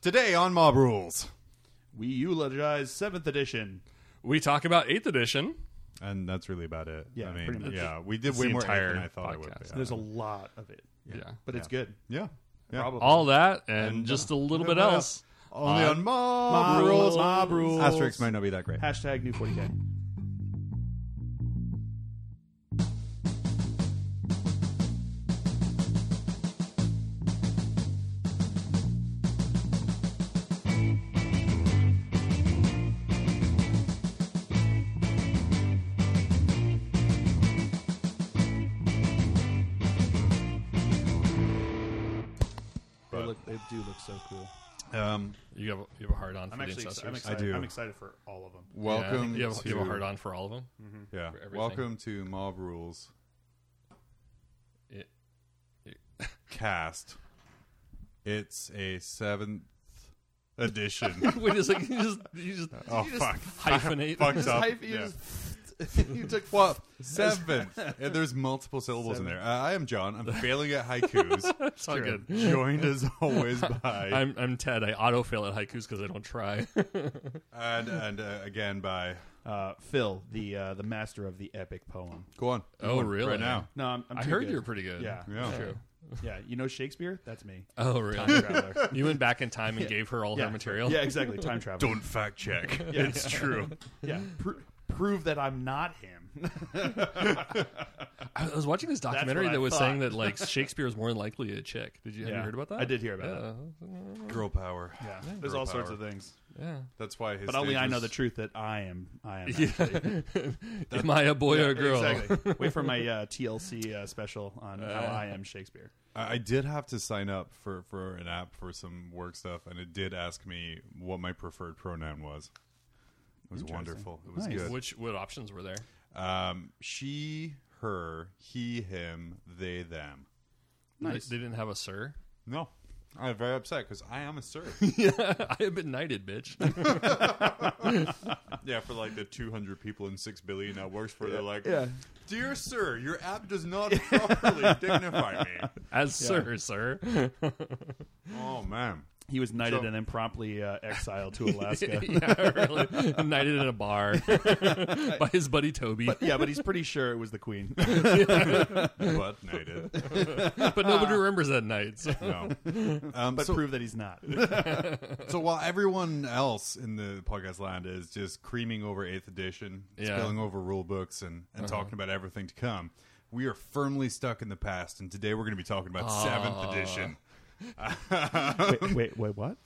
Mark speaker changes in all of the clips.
Speaker 1: Today on Mob Rules,
Speaker 2: We eulogize Seventh Edition.
Speaker 3: We talk about 8th edition.
Speaker 1: and that's really about it.
Speaker 2: Yeah,
Speaker 1: I mean,
Speaker 2: pretty much.
Speaker 1: yeah, we did
Speaker 3: It's
Speaker 1: way
Speaker 3: the
Speaker 1: more
Speaker 3: entire
Speaker 1: than I thought it would be.
Speaker 3: podcast.
Speaker 2: There's a lot of it,
Speaker 3: Yeah.
Speaker 2: but it's good.
Speaker 1: yeah, yeah.
Speaker 2: Probably.
Speaker 3: All that and,
Speaker 1: And, uh,
Speaker 3: just a little
Speaker 1: and
Speaker 3: bit
Speaker 1: what
Speaker 3: else.
Speaker 1: Only
Speaker 3: Uh,
Speaker 1: on Mob,
Speaker 2: Mob
Speaker 1: Rules. Um,
Speaker 2: rules. Mob rules.
Speaker 1: Asterix might not be that great.
Speaker 2: Hashtag new 40K. They,
Speaker 1: But-
Speaker 2: look, they do look so cool.
Speaker 1: Um,
Speaker 3: You have, you have a hard on for
Speaker 2: I'm
Speaker 3: the
Speaker 2: actually exci- I'm
Speaker 3: ancestors.
Speaker 2: excited.
Speaker 1: do.
Speaker 2: I'm excited for all of them.
Speaker 3: Yeah, I
Speaker 1: welcome.
Speaker 3: think you, have,
Speaker 1: to,
Speaker 3: you have a hard on for all of them.
Speaker 1: Yeah,
Speaker 3: for everything.
Speaker 1: welcome to Mob Rules
Speaker 3: It-
Speaker 1: cast. It's a seventh edition.
Speaker 3: Wait a second. You just, you just,
Speaker 1: oh
Speaker 3: you just
Speaker 1: fuck!
Speaker 3: hyphenate.
Speaker 1: Fucked
Speaker 2: Just
Speaker 1: up.
Speaker 2: hype- you
Speaker 1: Yeah.
Speaker 2: just- you took
Speaker 1: Well, seventh. Yeah, There's multiple syllables in
Speaker 2: Seven.
Speaker 1: there. Uh, I am John. I'm failing at haikus.
Speaker 3: It's all good.
Speaker 1: Joined as always by
Speaker 3: I'm, I'm Ted. I auto fail at haikus because I don't try.
Speaker 1: and and uh, again by.
Speaker 2: uh, Phil, the uh, the master of the epic poem.
Speaker 1: Go on. Go
Speaker 3: Oh,
Speaker 1: on,
Speaker 3: really?
Speaker 1: Right now.
Speaker 2: No, I'm, I'm
Speaker 3: I
Speaker 2: too
Speaker 3: heard
Speaker 2: good.
Speaker 3: you're pretty good.
Speaker 2: Yeah,
Speaker 1: Yeah.
Speaker 3: True.
Speaker 2: yeah. You know Shakespeare? That's me.
Speaker 3: Oh,
Speaker 2: Time
Speaker 3: really?
Speaker 2: traveler.
Speaker 3: you went back in time and gave her all
Speaker 2: yeah.
Speaker 3: her material.
Speaker 2: Yeah, exactly. Time travel.
Speaker 1: Don't fact check.
Speaker 2: Yeah.
Speaker 3: It's true.
Speaker 2: Yeah, Pro- prove that I'm not him.
Speaker 3: I was watching this documentary
Speaker 2: what I
Speaker 3: that was
Speaker 2: thought.
Speaker 3: saying that like Shakespeare is more than likely a chick. Did you have
Speaker 2: Yeah.
Speaker 3: you heard about that?
Speaker 2: I did hear about
Speaker 3: yeah.
Speaker 1: Girl power.
Speaker 2: Yeah, there's
Speaker 1: Girl
Speaker 2: all sorts
Speaker 1: power.
Speaker 2: of things,
Speaker 3: Yeah.
Speaker 1: That's why his.
Speaker 2: but only
Speaker 1: stage
Speaker 2: I know
Speaker 1: was-
Speaker 2: the truth that I am. I am.
Speaker 3: Yeah. Am I a boy or a girl?
Speaker 2: Exactly. Wait for my uh, TLC uh, special on how I am Shakespeare.
Speaker 1: I I did have to sign up for for an app for some work stuff, and it did ask me what my preferred pronoun was. It was
Speaker 2: Interesting.
Speaker 1: wonderful. It was
Speaker 2: Nice.
Speaker 1: good.
Speaker 3: Which what options were there?
Speaker 1: Um, she, her, he, him, they, them.
Speaker 2: Nice.
Speaker 3: They, they didn't have a sir.
Speaker 1: No, I'm very upset because I am a sir.
Speaker 3: I have been knighted, bitch.
Speaker 1: yeah, for like the 200 people in six billion that works for, they're like,
Speaker 2: yeah.
Speaker 1: dear sir, your app does not properly dignify me.
Speaker 3: As sir, sir.
Speaker 1: Oh man.
Speaker 2: He was knighted
Speaker 1: So-
Speaker 2: and then promptly uh, exiled to Alaska.
Speaker 3: yeah, really. Knighted in a bar by his buddy Toby. But,
Speaker 2: yeah, but he's pretty sure it was the Queen.
Speaker 1: But knighted.
Speaker 3: nobody remembers that night. So.
Speaker 1: No. Um,
Speaker 2: But
Speaker 1: so-
Speaker 2: prove that he's not.
Speaker 1: So while everyone else in the podcast land is just creaming over Eighth Edition,
Speaker 3: Yeah.
Speaker 1: spilling over rule books, and, and talking about everything to come, we are firmly stuck in the past, and today we're going to be talking about Seventh Edition.
Speaker 2: wait, wait, wait, what?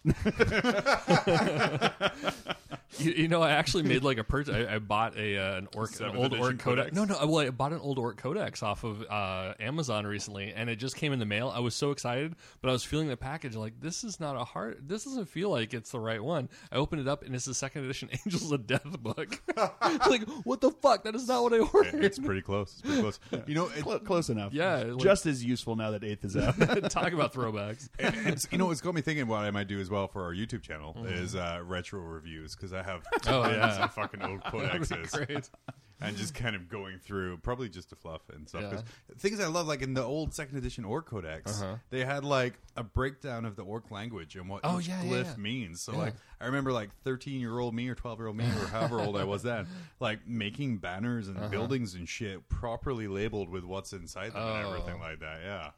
Speaker 3: You, you know, I actually made like a purchase. I, I bought a uh, an orc, an
Speaker 1: Seventh
Speaker 3: old
Speaker 1: edition
Speaker 3: orc codex.
Speaker 1: codex.
Speaker 3: No, no. Well, I bought an old orc codex off of uh, Amazon recently, and it just came in the mail. I was so excited, but I was feeling the package like this is not a hard. This doesn't feel like it's the right one. I opened it up, and it's the second edition Angels of Death book. like, what the fuck? That is not what I ordered.
Speaker 1: It's pretty close. It's pretty close. You know, it,
Speaker 2: Cl- close enough.
Speaker 3: Yeah, like-
Speaker 2: just as useful now that Eighth is out.
Speaker 3: Talk about throwbacks.
Speaker 1: it's you know, it's got me thinking what I might do as well for our YouTube channel is uh, retro reviews because I have
Speaker 3: Mm-hmm. Oh,
Speaker 1: tons
Speaker 3: yeah.
Speaker 1: of fucking old codexes.
Speaker 3: Great.
Speaker 1: and just kind of going through probably just to fluff and stuff.
Speaker 3: Yeah.
Speaker 1: 'Cause Things I love, like in the old second edition Orc Codex,
Speaker 3: Uh-huh.
Speaker 1: they had like a breakdown of the Orc language and what
Speaker 3: Oh,
Speaker 1: each
Speaker 3: yeah, yeah,
Speaker 1: glyph
Speaker 3: yeah.
Speaker 1: means. So like I remember like thirteen year old me or twelve year old me or however old I was then, like making banners
Speaker 3: Uh-huh.
Speaker 1: and buildings and shit properly labeled with what's inside them and
Speaker 3: Oh.
Speaker 1: everything like that. Yeah.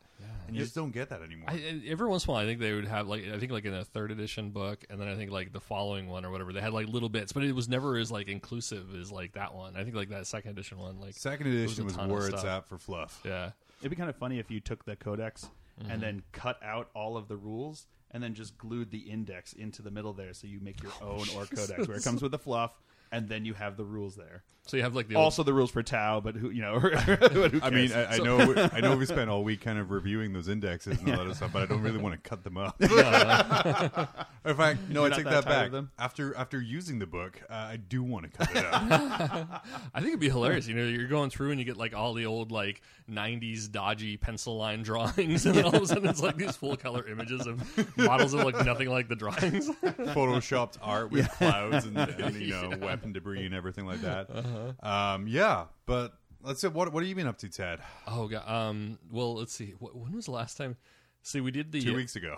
Speaker 1: And you just don't get that anymore.
Speaker 3: I, I- every once in a while, I think they would have like I think like in a third edition book, and then I think like the following one or whatever they had like little bits, but it was never as like inclusive as like that one. I think like that second edition one, like
Speaker 1: Second edition
Speaker 3: a
Speaker 1: was,
Speaker 3: ton of
Speaker 1: where it's
Speaker 3: stuff.
Speaker 1: at for fluff.
Speaker 3: yeah,
Speaker 2: It'd be kind of funny if you took the codex
Speaker 3: Mm-hmm.
Speaker 2: and then cut out all of the rules and then just glued the index into the middle there so you make your
Speaker 3: Oh,
Speaker 2: own or codex where it comes with the fluff and then you have the rules there.
Speaker 3: so you have like the old-
Speaker 2: Also the rules for tau, but who you know, but who
Speaker 1: I mean,
Speaker 2: cares?
Speaker 3: uh,
Speaker 1: I, I know, I know, we spent all week kind of reviewing those indexes and all that other stuff, but I don't really want to cut them up. In fact, no, I
Speaker 2: You're not
Speaker 1: take
Speaker 2: that
Speaker 1: that,
Speaker 2: tired
Speaker 1: back.
Speaker 2: of them?
Speaker 1: After after using the book, uh, I do want to cut it up.
Speaker 3: I think it'd be hilarious. You know, you're going through and you get like all the old like '90s dodgy pencil line drawings, and then all of a sudden it's like these full color images of models that look nothing like the drawings.
Speaker 1: Photoshopped art with clouds and, and, you know weapon debris and everything like that.
Speaker 2: Uh-huh.
Speaker 1: Um, yeah, but let's see. What what have you been up to, Ted?
Speaker 3: oh god. Um. Well, let's see. Wh- When was the last time? See, we did the
Speaker 1: Two weeks ago.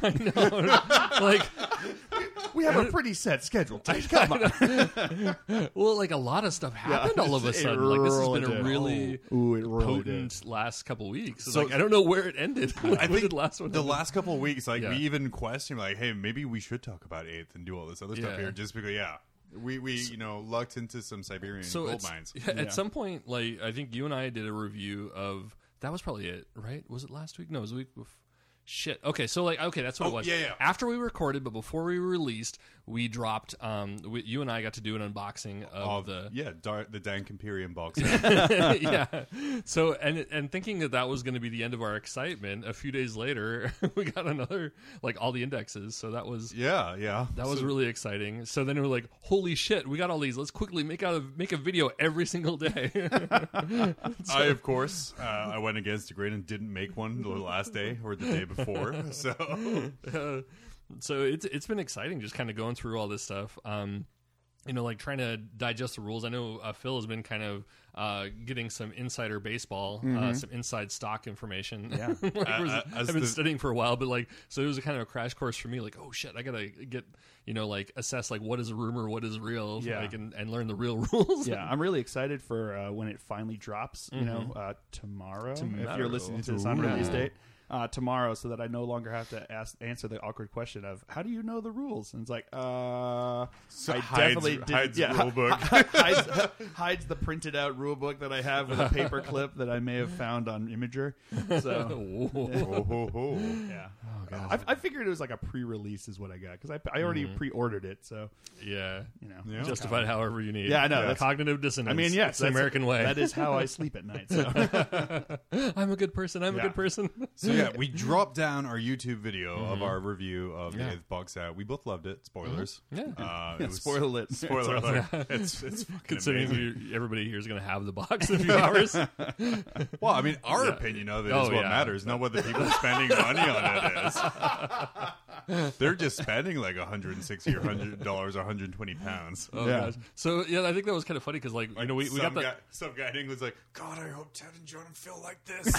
Speaker 3: I know. like
Speaker 2: We have a pretty set schedule. Tate. Come on.
Speaker 3: Well, like a lot of stuff happened all of a
Speaker 2: it
Speaker 3: sudden. Like this has been
Speaker 2: really
Speaker 3: a
Speaker 2: did.
Speaker 3: really
Speaker 2: Ooh, it really
Speaker 3: potent last couple weeks. It's
Speaker 1: So-
Speaker 3: like I don't know where it ended. I
Speaker 1: think
Speaker 3: did last one.
Speaker 1: the
Speaker 3: end?
Speaker 1: last couple of weeks, like
Speaker 3: Yeah.
Speaker 1: we even questioned, like, hey, maybe we should talk about eighth and do all this other
Speaker 3: Yeah.
Speaker 1: stuff here, just because, yeah, we we you know lucked into some Siberian gold
Speaker 3: it's-
Speaker 1: mines.
Speaker 3: yeah, At some point, like I think you and I did a review of that was probably it, right? Was it last week? No, it was the week before. Shit. Okay, so like okay, that's what it
Speaker 1: Oh,
Speaker 3: was.
Speaker 1: yeah, yeah.
Speaker 3: After we recorded, but before we released, we dropped. Um, we, you and I got to do an unboxing
Speaker 1: Of
Speaker 3: of the
Speaker 1: yeah, dar- the Dank Imperium box.
Speaker 3: yeah. So and and thinking that that was going to be the end of our excitement, a few days later we got another like all the indexes. So that was
Speaker 1: yeah, yeah,
Speaker 3: that was really exciting. So then we were like, "Holy shit, we got all these! Let's quickly make out of make a video every single day."
Speaker 1: I, of course, uh, I went against the grain and didn't make one the last day or the day before. So
Speaker 3: Uh, so it's it's been exciting just kind of going through all this stuff. Um, you know, like trying to digest the rules. I know uh, Phil has been kind of uh, getting some insider baseball,
Speaker 2: Mm-hmm.
Speaker 3: uh, some inside stock information. Yeah,
Speaker 1: Uh, uh,
Speaker 3: I've
Speaker 1: as
Speaker 3: been
Speaker 1: the-
Speaker 3: studying for a while, but like, so it was a kind of a crash course for me. Like, oh shit, I gotta get you know, like assess like what is rumor, what is real,
Speaker 2: Yeah.
Speaker 3: like, and, and learn the real rules.
Speaker 2: yeah, I'm really excited for uh, when it finally drops. You know, uh, tomorrow, If
Speaker 3: Mm-hmm. Tomorrow.
Speaker 2: you're listening to this on release date, uh, tomorrow, so that I no longer have to ask answer the awkward question of how do you know the rules? And it's like, uh, I
Speaker 1: hides-
Speaker 2: definitely didn't-
Speaker 1: hides
Speaker 2: yeah,
Speaker 1: rule book.
Speaker 2: hides, hides the printed out rule book that I have with a paper clip that I may have found on Imager. So
Speaker 3: Whoa.
Speaker 1: ho, ho, ho.
Speaker 2: yeah, I, I figured it was like a pre-release is what I got because I, I already pre-ordered it. So
Speaker 3: Mm-hmm. yeah.
Speaker 2: you know,
Speaker 1: Yeah.
Speaker 3: Justified however you need.
Speaker 2: Yeah, I know, that's-
Speaker 3: Cognitive dissonance.
Speaker 2: I mean, yes,
Speaker 3: it's the
Speaker 2: that's-
Speaker 3: American way.
Speaker 2: That is how I sleep at night. So.
Speaker 3: I'm a good person. I'm a
Speaker 2: Yeah.
Speaker 3: good person.
Speaker 1: So yeah, we dropped down our YouTube video of our review of
Speaker 3: Mm-hmm. Yeah.
Speaker 1: the eighth box out. We both loved it. Spoilers.
Speaker 3: Mhm. Yeah.
Speaker 1: Uh, it
Speaker 2: Yeah,
Speaker 1: was-
Speaker 2: spoil it.
Speaker 1: Spoiler alert. It's it's fucking
Speaker 3: Considering
Speaker 1: amazing.
Speaker 3: you, everybody here is going to have the box in a few hours.
Speaker 1: Well, I mean, our opinion of it is
Speaker 3: Oh,
Speaker 1: what
Speaker 3: yeah.
Speaker 1: matters, not what the people spending money on it is. They're just spending like 160 or 100 dollars, 120 pounds.
Speaker 3: Oh,
Speaker 2: Yeah.
Speaker 3: gosh. So yeah, I think that was kind of funny because like, you know we, we got
Speaker 1: some
Speaker 3: the
Speaker 1: guy, some guy in England's like, God, I hope Ted and John feel like this.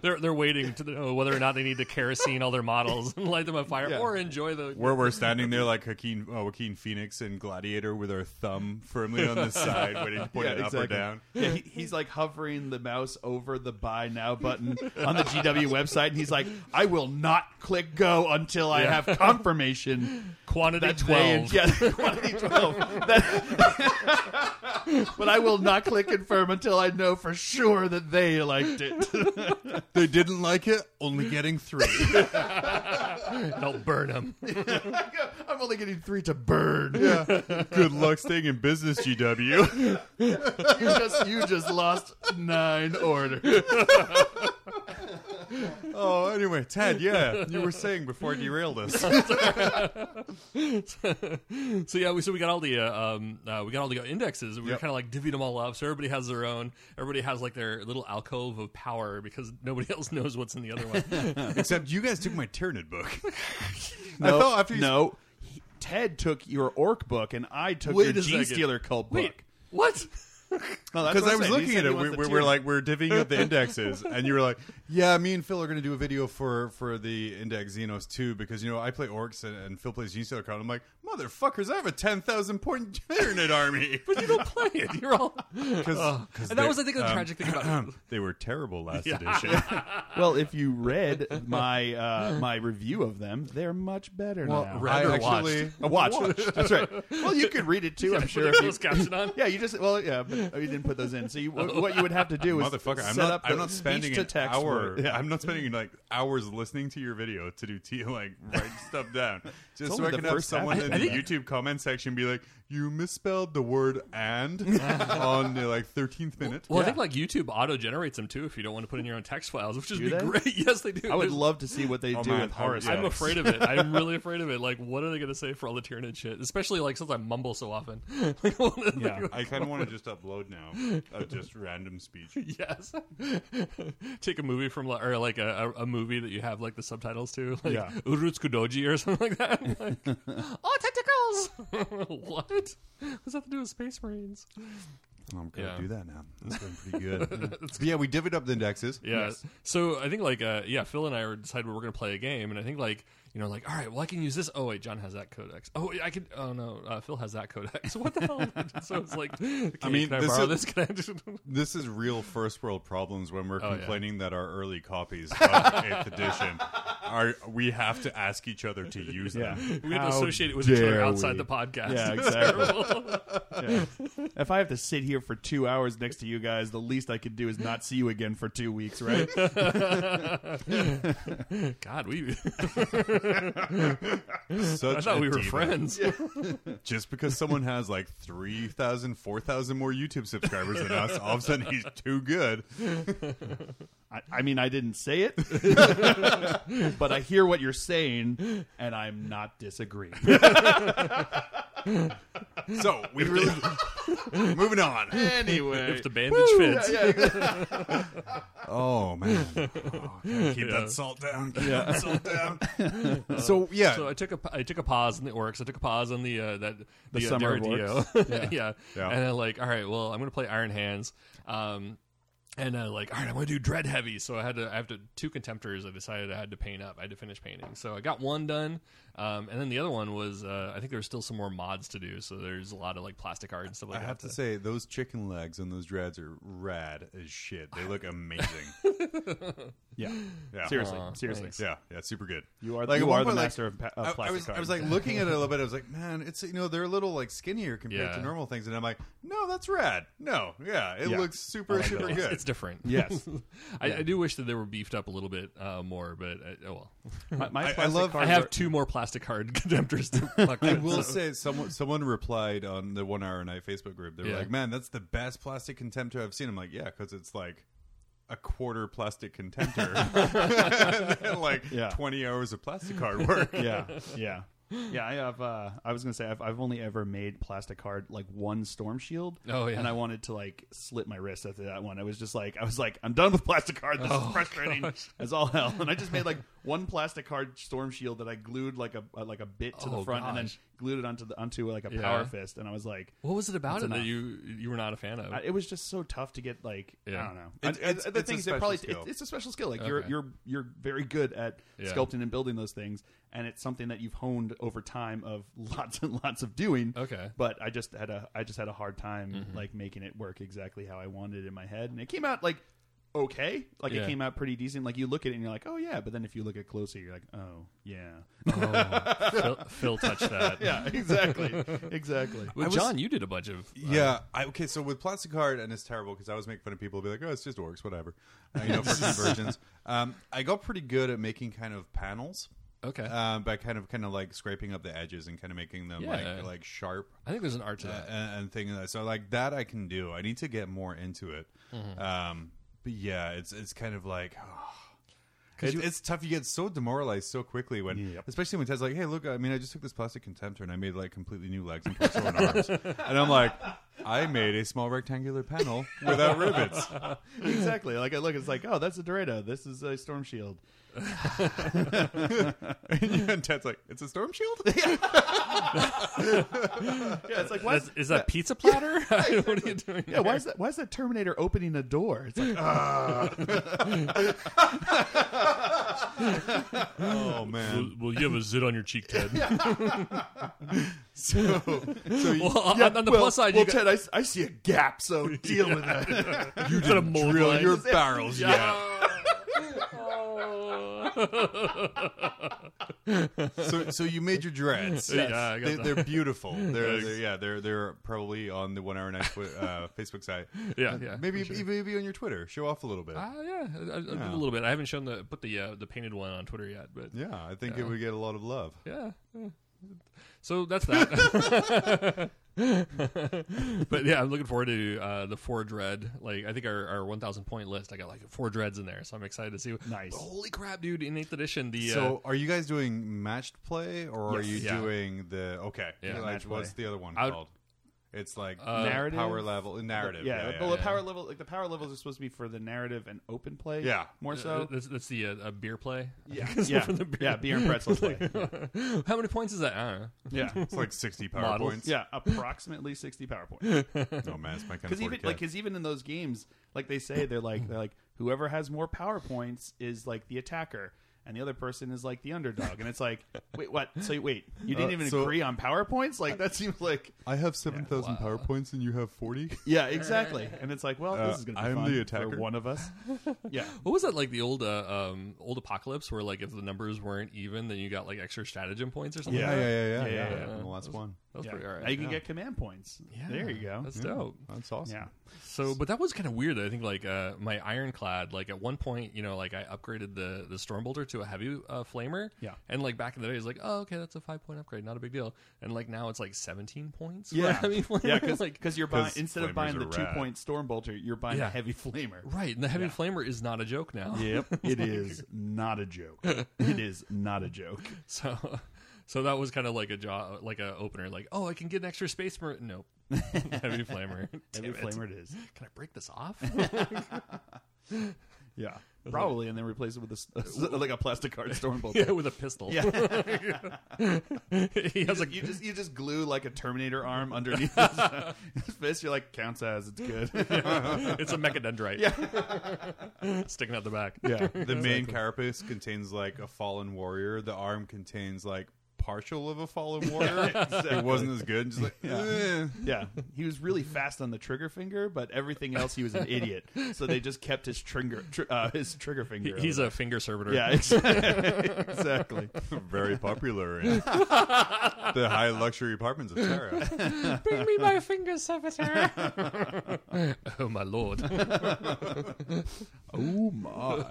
Speaker 3: they're they're waiting to know whether or not they need to kerosene all their models and light them on fire
Speaker 2: Yeah.
Speaker 3: or enjoy the.
Speaker 1: Where we're standing there like Joaquin, uh, Joaquin Phoenix and Gladiator with our thumb firmly on the side, waiting to point it up or down.
Speaker 2: Yeah, he, he's like hovering the mouse over the buy now button on the GW website, and he's like, "I will not click go until I have confirmation
Speaker 3: Quantity
Speaker 2: that they
Speaker 3: twelve.
Speaker 2: and yeah, quantity twelve. That- but I will not click confirm until I know for sure that they liked it.
Speaker 1: They didn't like it, only getting three.
Speaker 3: They'll burn them.
Speaker 2: I'm only getting three to burn.
Speaker 1: Good luck staying in business, GW.
Speaker 2: You just you just lost nine orders.
Speaker 1: Oh, anyway, Ted, yeah, you were saying before I derailed us.
Speaker 3: so yeah, we so we got all the uh, um uh, we got all the indexes. We were
Speaker 1: Yep.
Speaker 3: kind of like divvied them all up. So everybody has their own. Everybody has like their little alcove of power because nobody else knows what's in the other one.
Speaker 1: Except you guys took my Tyranid book.
Speaker 2: No,
Speaker 1: I thought after you
Speaker 2: no. He- Ted took your orc book, and I took
Speaker 3: Wait
Speaker 2: your
Speaker 3: a
Speaker 2: G
Speaker 3: second.
Speaker 2: Stealer cult book.
Speaker 3: Wait, what?
Speaker 2: No, that's
Speaker 1: because
Speaker 2: what
Speaker 1: I
Speaker 2: I'm
Speaker 1: was
Speaker 2: saying. He
Speaker 1: looking
Speaker 2: said
Speaker 1: at
Speaker 2: he
Speaker 1: it, we,
Speaker 2: wants the
Speaker 1: we
Speaker 2: tier.
Speaker 1: were like we're divvying up the indexes, and you were like, "Yeah, me and Phil are going to do a video for for the index Xenos too because you know I play orcs and, and Phil plays Genestealer Con." I'm like, "Motherfuckers, I have a ten thousand point Tyranid army."
Speaker 3: But you don't play it. You're all.
Speaker 1: Because
Speaker 3: And that was, I think, the tragic thing about
Speaker 2: um,
Speaker 3: it.
Speaker 1: they were terrible last
Speaker 3: Yeah.
Speaker 1: edition.
Speaker 2: well, if you read my uh, my review of them, they're much better
Speaker 3: Well,
Speaker 2: now.
Speaker 3: read- Rather
Speaker 2: I watched. That's right. Well, you could read it too. I'm sure.
Speaker 3: Put
Speaker 2: If
Speaker 3: those
Speaker 2: you,
Speaker 3: caption on.
Speaker 2: yeah, you just well, yeah, but oh, you didn't put those in. So you, what what you would have to do is
Speaker 1: Motherfucker, I'm
Speaker 2: set
Speaker 1: not.
Speaker 2: up. the
Speaker 1: I'm not spending
Speaker 2: speech to
Speaker 1: an
Speaker 2: text
Speaker 1: hour.
Speaker 2: for it. Yeah.
Speaker 1: I'm not spending like hours listening to your video to do t- like write stuff down, just so
Speaker 2: only
Speaker 1: I
Speaker 2: the
Speaker 1: can have
Speaker 2: first half
Speaker 1: someone
Speaker 2: of
Speaker 1: in
Speaker 2: it.
Speaker 1: the YouTube comment section be like, "You misspelled the word and on the like 13th minute."
Speaker 3: Well, I think like YouTube auto generates them too if you don't want to put in your own text files, which would
Speaker 2: Do
Speaker 3: be
Speaker 2: they?
Speaker 3: great. Yes, they do.
Speaker 2: I would
Speaker 3: There's-
Speaker 2: love to see what they
Speaker 1: Oh,
Speaker 2: do
Speaker 1: man,
Speaker 2: with
Speaker 1: I-
Speaker 2: Horus.
Speaker 1: yeah.
Speaker 3: I'm afraid of it. I'm really afraid of it. Like, what are they going to say for all the Tyranid shit? Especially like since I mumble so often. Like, what are they
Speaker 2: Yeah.
Speaker 3: gonna-
Speaker 1: I kind of want to just upload now of just random speech.
Speaker 3: Yes. Take a movie from like- or like a, a a movie that you have like the subtitles to, like
Speaker 2: Yeah.
Speaker 3: Urut's Kudoji or something like that. Like, oh, tentacles! what? What's that have to do with Space Marines?
Speaker 1: I'm gonna
Speaker 3: Yeah.
Speaker 1: do that now. That's going pretty good. But yeah, we divvied up the indexes.
Speaker 3: Yeah. So I think like uh, yeah, Phil and I were decided we were going to play a game, and I think like you know, like, all right, well, I can use this. Oh wait, John has that codex. Oh, wait, I could. Oh no, uh, Phil has that codex. What the hell? so it's like, okay, I
Speaker 1: mean,
Speaker 3: mean, can I
Speaker 1: this
Speaker 3: borrow
Speaker 1: is-
Speaker 3: this? Can I just...
Speaker 1: This is real first world problems when we're
Speaker 3: yeah.
Speaker 1: complaining that our early copies of 8th edition are we have to ask each other to use
Speaker 2: Yeah.
Speaker 1: them.
Speaker 3: We had to
Speaker 2: How
Speaker 3: associate it with each other
Speaker 2: dare
Speaker 3: outside
Speaker 2: we.
Speaker 3: the podcast.
Speaker 2: Yeah,
Speaker 3: It's
Speaker 2: exactly.
Speaker 3: terrible.
Speaker 2: Yeah. if I have to sit here for two hours next to you guys, the least I could do is not see you again for two weeks, right?
Speaker 3: God, we.
Speaker 1: Such
Speaker 3: I thought
Speaker 1: a
Speaker 3: we were
Speaker 1: diva.
Speaker 3: friends.
Speaker 1: Just because someone has like 3,000, 4,000 more YouTube subscribers than us, all of a sudden he's too good.
Speaker 2: I, I mean, I didn't say it, but I hear what you're saying, and I'm not disagreeing.
Speaker 1: So we really moving on.
Speaker 2: Anyway,
Speaker 3: if the bandage fits.
Speaker 1: Oh man, Oh, gotta keep
Speaker 3: Yeah.
Speaker 1: that salt down. Keep that salt down. so yeah,
Speaker 3: So I took a I took a pause in the orcs. I took a pause on the uh, that the, uh,
Speaker 2: Summer of
Speaker 3: Daradio. yeah.
Speaker 1: Yeah.
Speaker 3: And I'm like, all right, well, I'm gonna play Iron Hands. Um, and uh, like, all right, I'm gonna do Dread Heavy. So I had to I have to two contemptors. I decided I had to paint up. I had to finish painting. So I got one done. Um, and then the other one was uh, I think there's still some more mods to do. So there's a lot of like plastic art and stuff like
Speaker 1: I
Speaker 3: that.
Speaker 1: have to
Speaker 3: that-
Speaker 1: say those chicken legs on those dreads are rad as shit. They look amazing.
Speaker 2: yeah,
Speaker 1: Yeah.
Speaker 2: seriously,
Speaker 3: Aw,
Speaker 2: seriously,
Speaker 3: thanks.
Speaker 1: Yeah, yeah, super good.
Speaker 2: you are
Speaker 1: Like, at
Speaker 2: you
Speaker 1: one
Speaker 2: are the
Speaker 1: point, like,
Speaker 2: master of pa- of
Speaker 1: I, I
Speaker 2: plastic
Speaker 1: was I
Speaker 2: cards.
Speaker 1: was like looking at it a little bit. I was like, man, it's you know they're a little like skinnier compared to
Speaker 3: Yeah.
Speaker 1: normal things, and I'm like, no, that's rad. No, yeah, it
Speaker 2: Yeah.
Speaker 1: looks super
Speaker 2: like
Speaker 1: super
Speaker 2: that.
Speaker 1: good.
Speaker 3: Oh, It's different.
Speaker 2: Yes.
Speaker 3: I, I do wish that they were beefed up a little bit uh, more, but uh, oh well.
Speaker 2: my, my
Speaker 1: I- I
Speaker 2: plastic
Speaker 1: love-
Speaker 3: I
Speaker 2: cards
Speaker 3: have
Speaker 2: are-
Speaker 3: two more plastic hard contemptors to pluck.
Speaker 1: I
Speaker 3: with,
Speaker 1: will
Speaker 3: so-
Speaker 1: say someone someone replied on the one hour a night Facebook group. They were
Speaker 3: Yeah.
Speaker 1: like, "Man, that's the best plastic contemptor I've seen." I'm like, "Yeah, because it's like a quarter plastic contemptor, and then like
Speaker 2: Yeah.
Speaker 1: 20 hours of plastic card work."
Speaker 2: yeah, yeah, yeah. I have. Uh, I was gonna say I've, I've only ever made plastic card like one storm shield.
Speaker 3: Oh, yeah.
Speaker 2: and I wanted to like slit my wrist after that one. I was just like, I was like, I'm done with plastic card. This
Speaker 3: Oh,
Speaker 2: is frustrating as all hell. And I just made like one plastic card storm shield that I glued like a uh, like a bit to the
Speaker 3: Oh,
Speaker 2: front and then
Speaker 3: gosh.
Speaker 2: glued it onto the onto like a
Speaker 3: Yeah.
Speaker 2: power fist. And I was like.
Speaker 3: What was it about
Speaker 2: That's
Speaker 3: it that
Speaker 2: enough.
Speaker 3: you you were not a fan of?
Speaker 2: I- It was just so tough to get like I
Speaker 3: Yeah.
Speaker 2: don't know.
Speaker 1: It's-
Speaker 2: And- and
Speaker 1: it's-
Speaker 2: the
Speaker 1: it's a
Speaker 2: thing is, it
Speaker 1: special
Speaker 2: probably
Speaker 1: skill.
Speaker 2: It's, it's a special skill. Like you're
Speaker 3: Okay.
Speaker 2: you're you're very good at
Speaker 3: Yeah.
Speaker 2: sculpting and building those things, and it's something that you've honed over time of lots and lots of doing.
Speaker 3: Okay.
Speaker 2: but I just had a I just had a hard time
Speaker 1: Mm-hmm.
Speaker 2: like making it work exactly how I wanted it in my head, and it came out like okay, like it
Speaker 3: Yeah.
Speaker 2: came out pretty decent. Like you look at it and you're like, oh yeah, but then if you look at it closer, you're like, oh yeah,
Speaker 3: oh, Phil, Phil touched that.
Speaker 2: yeah, exactly, exactly.
Speaker 3: Well,
Speaker 1: I was-
Speaker 3: John, you did a bunch of. uh,
Speaker 1: Yeah, I, okay. So with plastic card, and it's terrible because I always make fun of people, be like, "Oh, it's just orcs, whatever," uh, you know, for conversions. Um, I got pretty good at making kind of panels.
Speaker 3: okay.
Speaker 1: Um, by kind of kind of like scraping up the edges and kind of making them
Speaker 3: Yeah.
Speaker 1: like like sharp
Speaker 3: I think there's an art to
Speaker 1: uh,
Speaker 3: that.
Speaker 1: and, and things like that. So like that I can do. I need to get more into it. Um, but yeah, it's it's kind of like. It's, it's tough. You get so demoralized so quickly when,
Speaker 2: Yep.
Speaker 1: especially when Ted's like, "Hey, look! I mean, I just took this plastic contemptor and I made like completely new legs and torso and arms." And I'm like, "I made a small rectangular panel without rivets."
Speaker 2: exactly. Like I look, it's like, oh, that's a Dorado. This is a storm shield.
Speaker 1: and Ted's like, "It's a storm shield."
Speaker 2: Yeah, it's like why?
Speaker 3: That's- is that pizza platter? what are you doing?
Speaker 2: yeah, why is that? Why is that Terminator opening a door? It's like,
Speaker 1: oh man!
Speaker 3: well, you have a zit on your cheek, Ted.
Speaker 1: So, so you,
Speaker 3: Well, on- on the plus side,
Speaker 2: well,
Speaker 3: you got,
Speaker 2: Ted, I s- I, see a gap, so deal with it.
Speaker 3: you got a mold
Speaker 1: drill
Speaker 3: line.
Speaker 1: your barrels, yeah. so so you made your dreads.
Speaker 3: Yes. Yeah, I got
Speaker 1: they,
Speaker 3: that.
Speaker 1: they're beautiful. They're,
Speaker 3: Thanks.
Speaker 1: they're yeah, they're they're probably on the one hour night uh, Facebook site.
Speaker 3: Yeah, yeah,
Speaker 1: maybe maybe on your Twitter. Show off a little bit.
Speaker 3: Ah, yeah, I, I, I did a little bit. I haven't shown the put the uh, the painted one on Twitter yet, but
Speaker 1: yeah, I think it would get a lot of love.
Speaker 3: yeah. yeah. So that's that. but yeah, I'm looking forward to uh, the four dread. Like I think our, our 1,000 point list, I got like four dreads in there, so I'm excited to see.
Speaker 2: Nice.
Speaker 3: But holy crap, dude! In eighth edition, the
Speaker 1: So, are you guys doing matched play or are
Speaker 2: Yes.
Speaker 1: you
Speaker 3: Yeah.
Speaker 1: doing the okay?
Speaker 3: Yeah.
Speaker 1: like,
Speaker 2: Matched
Speaker 1: what's
Speaker 2: play.
Speaker 1: the other one
Speaker 3: I would-
Speaker 1: called? It's like
Speaker 3: Uh,
Speaker 2: Narrative?
Speaker 1: power level narrative.
Speaker 2: yeah,
Speaker 1: Yeah, yeah,
Speaker 2: but
Speaker 1: yeah.
Speaker 2: the power level, like the power levels are supposed to be for the narrative and open play.
Speaker 1: Yeah.
Speaker 2: more
Speaker 3: uh,
Speaker 2: so.
Speaker 3: that's, that's the uh, uh, beer play.
Speaker 2: yeah, yeah,
Speaker 3: from the beer.
Speaker 2: yeah, beer and pretzel play.
Speaker 3: How many points is that? I don't know.
Speaker 2: Yeah,
Speaker 1: It's like sixty power
Speaker 3: Models.
Speaker 1: points.
Speaker 2: yeah, approximately sixty PowerPoint.
Speaker 1: oh man, it's my kind of
Speaker 2: Because even like, 'cause even in those games, like they say, they're like, they're like, whoever has more PowerPoints is like the attacker. and the other person is like the underdog, and it's like, wait, what? So wait, you didn't
Speaker 1: Uh,
Speaker 2: even
Speaker 1: so-
Speaker 2: agree on powerpoints? Like that seems like
Speaker 1: I have seven thousand powerpoints and you have forty.
Speaker 2: yeah, exactly. And it's like, well,
Speaker 1: Uh,
Speaker 2: this is gonna be
Speaker 1: I'm
Speaker 2: fun
Speaker 1: the
Speaker 2: for
Speaker 1: attacker.
Speaker 2: one of us. Yeah,
Speaker 3: What was that like? The old uh, um, old apocalypse, where like if the numbers weren't even, then you got like extra stratagem points or something.
Speaker 2: Yeah.
Speaker 3: like that?
Speaker 2: Yeah, yeah, yeah.
Speaker 1: And the last one.
Speaker 3: that's
Speaker 2: yeah.
Speaker 3: pretty all right.
Speaker 2: Now you can get command points.
Speaker 3: Yeah.
Speaker 2: There you go. Hmm.
Speaker 3: That's dope.
Speaker 1: That's awesome.
Speaker 2: Yeah.
Speaker 3: So, but that was kind of weird. I think like uh, my ironclad, like at one point, you know, like I upgraded the the stormbolter to a heavy uh, flamer.
Speaker 2: Yeah.
Speaker 3: And like back in the day, it's like, oh, okay, that's a five point upgrade, not a big deal. And like now it's like seventeen points.
Speaker 2: Yeah,
Speaker 3: I mean,
Speaker 2: yeah, because
Speaker 3: like
Speaker 2: you're buying
Speaker 1: 'cause
Speaker 2: instead
Speaker 1: flamers
Speaker 2: of buying
Speaker 1: are
Speaker 2: the two
Speaker 1: rad.
Speaker 2: point storm bolter, you're buying
Speaker 3: Yeah.
Speaker 2: a heavy flamer.
Speaker 3: right, and the heavy flamer is not a joke now.
Speaker 2: Yep, it is not a joke. It is not a joke.
Speaker 3: So, so that was kind of like a jaw, like a opener. Like, oh, I can get an extra space. Mer- nope, heavy flamer. Damn
Speaker 2: Heavy
Speaker 3: it.
Speaker 2: flamer it is.
Speaker 3: Can I break this off?
Speaker 2: Yeah, probably, and then replace it with a s- like a plastic card storm bolter.
Speaker 3: yeah, with a pistol. he has
Speaker 2: It's
Speaker 3: a
Speaker 2: like you just you just glue like a Terminator arm underneath his, his fist. You're like counts as it's good.
Speaker 3: it's a mechadendrite. Sticking out the back.
Speaker 2: Yeah,
Speaker 1: The main carapace contains like a fallen warrior. The arm contains like partial of a fallen warrior. It wasn't as good. Just like eh.
Speaker 2: yeah. He was really fast on the trigger finger, but everything else he was an idiot. So they just kept his trigger tr- uh, his trigger
Speaker 3: He-
Speaker 2: finger.
Speaker 3: He's a finger servitor.
Speaker 2: yeah, exactly. exactly.
Speaker 1: eh, very popular in the high luxury apartments of Terra.
Speaker 3: Bring me my finger servitor. oh my lord.
Speaker 2: Oh my.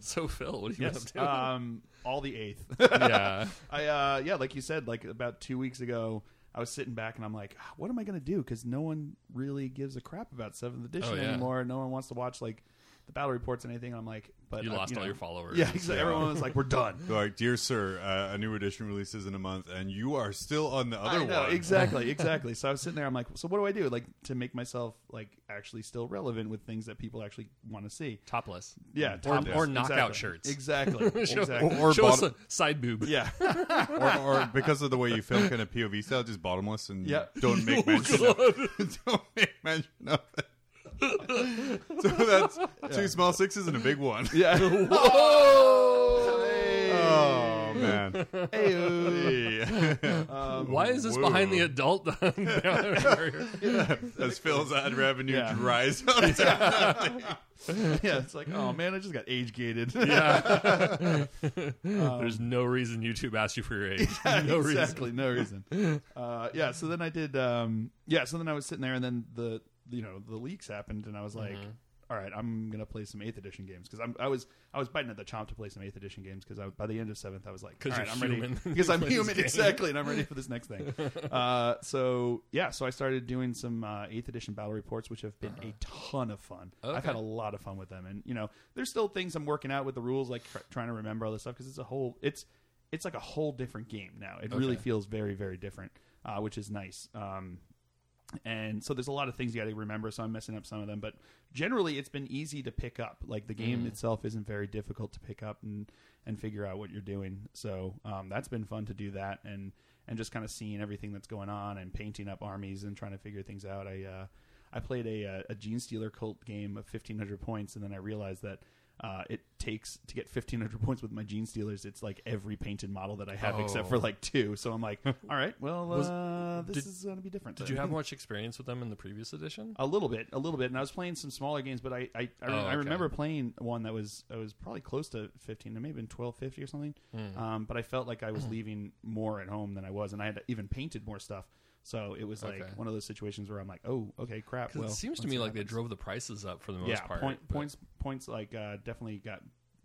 Speaker 3: So Phil, what have you been
Speaker 2: Yes.
Speaker 3: up to?
Speaker 2: Um, all the eighth.
Speaker 3: yeah.
Speaker 2: I uh, yeah, like you said, like about two weeks ago, I was sitting back and I'm like, "Ah, what am I gonna do? Because no one really gives a crap about Seventh Edition
Speaker 3: Oh, yeah.
Speaker 2: anymore. No one wants to watch like the battle reports and anything. I'm like, but
Speaker 3: You
Speaker 2: uh,
Speaker 3: lost all
Speaker 2: know.
Speaker 3: your followers.
Speaker 2: Yeah, exactly. Everyone was like, we're done.
Speaker 1: They're like, dear sir, uh, a new edition releases in a month, and you are still on the other
Speaker 2: I know,
Speaker 1: one.
Speaker 2: exactly, exactly. So I was sitting there. I'm like, so what do I do? Like to make myself like actually still relevant with things that people actually want to see.
Speaker 3: Topless.
Speaker 2: Yeah,
Speaker 3: Or,
Speaker 2: topless.
Speaker 3: or knockout
Speaker 2: Exactly.
Speaker 3: shirts. "Oh."
Speaker 2: Exactly, exactly.
Speaker 1: Or
Speaker 3: Show us
Speaker 1: bottom-
Speaker 3: a side boob.
Speaker 2: yeah,
Speaker 1: or, or because of the way you film kind of POV style, just bottomless and
Speaker 2: Yeah. Oh,
Speaker 1: don't make
Speaker 3: Oh,
Speaker 1: mention. Of, don't make mention of it. so that's two small sixes and a big one.
Speaker 2: yeah.
Speaker 1: Oh man! Hey.
Speaker 2: uh,
Speaker 3: Why is this
Speaker 1: Whoa.
Speaker 3: behind the adult?
Speaker 1: As Phil's ad revenue
Speaker 2: Yeah.
Speaker 1: dries
Speaker 2: yeah, it's like, oh man, I just got age gated.
Speaker 3: yeah.
Speaker 2: Um,
Speaker 3: There's no reason YouTube asked you for your age. no reason.
Speaker 2: exactly, no reason. Uh, yeah, so then I did. Um, yeah, so then I was sitting there, and then the you know the leaks happened, and I was like,
Speaker 3: Mm-hmm.
Speaker 2: all right, I'm gonna play some eighth edition games because I'm I was I was biting at the chomp to play some eighth edition games because by the end of seventh I was like,
Speaker 3: 'Cause
Speaker 2: all right,
Speaker 3: you're
Speaker 2: I'm
Speaker 3: human.
Speaker 2: ready because I'm
Speaker 3: You play this
Speaker 2: human
Speaker 3: game.
Speaker 2: exactly, and I'm ready for this next thing. Uh, so yeah, so I started doing some uh, eighth edition battle reports, which have been a
Speaker 3: Uh-huh.
Speaker 2: ton of fun. I've
Speaker 3: Okay.
Speaker 2: had a lot of fun with them, and you know, there's still things I'm working out with the rules, like tr- trying to remember all this stuff because it's a whole it's it's like a whole different game now. It really feels very very different, uh, which is nice. Um, and so there's a lot of things you got to remember. So I'm messing up some of them, but generally it's been easy to pick up. Like the
Speaker 3: Mm.
Speaker 2: game itself isn't very difficult to pick up and and figure out what you're doing. So um, that's been fun to do that and and just kind of seeing everything that's going on and painting up armies and trying to figure things out. I uh, I played a uh, a Gene Stealer cult game of 1500 points, and then I realized that. Uh, it takes to get 1500 points with my gene stealers it's like every painted model that i have except for
Speaker 3: Oh.
Speaker 2: like two so i'm like all right well
Speaker 3: Was-
Speaker 2: uh, this
Speaker 3: did-
Speaker 2: is going to be different
Speaker 3: Did
Speaker 2: then.
Speaker 3: you have much experience with them in the previous edition?
Speaker 2: A little bit, a little bit, and I was playing some smaller games, but I I, I,
Speaker 3: Oh,
Speaker 2: I
Speaker 3: okay.
Speaker 2: remember playing one that was I was probably close to fifteen, it may have been twelve fifty or something.
Speaker 3: Hmm.
Speaker 2: Um, but I felt like I was leaving more at home than I was, and I had even painted more stuff. So it was like
Speaker 3: Okay.
Speaker 2: one of those situations where I'm like, oh, okay, crap.
Speaker 3: 'Cause
Speaker 2: Well,
Speaker 3: it seems to
Speaker 2: let's
Speaker 3: me
Speaker 2: see
Speaker 3: like
Speaker 2: what
Speaker 3: they
Speaker 2: happens.
Speaker 3: drove the prices up for the most
Speaker 2: yeah,
Speaker 3: part.
Speaker 2: point,
Speaker 3: but-
Speaker 2: points points like uh, definitely got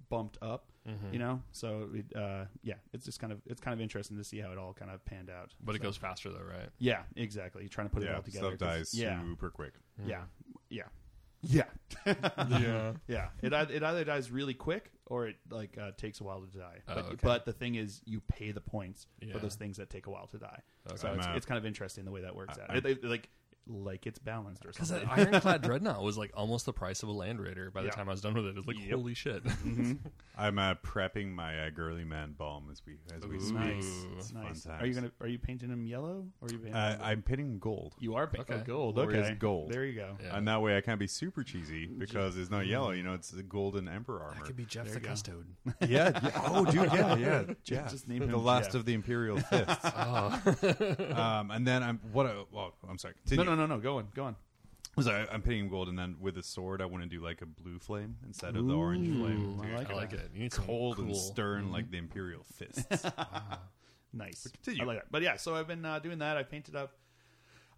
Speaker 2: bumped up,
Speaker 3: mm-hmm. Hmm.
Speaker 2: you know. So it, uh, yeah, it's just kind of it's kind of interesting to see how it all kind of panned out.
Speaker 3: But it
Speaker 2: So-
Speaker 3: goes faster though, right?
Speaker 2: yeah, exactly. You're trying to put it
Speaker 1: yeah,
Speaker 2: all together.
Speaker 1: stuff
Speaker 2: 'cause-
Speaker 1: dies
Speaker 2: Yeah,
Speaker 1: super quick.
Speaker 3: Mm-hmm.
Speaker 2: yeah, yeah,
Speaker 3: Hmm.
Speaker 2: yeah.
Speaker 3: Yeah.
Speaker 2: Yeah, it ei- it either dies really quick or it like uh, takes a while to die.
Speaker 3: Oh,
Speaker 2: But,
Speaker 3: okay.
Speaker 2: but the thing is, you pay the points
Speaker 3: Yeah.
Speaker 2: for those things that take a while to die. So
Speaker 1: I'm
Speaker 2: it's,
Speaker 1: out.
Speaker 2: it's kind of interesting the way that works out.
Speaker 1: I'm-
Speaker 2: It, it- like like it's balanced or
Speaker 3: Because
Speaker 2: something.
Speaker 3: that ironclad dreadnought was like almost the price of a land raider by the
Speaker 2: Yeah.
Speaker 3: time I was done with it. It's like holy shit.
Speaker 1: I'm uh, prepping my uh, girly man bomb as we as we
Speaker 3: Ooh.
Speaker 1: speak.
Speaker 3: Nice.
Speaker 1: It's
Speaker 2: Nice.
Speaker 1: Fun times.
Speaker 2: Are you gonna? Are you painting them yellow? Or are you painting?
Speaker 1: Uh,
Speaker 2: them-
Speaker 1: I'm painting gold,
Speaker 2: you are painting
Speaker 3: Okay.
Speaker 2: gold.
Speaker 1: Or is
Speaker 2: Okay,
Speaker 1: Oh, gold.
Speaker 2: There you go.
Speaker 3: Yeah.
Speaker 1: and that way I can't be super cheesy because it's not yellow. You know, it's the golden emperor armor.
Speaker 3: Could be Jeff the Custode.
Speaker 1: yeah, yeah. Oh, dude. Yeah. Yeah. Yeah.
Speaker 2: Just name him
Speaker 1: the last
Speaker 2: Jeff.
Speaker 1: of the imperial fists. um, and then I'm what? I, well, I'm sorry.
Speaker 2: No,
Speaker 1: Continue.
Speaker 2: no, no, no. Go on, go on.
Speaker 1: So I, I'm painting gold, and then with a sword, I want to do like a blue flame instead of the orange flame. Mm-hmm.
Speaker 2: I like
Speaker 3: I
Speaker 2: it.
Speaker 3: like it. You need some
Speaker 1: Cold and
Speaker 3: cool-
Speaker 1: stern like the imperial fists.
Speaker 2: Nice.
Speaker 1: continue.
Speaker 2: I like that. But yeah, so I've been uh, doing that. I painted up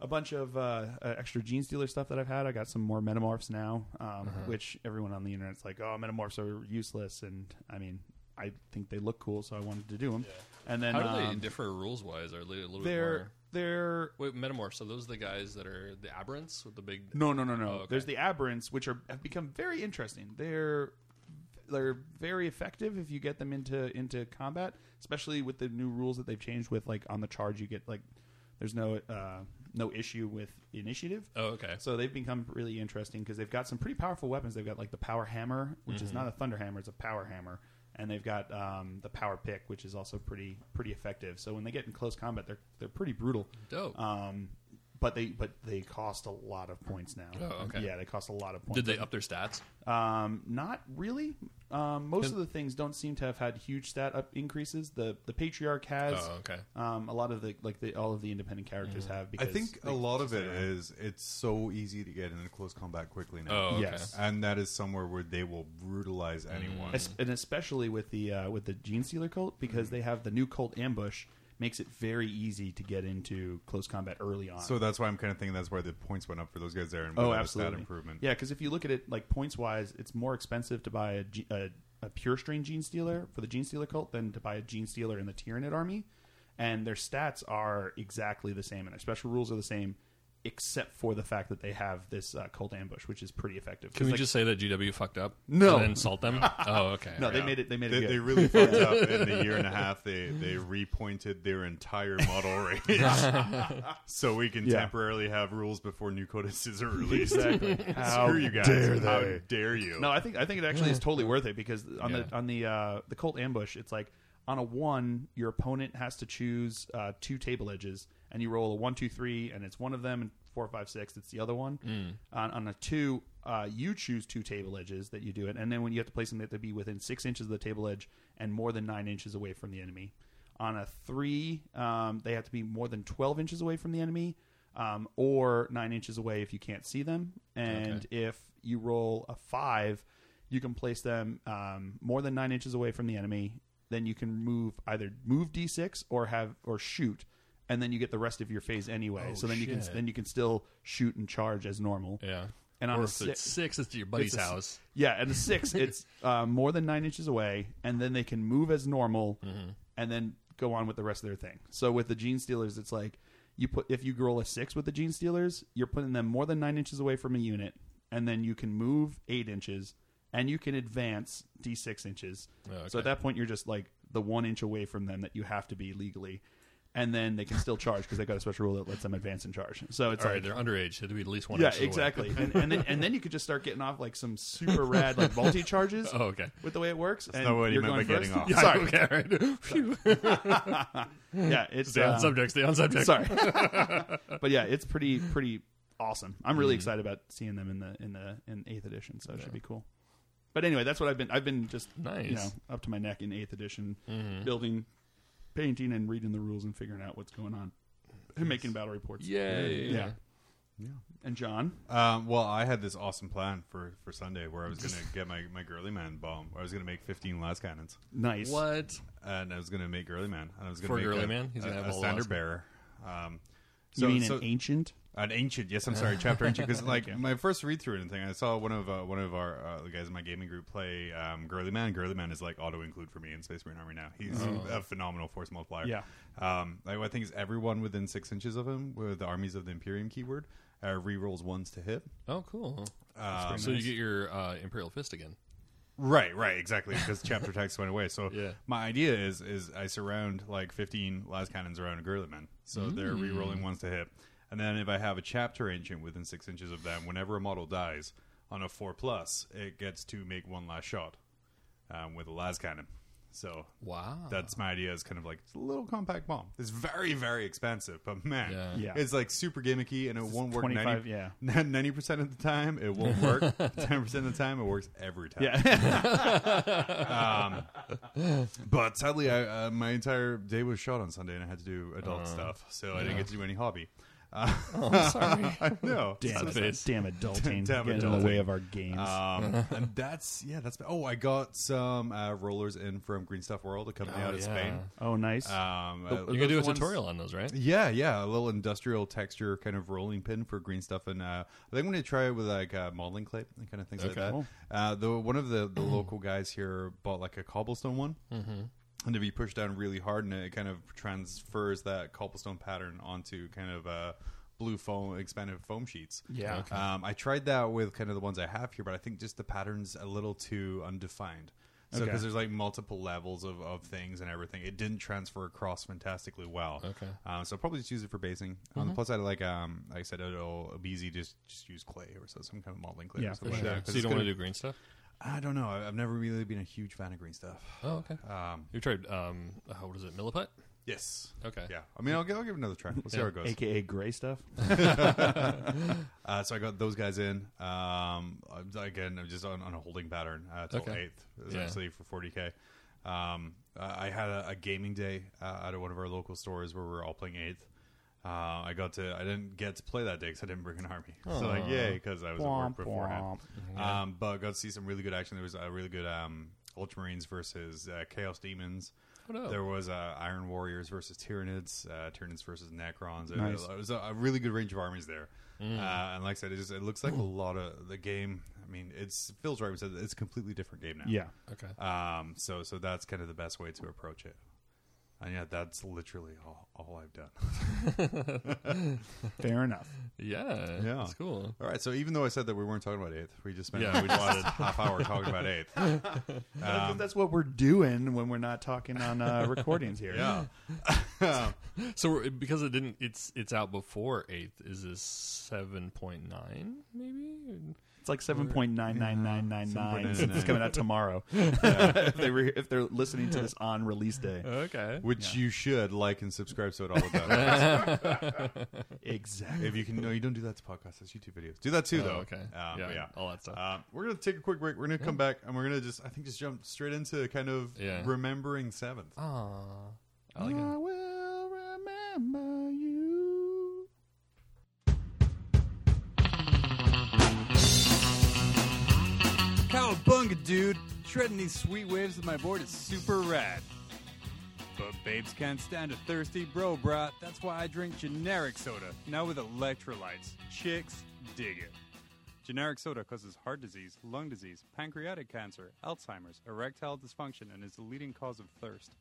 Speaker 2: a bunch of uh, uh, extra Gene Stealer stuff that I've had. I got some more Metamorphs now, um,
Speaker 3: Uh-huh.
Speaker 2: which everyone on the internet's like, "Oh, Metamorphs are useless," and I mean, I think they look cool, so I wanted to do them. And then
Speaker 3: How do they
Speaker 2: um,
Speaker 3: differ rules wise? Are they a little bit
Speaker 2: they're
Speaker 3: more?
Speaker 2: they're
Speaker 3: Wait, metamorphs. So those are the guys that are the aberrants with the big.
Speaker 2: No, no, no, no.
Speaker 3: Oh, okay.
Speaker 2: There's the aberrants, which are have become very interesting. They're they're very effective if you get them into into combat, especially with the new rules that they've changed. With like on the charge, you get like there's no uh, no issue with initiative.
Speaker 3: Oh, okay.
Speaker 2: So they've become really interesting because they've got some pretty powerful weapons. They've got like the power hammer, which
Speaker 3: Mm-hmm.
Speaker 2: is not a thunder hammer; it's a power hammer, and they've got um, the power pick, which is also pretty pretty effective. So when they get in close combat, they're they're pretty brutal.
Speaker 3: Dope.
Speaker 2: Um, but they but they cost a lot of points now.
Speaker 3: Oh, okay.
Speaker 2: Yeah, they cost a lot of points.
Speaker 3: Did they up their stats?
Speaker 2: Um, not really. Um, most of the things don't seem to have had huge stat up increases. The the patriarch has.
Speaker 3: Oh, okay. Mm.
Speaker 2: Um, a lot of the like the all of the independent characters have.
Speaker 1: I
Speaker 2: Because
Speaker 1: think
Speaker 2: they-
Speaker 1: a lot of it is it's so easy to get into close combat quickly now.
Speaker 3: Oh, okay.
Speaker 2: Yes.
Speaker 1: And that is somewhere where they will brutalize anyone.
Speaker 2: Es- and especially with the uh, with the gene stealer cult
Speaker 3: Mm.
Speaker 2: because they have the new cult ambush makes it very easy to get into close combat early on.
Speaker 1: So that's why I'm kind of thinking that's why the points went up for those guys there. And
Speaker 2: oh,
Speaker 1: without a
Speaker 2: absolutely,
Speaker 1: Stat improvement.
Speaker 2: Yeah, because if you look at it like points wise, it's more expensive to buy a, G- a, a pure strain gene stealer for the gene stealer cult than to buy a gene stealer in the Tyranid army, and their stats are exactly the same, and their special rules are the same. Except for the fact that they have this uh, cult ambush, which is pretty effective. 'Cause,
Speaker 3: Can we
Speaker 2: like-
Speaker 3: just say that GW fucked up?
Speaker 2: No.
Speaker 3: And then insult them? oh, okay.
Speaker 2: no? They
Speaker 3: Yeah.
Speaker 2: made it. They made it
Speaker 1: They,
Speaker 2: good.
Speaker 1: they really fucked up in the year and a half. They they repointed their entire model range, so we can
Speaker 2: Yeah.
Speaker 1: temporarily have rules before new codices are released.
Speaker 2: exactly. How
Speaker 1: Screw you guys!
Speaker 2: dare
Speaker 1: How
Speaker 2: they.
Speaker 1: dare you?
Speaker 2: No, I think I think it actually is totally worth it because on
Speaker 3: Yeah.
Speaker 2: the on the uh, the Colt ambush, it's like on a one, your opponent has to choose uh, two table edges, and you roll a one, two, three, and it's one of them, and four, five, six, it's the other one. On, on a two, uh, you choose two table edges that you do it, and then when you have to place them, they have to be within six inches of the table edge and more than nine inches away from the enemy. On a three, um, they have to be more than twelve inches away from the enemy. Um, or nine inches away if you can't see them, and
Speaker 3: Okay.
Speaker 2: if you roll a five, you can place them um, more than nine inches away from the enemy. Then you can move either move d6 or have or shoot, and then you get the rest of your phase anyway.
Speaker 3: Oh,
Speaker 2: so then you
Speaker 3: shit.
Speaker 2: can then you can still shoot and charge as normal.
Speaker 3: Yeah.
Speaker 2: And on
Speaker 3: or
Speaker 2: a
Speaker 3: if it's
Speaker 2: si-
Speaker 3: six, it's at your buddy's
Speaker 2: it's a s-
Speaker 3: house.
Speaker 2: yeah, and a six, it's uh, more than nine inches away, and then they can move as normal,
Speaker 3: Mm-hmm.
Speaker 2: and then go on with the rest of their thing. So with the gene stealers, it's like you put if you roll a six with the gene stealers, you're putting them more than nine inches away from a unit, and then you can move eight inches, and you can advance d six inches.
Speaker 3: Oh,
Speaker 2: So at
Speaker 3: okay.
Speaker 2: that point, you're just like the one inch away from them that you have to be legally. And then they can still charge because they got a special rule that lets them advance and charge. So it's
Speaker 3: All
Speaker 2: like,
Speaker 3: right, they're underage. They had to be at least one
Speaker 2: yeah,
Speaker 3: inch away.
Speaker 2: exactly. and, and then and then you could just start getting off like some super rad like multi charges.
Speaker 3: Oh, okay.
Speaker 2: With the way it works, that's
Speaker 1: not what he meant by getting off.
Speaker 3: Yeah,
Speaker 2: Sorry,
Speaker 3: Okay, all right. Phew.
Speaker 2: yeah, it's
Speaker 3: Stay on
Speaker 2: uh,
Speaker 3: subject. Stay on subject.
Speaker 2: sorry, but yeah, it's pretty pretty awesome. I'm really excited about seeing them in the in the in eighth edition, so it should be cool. But anyway, that's what I've been. I've been just
Speaker 3: Nice. Mm-hmm.
Speaker 2: you know up to my neck in eighth edition, building, painting, and reading the rules and figuring out what's going on, and making battle reports.
Speaker 3: Yay.
Speaker 2: yeah.
Speaker 1: Yeah.
Speaker 2: And John,
Speaker 1: Um, well, I had this awesome plan for, for Sunday where I was going to get my, my girly man bomb. I was going to make 15 las cannons,
Speaker 2: nice.
Speaker 3: What?
Speaker 1: and I was going to make girly man, and I was going to
Speaker 3: For
Speaker 1: make
Speaker 3: girly
Speaker 1: a,
Speaker 3: man? He's
Speaker 1: a,
Speaker 3: gonna have
Speaker 1: a
Speaker 3: all
Speaker 1: standard
Speaker 3: Las-
Speaker 1: bearer. Um,
Speaker 2: You
Speaker 1: so,
Speaker 2: mean
Speaker 1: so-
Speaker 2: an ancient?
Speaker 1: an ancient? Yes, I'm sorry, chapter ancient. Because like my first read through anything, I saw one of uh, one of our uh, the guys in my gaming group play um, girly man. Girly man is like auto include for me in Space Marine Army now. He's a phenomenal force multiplier.
Speaker 2: Yeah.
Speaker 1: Um, like, I think it's everyone within six inches of him with the armies of the Imperium keyword uh, rerolls ones to hit.
Speaker 3: Oh, cool.
Speaker 1: Um,
Speaker 3: so you get your uh, Imperial Fist again.
Speaker 1: Right, right, exactly. Because chapter text went away. So
Speaker 3: Yeah.
Speaker 1: my idea is is I surround like fifteen las cannons around a Gurliman, so they're re-rolling ones to hit, and then if I have a chapter ancient within six inches of them, whenever a model dies on a four plus, it gets to make one last shot um, with a las cannon. So
Speaker 3: Wow.
Speaker 1: that's my idea. Is kind of like it's a little compact bomb. It's very very expensive, but man,
Speaker 3: Yeah.
Speaker 2: Yeah.
Speaker 1: it's like super gimmicky and it won't work
Speaker 2: 25
Speaker 1: ninety
Speaker 2: yeah.
Speaker 1: ninety percent of the time. It won't work. Ten percent of the time, it works every time.
Speaker 2: Yeah.
Speaker 1: Um, But sadly, I, uh, my entire day was shot on Sunday, and I had to do
Speaker 3: Uh,
Speaker 1: adult stuff, so I didn't get to do any hobby. Uh,
Speaker 3: Oh,
Speaker 1: sorry. no.
Speaker 2: damn,
Speaker 3: Sad
Speaker 2: damn adulting.
Speaker 1: Damn
Speaker 2: Get in the
Speaker 1: adulting.
Speaker 2: way of our games.
Speaker 1: Um, and that's yeah, that's oh, I got some uh, rollers in from Green Stuff World, a company
Speaker 3: Oh,
Speaker 1: out of
Speaker 3: yeah.
Speaker 1: Spain.
Speaker 2: oh, nice.
Speaker 1: Um, uh,
Speaker 3: You're gonna do a
Speaker 2: Those ones-
Speaker 3: tutorial on those, right?
Speaker 1: yeah, yeah, a little industrial texture kind of rolling pin for green stuff, and uh, I think I'm going to try it with like uh, modeling clay and kind of things
Speaker 3: Okay.
Speaker 1: like that.
Speaker 2: Cool.
Speaker 1: Uh, the one of the, the local guys here bought like a cobblestone one,
Speaker 3: Mm-hmm.
Speaker 1: and if you push down really hard, and it kind of transfers that cobblestone pattern onto kind of uh, blue foam expanded foam sheets.
Speaker 2: Yeah. Okay.
Speaker 1: um, I tried that with kind of the ones I have here, but I think just the patterns a little too undefined. So
Speaker 2: Okay.
Speaker 1: because there's like multiple levels of, of things and everything, it didn't transfer across fantastically well.
Speaker 3: Okay.
Speaker 1: Um, so I'll probably just use it for basing. On the plus side, like um, like I said, it'll, it'll be easy to just just use clay or so some kind of modeling clay.
Speaker 2: Yeah,
Speaker 1: or
Speaker 2: for
Speaker 1: something like
Speaker 2: sure.
Speaker 1: that, 'cause
Speaker 3: So you
Speaker 1: it's
Speaker 3: don't want
Speaker 1: gonna-
Speaker 3: to do green stuff?
Speaker 1: I don't know. I- I've never really been a huge fan of green stuff.
Speaker 3: Oh, okay.
Speaker 1: Um,
Speaker 3: You tried um, uh, what is it, milliput?
Speaker 1: yes.
Speaker 3: Okay.
Speaker 1: Yeah. I mean, I'll, gi- I'll give it another try. We'll see how it goes.
Speaker 2: AKA gray stuff.
Speaker 1: Uh, so I got those guys in. Um, I'm- again, I'm just on, on a holding pattern uh, till
Speaker 3: Okay.
Speaker 1: eighth
Speaker 3: Yeah.
Speaker 1: essentially for 40k. Um, I I had a, a gaming day uh, at one of our local stores where we were all playing eighth. Uh, I got to. I didn't get to play that day because I didn't bring an army. So like, yay, because I was at
Speaker 2: Womp
Speaker 1: work beforehand.
Speaker 2: womp.
Speaker 1: Um, but I got to see some really good action. There was a really good um, Ultramarines versus uh, Chaos Demons.
Speaker 3: Oh, no.
Speaker 1: There was uh, Iron Warriors versus Tyranids, uh, Tyranids versus Necrons. It,
Speaker 2: Nice.
Speaker 1: it was a, a really good range of armies there.
Speaker 3: Mm.
Speaker 1: Uh, and like I said, it, just, it looks like a lot of the game. I mean, it's Phil's right. when he said it's a completely different game now.
Speaker 2: Yeah.
Speaker 3: Okay.
Speaker 1: Um. So so that's kind of the best way to approach it. And yeah, that's literally all, all I've done.
Speaker 2: Fair enough.
Speaker 3: Yeah.
Speaker 1: Yeah.
Speaker 3: That's cool.
Speaker 1: All right. So even though I said that we weren't talking about eighth, we just spent
Speaker 3: Yeah.
Speaker 1: we just spent a half hour talking about eighth.
Speaker 2: That's- that's what we're doing when we're not talking on uh, recordings here.
Speaker 1: Yeah.
Speaker 3: So we're- because it didn't, it's it's out before eighth. Is this seven point nine? Maybe.
Speaker 2: It's like seven point nine nine nine nine nine.
Speaker 1: 7.999.
Speaker 2: It's coming out tomorrow. if they were, if they're listening to this on release day,
Speaker 3: Okay.
Speaker 1: Which you should like and subscribe so it all about.
Speaker 2: exactly.
Speaker 1: if you can, no, you don't do that to podcasts. That's YouTube videos. Do that too,
Speaker 3: Oh,
Speaker 1: though.
Speaker 3: okay.
Speaker 1: Um,
Speaker 3: yeah,
Speaker 1: but yeah.
Speaker 3: All that stuff.
Speaker 1: Um, we're gonna take a quick break. We're gonna come back and we're gonna just, I think, just jump straight into kind of
Speaker 3: Yeah.
Speaker 1: remembering seventh.
Speaker 3: Aw. I like it.
Speaker 1: will remember you. Cowabunga, dude! Shredding these sweet waves with my board is super rad. But babes can't stand a thirsty bro, brat. That's why I drink generic soda, now with electrolytes. Chicks dig it. Generic soda causes heart disease, lung disease, pancreatic cancer, Alzheimer's, erectile dysfunction, and is the leading cause of thirst.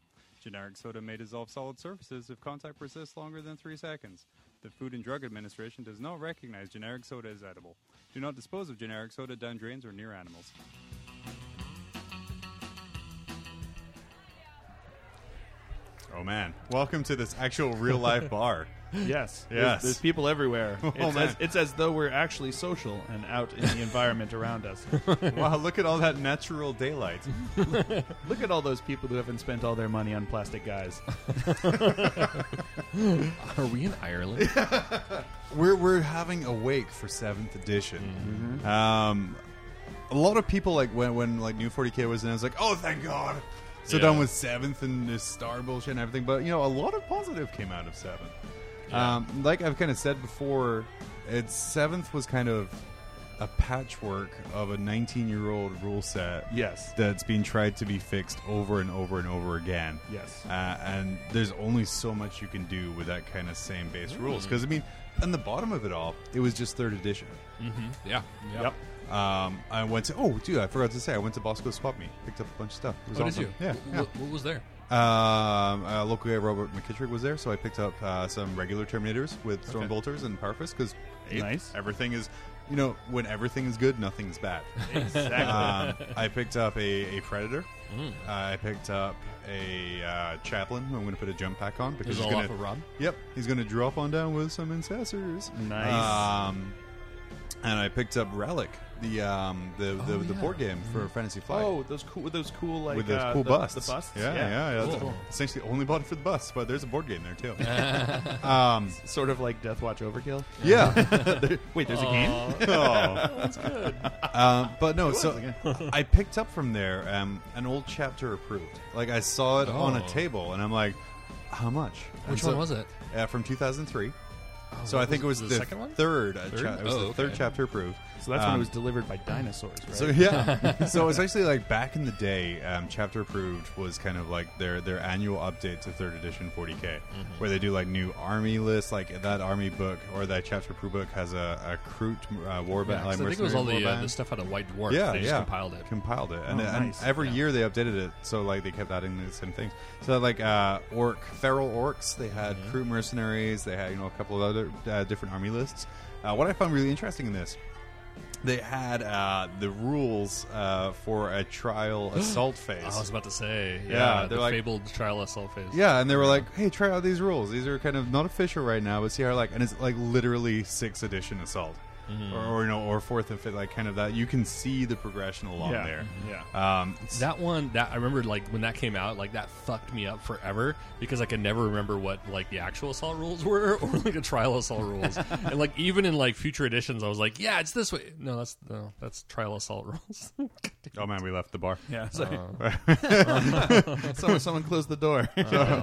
Speaker 1: Generic soda may dissolve solid surfaces if contact persists longer than three seconds. The Food and Drug Administration does not recognize generic soda as edible. Do not dispose of generic soda down drains or near animals. Oh man, welcome to this actual real life bar.
Speaker 2: Yes.
Speaker 1: Yes.
Speaker 2: There's, there's people everywhere. It's,
Speaker 1: man.
Speaker 2: as, it's as though we're actually social and out in the environment around us.
Speaker 1: wow, look at all that natural daylight.
Speaker 2: Look at all those people who haven't spent all their money on plastic guys.
Speaker 3: Are we in Ireland?
Speaker 1: we're we're having a wake for seventh edition. Um, a lot of people like when when like new 40k was in, I was like, oh, thank God, so
Speaker 3: Yeah.
Speaker 1: done with seventh and this star bullshit and everything. But you know, a lot of positive came out of seventh. Um, like I've kind of said before, it's seventh was kind of a patchwork of a 19 year old rule set
Speaker 2: Yes.
Speaker 1: that's being tried to be fixed over and over and over again.
Speaker 2: Yes.
Speaker 1: Uh, and there's only so much you can do with that kind of same base rules.
Speaker 3: Mm.
Speaker 1: Because, I mean, on the bottom of it all, it was just third edition.
Speaker 3: yeah.
Speaker 2: Yep.
Speaker 1: Um, I went to, oh, dude, I forgot to say, I went to Bosco's Spot Me, picked up a bunch of stuff. It was
Speaker 3: Oh, did
Speaker 1: awesome.
Speaker 3: you?
Speaker 1: Yeah.
Speaker 3: Wh-
Speaker 1: yeah.
Speaker 3: What, was there?
Speaker 1: Um, uh, local guy Robert McKittrick was there, so I picked up uh, some regular Terminators with Storm
Speaker 3: Okay.
Speaker 1: Bolters and Parfus because
Speaker 2: Nice.
Speaker 1: everything is, you know, when everything is good, nothing's bad.
Speaker 2: Exactly.
Speaker 1: um, I picked up a, a Predator. Uh, I picked up a uh, Chaplain who I'm going to put a jump pack on because
Speaker 3: This
Speaker 1: he's
Speaker 3: is all
Speaker 1: going
Speaker 3: off
Speaker 1: to
Speaker 3: of Rob?
Speaker 1: Yep, he's going to drop on down with some incessors.
Speaker 2: Nice.
Speaker 1: Um, and I picked up Relic, the um, the the, the board game for Fantasy Flight.
Speaker 2: Oh, those cool with those cool like
Speaker 1: with those
Speaker 2: uh,
Speaker 1: cool
Speaker 2: the,
Speaker 1: busts.
Speaker 2: The busts.
Speaker 1: Yeah, yeah, yeah. that's
Speaker 3: Cool.
Speaker 1: cool. Essentially, only bought it for the busts, but there's a board game there too.
Speaker 2: Sort of like Death Watch Overkill.
Speaker 1: yeah.
Speaker 2: Wait, there's a game.
Speaker 1: Oh. Um, but no, so I picked up from there um, an old chapter approved. Like I saw it on a
Speaker 3: Oh.
Speaker 1: table, and I'm like, how much? And
Speaker 3: Which
Speaker 1: so-
Speaker 3: one was it? Oh,
Speaker 1: Uh, from 2003. so I think it was the,
Speaker 3: the second one?
Speaker 1: third. uh,
Speaker 3: Third?
Speaker 1: cha- it was
Speaker 3: Oh,
Speaker 1: the third
Speaker 3: okay.
Speaker 1: chapter approved.
Speaker 2: So that's when
Speaker 1: Um,
Speaker 2: it was delivered by dinosaurs, right?
Speaker 1: So yeah, so it's actually like back in the day, um, Chapter Approved was kind of like their their annual update to third edition 40k,
Speaker 3: Mm-hmm.
Speaker 1: where they do like new army lists, like that army book or that Chapter Approved book has a, a Kroot uh, warband.
Speaker 3: Yeah, 'cause
Speaker 1: like
Speaker 3: I think it was all
Speaker 1: mercenary
Speaker 3: the, uh,
Speaker 1: warband.
Speaker 3: the stuff out of White Dwarf.
Speaker 1: Yeah,
Speaker 3: they just
Speaker 1: yeah.
Speaker 3: compiled it.
Speaker 1: Compiled it, and,
Speaker 2: Oh,
Speaker 1: and
Speaker 2: nice.
Speaker 1: every
Speaker 2: Yeah.
Speaker 1: year they updated it, so like they kept adding the same things. So like uh, orc, feral orcs, they had
Speaker 3: Mm-hmm.
Speaker 1: crew mercenaries, they had you know a couple of other uh, different army lists. Uh, what I found really interesting in this, they had uh, the rules uh, for a trial assault phase.
Speaker 3: I was about to say,
Speaker 1: Yeah,
Speaker 3: yeah,
Speaker 1: they're
Speaker 3: the
Speaker 1: like-
Speaker 3: fabled trial assault phase.
Speaker 1: Yeah, and they were like, "Hey, try out these rules. These are kind of not official right now, but see how I like." And it's like literally sixth edition assault,
Speaker 3: Mm-hmm.
Speaker 1: or, or you know, or fourth and fifth, like kind of that. You can see the progression along
Speaker 2: Yeah.
Speaker 1: there.
Speaker 3: Mm-hmm.
Speaker 2: Yeah.
Speaker 1: Um,
Speaker 3: That one, that I remember, like when that came out, like that fucked me up forever because I could never remember what like the actual assault rules were or like the trial assault rules. and like even in like future editions, I was like, yeah, it's this way. No, that's no, that's trial assault rules.
Speaker 1: oh man, we left the bar.
Speaker 2: yeah. So,
Speaker 1: someone, someone closed the door. Oh,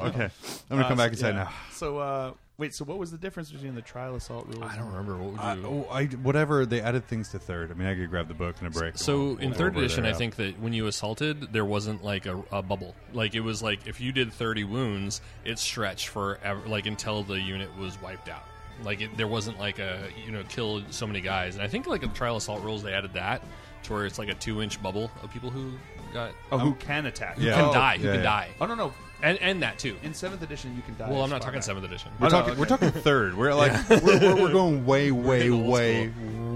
Speaker 1: okay, I'm gonna come back inside now.
Speaker 2: So uh, wait, so what was the difference between the trial assault rules?
Speaker 3: I don't remember what would
Speaker 1: I,
Speaker 3: you.
Speaker 1: oh, I whatever they added things to third. I mean, I could grab the book and a break.
Speaker 3: So
Speaker 1: We'll-
Speaker 3: in
Speaker 1: we'll
Speaker 3: third
Speaker 1: go over
Speaker 3: edition,
Speaker 1: there.
Speaker 3: I think that when you assaulted, there wasn't like a, a bubble. Like it was like if you did thirty wounds, it stretched forever, like until the unit was wiped out. Like it, there wasn't like a you know kill so many guys. And I think like in the trial assault rules, they added that to where it's like a two inch bubble of people who got
Speaker 2: Oh, who can attack?
Speaker 1: Yeah.
Speaker 3: can
Speaker 1: Oh,
Speaker 3: die, who
Speaker 1: yeah,
Speaker 3: can
Speaker 1: yeah.
Speaker 3: die,
Speaker 2: Oh no no.
Speaker 3: and and that too.
Speaker 2: In seventh edition, you can die.
Speaker 3: Well, I'm
Speaker 2: as
Speaker 3: not
Speaker 2: far
Speaker 3: talking
Speaker 2: back.
Speaker 3: seventh edition.
Speaker 1: we're
Speaker 2: Oh, no,
Speaker 1: talking we're
Speaker 2: okay.
Speaker 1: talking third. We're like we're, we're, we're going way way
Speaker 3: getting old
Speaker 1: way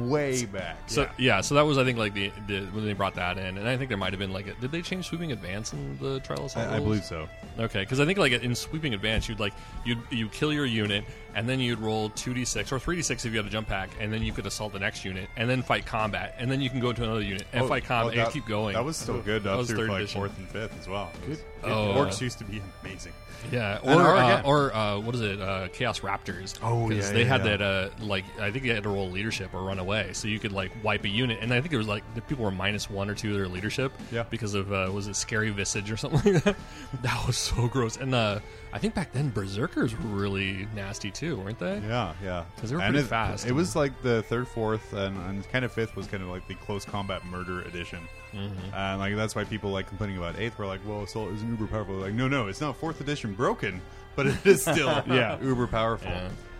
Speaker 1: way back.
Speaker 3: So yeah. so that was I think like the, the when they brought that in, and I think there might have been like a, did they change sweeping advance in the trial assault?
Speaker 1: I, I
Speaker 3: rules?
Speaker 1: believe so.
Speaker 3: Okay, because I think like in sweeping advance, you'd like you'd you kill your unit, and then you'd roll two d six or three d six if you had a jump pack, and then you could assault the next unit, and then fight combat, and then you can go to another unit and fight combat
Speaker 1: Oh, that-
Speaker 3: and keep going.
Speaker 1: That was still good up
Speaker 3: was
Speaker 1: through
Speaker 3: third
Speaker 1: like
Speaker 3: edition.
Speaker 1: fourth and fifth as well. It was-
Speaker 3: Oh.
Speaker 1: Orcs used to be amazing.
Speaker 3: yeah,
Speaker 1: And
Speaker 3: or
Speaker 1: our-
Speaker 3: uh, or uh, what is it? Uh, Chaos Raptors.
Speaker 1: Oh,
Speaker 3: 'Cause
Speaker 1: yeah,
Speaker 3: they
Speaker 1: yeah,
Speaker 3: had
Speaker 1: yeah.
Speaker 3: that uh, like I think they had to roll leadership or run away, so you could like wipe a unit, and I think it was like the people were minus one or two of their leadership,
Speaker 1: Yeah.
Speaker 3: because of uh, was it scary visage or something like that. that was so gross, and uh, I think back then berserkers were really nasty too, weren't they?
Speaker 1: Yeah, yeah.
Speaker 3: 'Cause they were
Speaker 1: And
Speaker 3: pretty
Speaker 1: it,
Speaker 3: fast.
Speaker 1: It was like the third, fourth, and, and kind of fifth was kind of like the close combat murder edition.
Speaker 3: Mm-hmm.
Speaker 1: And like that's why people like complaining about eighth were like, well, assault isn't uber powerful. Like, no, no, it's not fourth edition broken, but it is still
Speaker 2: Yeah.
Speaker 1: uber powerful.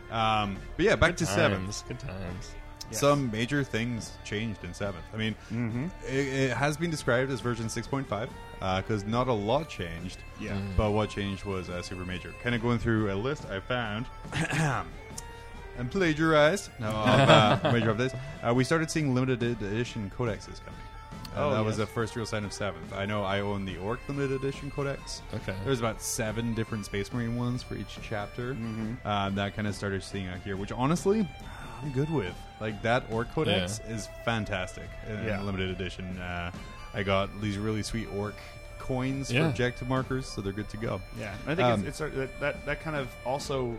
Speaker 1: Um, but yeah, back to seventh.
Speaker 3: Times, good times.
Speaker 1: Some major things changed in seventh. I mean,
Speaker 2: Mm-hmm.
Speaker 1: it, it has been described as version six point five because not a lot changed. Mm-hmm.
Speaker 2: Yeah. Mm.
Speaker 1: but what changed was uh, super major. Kind of going through a list I found. And plagiarized. No, of, uh, major updates. Uh, we started seeing limited ed- edition codexes coming. Uh,
Speaker 2: Oh,
Speaker 1: that
Speaker 2: yes.
Speaker 1: was the first real sign of seventh. I know I own the Orc limited edition codex.
Speaker 3: Okay.
Speaker 1: There's about seven different Space Marine ones for each chapter.
Speaker 2: Mm-hmm.
Speaker 1: Um, that kind of started seeing out here, which honestly, I'm good with. Like that Orc codex is fantastic in, in
Speaker 2: Yeah.
Speaker 1: limited edition. Uh, I got these really sweet Orc coins for
Speaker 3: Yeah.
Speaker 1: objective markers, so they're good to go.
Speaker 2: Yeah, and I think
Speaker 1: Um,
Speaker 2: it's, it's that, that that kind of also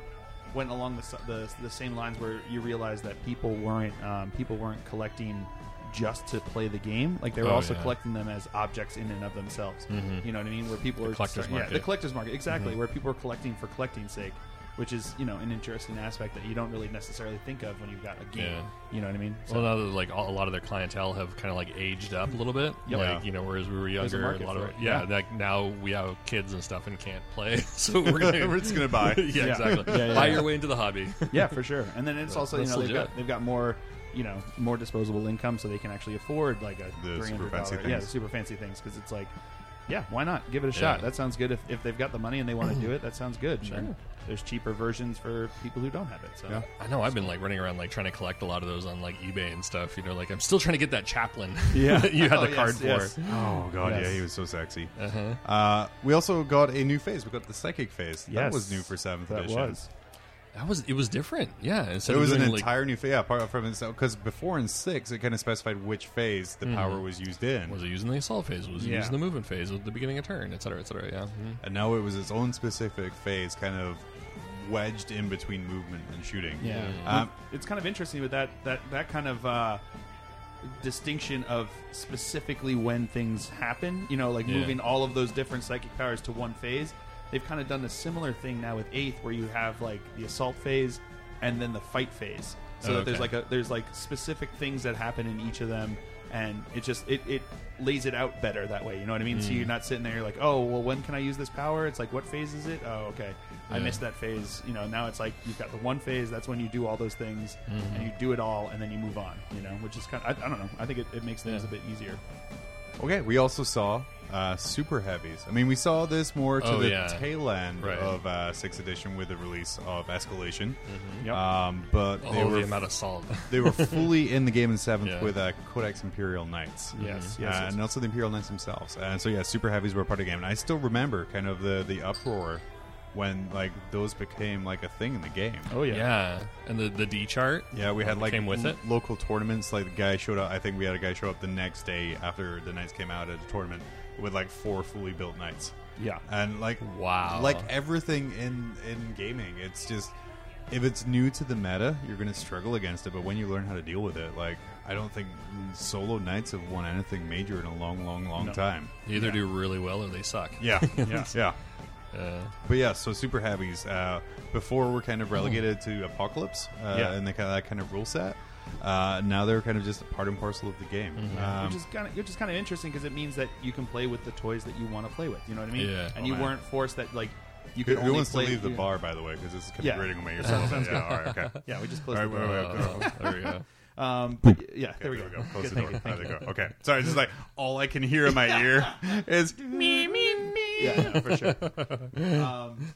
Speaker 2: went along the, s- the the same lines where you realize that people weren't um, people weren't collecting just to play the game. Like they were
Speaker 3: Oh,
Speaker 2: also
Speaker 3: yeah. Mm-hmm.
Speaker 2: collecting them as objects in and of themselves. You know what I mean? Where people are
Speaker 3: collector's
Speaker 2: start- yeah,
Speaker 3: market. Mm-hmm.
Speaker 2: the collector's market exactly where people are collecting for collecting's sake. Which is, you know, an interesting aspect that you don't really necessarily think of when you've got a game.
Speaker 3: Yeah.
Speaker 2: You know what I mean? So
Speaker 3: Well, now that like all, a lot of their clientele have kind of like aged up a little bit,
Speaker 2: Yep.
Speaker 3: like
Speaker 1: Yeah.
Speaker 3: you know, whereas we were
Speaker 2: There's a
Speaker 3: younger,
Speaker 2: market
Speaker 3: lot
Speaker 2: for
Speaker 3: of
Speaker 2: it.
Speaker 3: yeah,
Speaker 2: Yeah.
Speaker 3: like now we have kids and stuff and can't play, so we're gonna
Speaker 1: We're just gonna buy.
Speaker 2: Yeah.
Speaker 3: yeah, exactly,
Speaker 2: Yeah, yeah,
Speaker 3: buy
Speaker 2: yeah.
Speaker 3: your way into the hobby.
Speaker 2: yeah, for sure. And then it's also you
Speaker 3: That's
Speaker 2: know they've
Speaker 3: legit.
Speaker 2: got, they've got more you know more disposable income, so they can actually afford like a
Speaker 1: The
Speaker 2: three
Speaker 1: super
Speaker 2: hundred
Speaker 1: fancy
Speaker 2: dollars. Yeah, the
Speaker 1: things.
Speaker 2: super fancy things because it's like, yeah, why not give it a shot?
Speaker 3: Yeah.
Speaker 2: That sounds good. If, if they've got the money and they want to do it, that sounds good. And then
Speaker 3: Sure.
Speaker 2: there's cheaper versions for people who don't have it. So
Speaker 1: Yeah.
Speaker 3: I know I've been like running around like trying to collect a lot of those on like eBay and stuff. You know, like I'm still trying to get that chaplain.
Speaker 2: Yeah.
Speaker 3: that you had
Speaker 2: Oh,
Speaker 3: the card
Speaker 2: yes, yes.
Speaker 3: for.
Speaker 1: Oh god,
Speaker 2: Yes. Uh-huh.
Speaker 1: yeah, he was so sexy. Uh, we also got a new phase. We got the psychic phase. That
Speaker 2: Yes.
Speaker 1: was new for seventh
Speaker 2: that
Speaker 1: edition.
Speaker 2: was
Speaker 3: That was it was different. Yeah, instead
Speaker 1: It
Speaker 3: of
Speaker 1: was an
Speaker 3: doing, like-
Speaker 1: entire new phase. Yeah, apart from itself, because before in six, it kind of specified which phase
Speaker 2: Mm-hmm.
Speaker 1: the power was used in,
Speaker 3: was it using the assault phase? Was it
Speaker 2: Yeah.
Speaker 3: using the movement phase? Was it the beginning of turn, et cetera, et cetera? Yeah. Mhm.
Speaker 1: and now it was its own specific phase, kind of wedged in between movement and shooting.
Speaker 2: Yeah,
Speaker 1: Um,
Speaker 2: it's kind of interesting with that that that kind of uh, distinction of specifically when things happen. You know, like
Speaker 3: Yeah.
Speaker 2: moving all of those different psychic powers to one phase. They've kind of done a similar thing now with Eighth, where you have like the assault phase and then the fight phase. So
Speaker 3: Oh,
Speaker 2: that there's
Speaker 3: okay.
Speaker 2: like a there's like specific things that happen in each of them. And it just it, it lays it out better that way, you know what I mean? So you're not sitting there, you're like, oh, well, when can I use this power? It's like, what phase is it? Oh, okay, I
Speaker 3: Yeah.
Speaker 2: missed that that phase. You know, now it's like you've got the one phase. That's when you do all those things and you do it all, and then you move on. You know, which is kind of I, I don't know. I think it, it makes things
Speaker 3: Yeah.
Speaker 2: a bit easier.
Speaker 1: Okay, we also saw uh, super heavies. I mean, we saw this more to
Speaker 3: Oh,
Speaker 1: the
Speaker 3: yeah.
Speaker 1: tail end
Speaker 3: Right.
Speaker 1: of uh, sixth edition with the release of Escalation,
Speaker 2: Yep.
Speaker 1: um, but they
Speaker 3: Oh,
Speaker 1: were
Speaker 3: Mm-hmm. the amount of salt.
Speaker 1: they were fully in the game in seventh
Speaker 3: Yeah. Mm-hmm.
Speaker 1: with uh, Codex Imperial Knights.
Speaker 2: yes,
Speaker 1: Uh, and also the Imperial Knights themselves. And so yeah, super heavies were a part of the game, and I still remember kind of the the uproar when like those became like a thing in the game.
Speaker 2: Oh yeah.
Speaker 3: yeah, and the the D chart.
Speaker 1: Yeah, we
Speaker 3: that
Speaker 1: had like
Speaker 3: came with
Speaker 1: lo-
Speaker 3: it.
Speaker 1: local tournaments. Like the guy showed up. I think we had a guy show up the next day after the knights came out at a tournament with like four fully built knights,
Speaker 2: yeah.
Speaker 1: and like
Speaker 3: Wow.
Speaker 1: like everything in in gaming, it's just if it's new to the meta, you're going to struggle against it. But when you learn how to deal with it, like I don't think solo knights have won anything major in a long, long, long
Speaker 2: No.
Speaker 1: time.
Speaker 3: They either do really well or they suck.
Speaker 1: Yeah,
Speaker 2: Yeah.
Speaker 1: yeah.
Speaker 3: Uh,
Speaker 1: But yeah, so super heavies. Uh, before we're kind of relegated to apocalypse uh,
Speaker 2: Hmm. Yeah.
Speaker 1: and the, kind of, that kind of rule set. Uh, now they're kind of just a part and parcel of the game. Um,
Speaker 2: Mm-hmm. which is kind of which is kind of interesting because it means that you can play with the toys that you want to play with. You know what I mean?
Speaker 3: Yeah.
Speaker 2: And
Speaker 1: Oh,
Speaker 2: you
Speaker 1: man.
Speaker 2: weren't forced that like you
Speaker 1: who,
Speaker 2: could
Speaker 1: who
Speaker 2: only
Speaker 1: wants to
Speaker 2: play-
Speaker 1: leave the
Speaker 2: yeah.
Speaker 1: bar, by the way? Because this is kind
Speaker 2: Yeah.
Speaker 1: of rating away yourself. yeah, all right, okay.
Speaker 2: Oh, Yeah, we just
Speaker 1: All
Speaker 2: closed.
Speaker 1: right,
Speaker 2: the
Speaker 1: wait,
Speaker 2: door.
Speaker 1: wait, wait.
Speaker 3: uh, there we go.
Speaker 2: Um, but, yeah, there we go.
Speaker 1: There we go. Close
Speaker 2: Good,
Speaker 1: the
Speaker 2: thank
Speaker 1: door.
Speaker 2: you,
Speaker 1: There
Speaker 2: thank
Speaker 1: they
Speaker 2: you.
Speaker 1: go. Okay. Sorry, just like all I can hear in my ear is me, me, me.
Speaker 2: Yeah, no, for sure.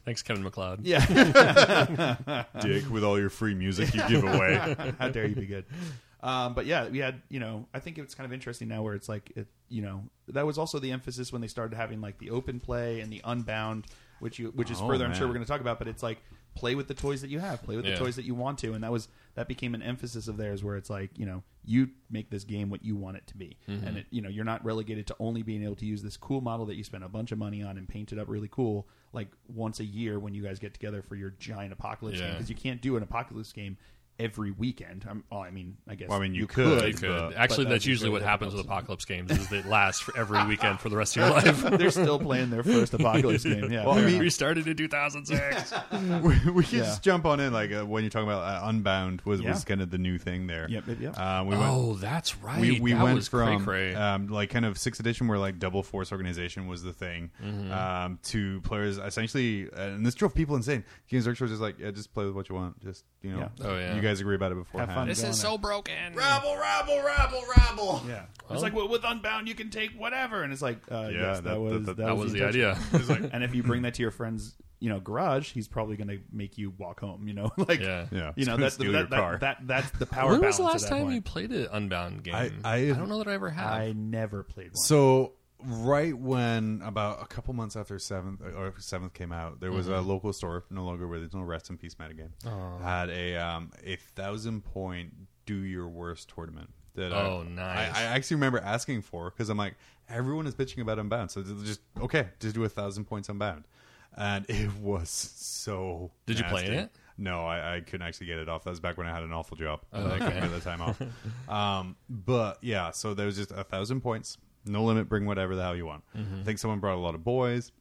Speaker 3: Thanks, Kevin McLeod.
Speaker 2: Yeah.
Speaker 1: Dick, with all your free music you give away.
Speaker 2: How dare you be good? Um, but yeah, we had you know I think it's kind of interesting now where it's like it, you know that was also the emphasis when they started having like the open play and the unbound, which you which is
Speaker 1: Oh,
Speaker 2: further I'm sure
Speaker 1: man.
Speaker 2: we're going to talk about, but it's like play with the toys that you have, play with
Speaker 3: Yeah.
Speaker 2: the toys that you want to, and that was that became an emphasis of theirs where it's like you know you make this game what you want it to be,
Speaker 1: Mm-hmm.
Speaker 2: and it, you know you're not relegated to only being able to use this cool model that you spent a bunch of money on and paint it up really cool like once a year when you guys get together for your giant apocalypse game
Speaker 3: Yeah.
Speaker 2: because you can't do an apocalypse game every weekend. I'm, well, I mean, I guess.
Speaker 1: Well, I mean, you could.
Speaker 3: You could.
Speaker 1: But-
Speaker 3: Actually,
Speaker 2: but
Speaker 3: that's
Speaker 2: that's
Speaker 3: usually
Speaker 2: really
Speaker 3: what happens with
Speaker 2: difficult.
Speaker 3: apocalypse games is they last for every weekend for the rest of your life.
Speaker 2: They're still playing their first apocalypse game. Yeah.
Speaker 1: Well, I
Speaker 2: fair
Speaker 1: mean-
Speaker 3: we
Speaker 2: enough.
Speaker 3: started in 2006.
Speaker 1: we we can
Speaker 2: Yeah.
Speaker 1: just jump on in. Like uh, when you're talking about uh, Unbound was,
Speaker 2: Yeah.
Speaker 1: was kind of the new thing there.
Speaker 2: Yep, yep, yep.
Speaker 1: Uh, we went.
Speaker 3: oh, that's right.
Speaker 1: We, we
Speaker 3: that
Speaker 1: went
Speaker 3: was
Speaker 1: from
Speaker 3: cray-cray.
Speaker 1: Um, like kind of sixth edition where like double force organization was the thing
Speaker 3: Mm-hmm.
Speaker 1: um, to players essentially, and this drove people insane. Games Workshop was just like, yeah, just play with what you want. Just you know,
Speaker 2: Yeah.
Speaker 3: Oh, yeah.
Speaker 1: you guys agree about it beforehand.
Speaker 2: fun.
Speaker 3: this
Speaker 2: going
Speaker 3: is so broken.
Speaker 1: rabble, rabble, rabble, rabble.
Speaker 2: Yeah. it's like well, with Unbound, you can take whatever, and it's like, uh, yes, that,
Speaker 1: that-
Speaker 2: was
Speaker 1: that-
Speaker 2: that,
Speaker 1: that
Speaker 3: That was the
Speaker 2: intention.
Speaker 3: idea.
Speaker 2: and if you bring that to your friend's, you know, garage, he's probably going to make you walk home. You know, like,
Speaker 3: Yeah.
Speaker 1: Yeah.
Speaker 2: you know,
Speaker 1: He's gonna
Speaker 2: that's the,
Speaker 1: steal your
Speaker 2: that,
Speaker 1: car.
Speaker 2: that, that that's the power.
Speaker 3: When was the
Speaker 2: balance
Speaker 3: last
Speaker 2: at that
Speaker 3: time you
Speaker 2: point.
Speaker 3: played an Unbound game?
Speaker 1: I- I-
Speaker 3: don't know that I ever have.
Speaker 2: I never played one.
Speaker 1: So right when about a couple months after seventh or seventh came out, there was
Speaker 3: Mm-hmm.
Speaker 1: a local store, no longer with it's no rest in peace metagame.
Speaker 3: Oh.
Speaker 1: Had a um a thousand point do your worst tournament. That I-
Speaker 3: Oh, nice.
Speaker 1: I, I actually remember asking for because I'm like everyone is bitching about Unbound, so it's just okay, just do a thousand points Unbound, and it was so.
Speaker 3: Did you play
Speaker 1: nasty.
Speaker 3: it?
Speaker 1: No, I, I couldn't actually get it off. That was back when I had an awful job.
Speaker 3: Oh,
Speaker 1: I couldn't
Speaker 3: okay.
Speaker 1: get the time off. Um, but yeah, so there was just a thousand points, no limit, bring whatever the hell you want.
Speaker 3: Mm-hmm.
Speaker 1: I think someone brought a lot of boys.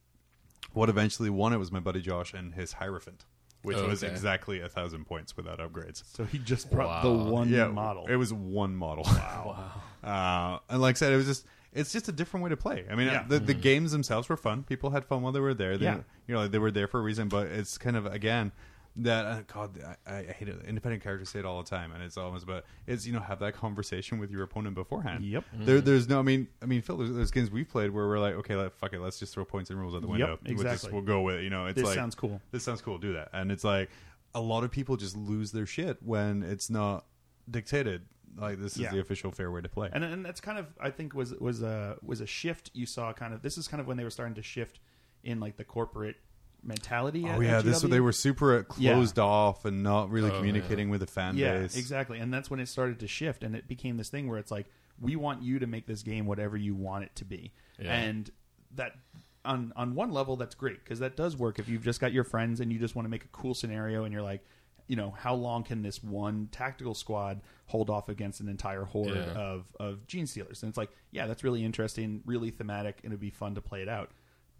Speaker 1: What eventually won it was my buddy Josh and his Hierophant, which
Speaker 3: Oh,
Speaker 1: was
Speaker 3: okay.
Speaker 1: exactly a thousand points without upgrades.
Speaker 2: So he just brought the
Speaker 3: Wow.
Speaker 2: one
Speaker 1: yeah,
Speaker 2: model.
Speaker 1: It was one model. Wow. Uh, and like I said, it was just. It's just a different way to play. I mean,
Speaker 2: Yeah. Mm-hmm.
Speaker 1: the, the games themselves were fun. People had fun while they were there. They,
Speaker 2: Yeah.
Speaker 1: you know, they were there for a reason. But it's kind of again that uh, God, I, I hate it. Independent characters say it all the time, and it's almost about it's you know have that conversation with your opponent beforehand.
Speaker 2: Yep. Mm-hmm.
Speaker 1: There, there's no. I mean, I mean, Phil, there's, there's games we've played where we're like, okay, let, fuck it, let's just throw points and rules out the
Speaker 2: Yep,
Speaker 1: window. We'll just-
Speaker 2: exactly.
Speaker 1: we'll go with it. You know, it's
Speaker 2: This
Speaker 1: like
Speaker 2: sounds cool.
Speaker 1: this sounds cool do that and it's like a lot of people just lose their shit when it's not dictated like this is
Speaker 2: Yeah.
Speaker 1: the official fair way to play
Speaker 2: and and that's kind of I think was was a was a shift you saw kind of this is kind of when they were starting to shift in like the corporate mentality.
Speaker 1: Oh
Speaker 2: at- E
Speaker 1: yeah,
Speaker 2: at
Speaker 1: this
Speaker 2: GW.
Speaker 1: they were super uh, closed off and not really
Speaker 3: yeah.
Speaker 1: communicating with the fan
Speaker 2: Oh, Yeah,
Speaker 1: base.
Speaker 2: exactly. And that's when it started to shift, and it became this thing where it's like, we want you to make this game whatever you want it to be,
Speaker 3: Yeah.
Speaker 2: and that. On, on one level, that's great because that does work. If you've just got your friends and you just want to make a cool scenario, and you're like, you know, how long can this one tactical squad hold off against an entire horde
Speaker 3: Yeah.
Speaker 2: of of gene stealers? And it's like, yeah, that's really interesting, really thematic, and it'd be fun to play it out.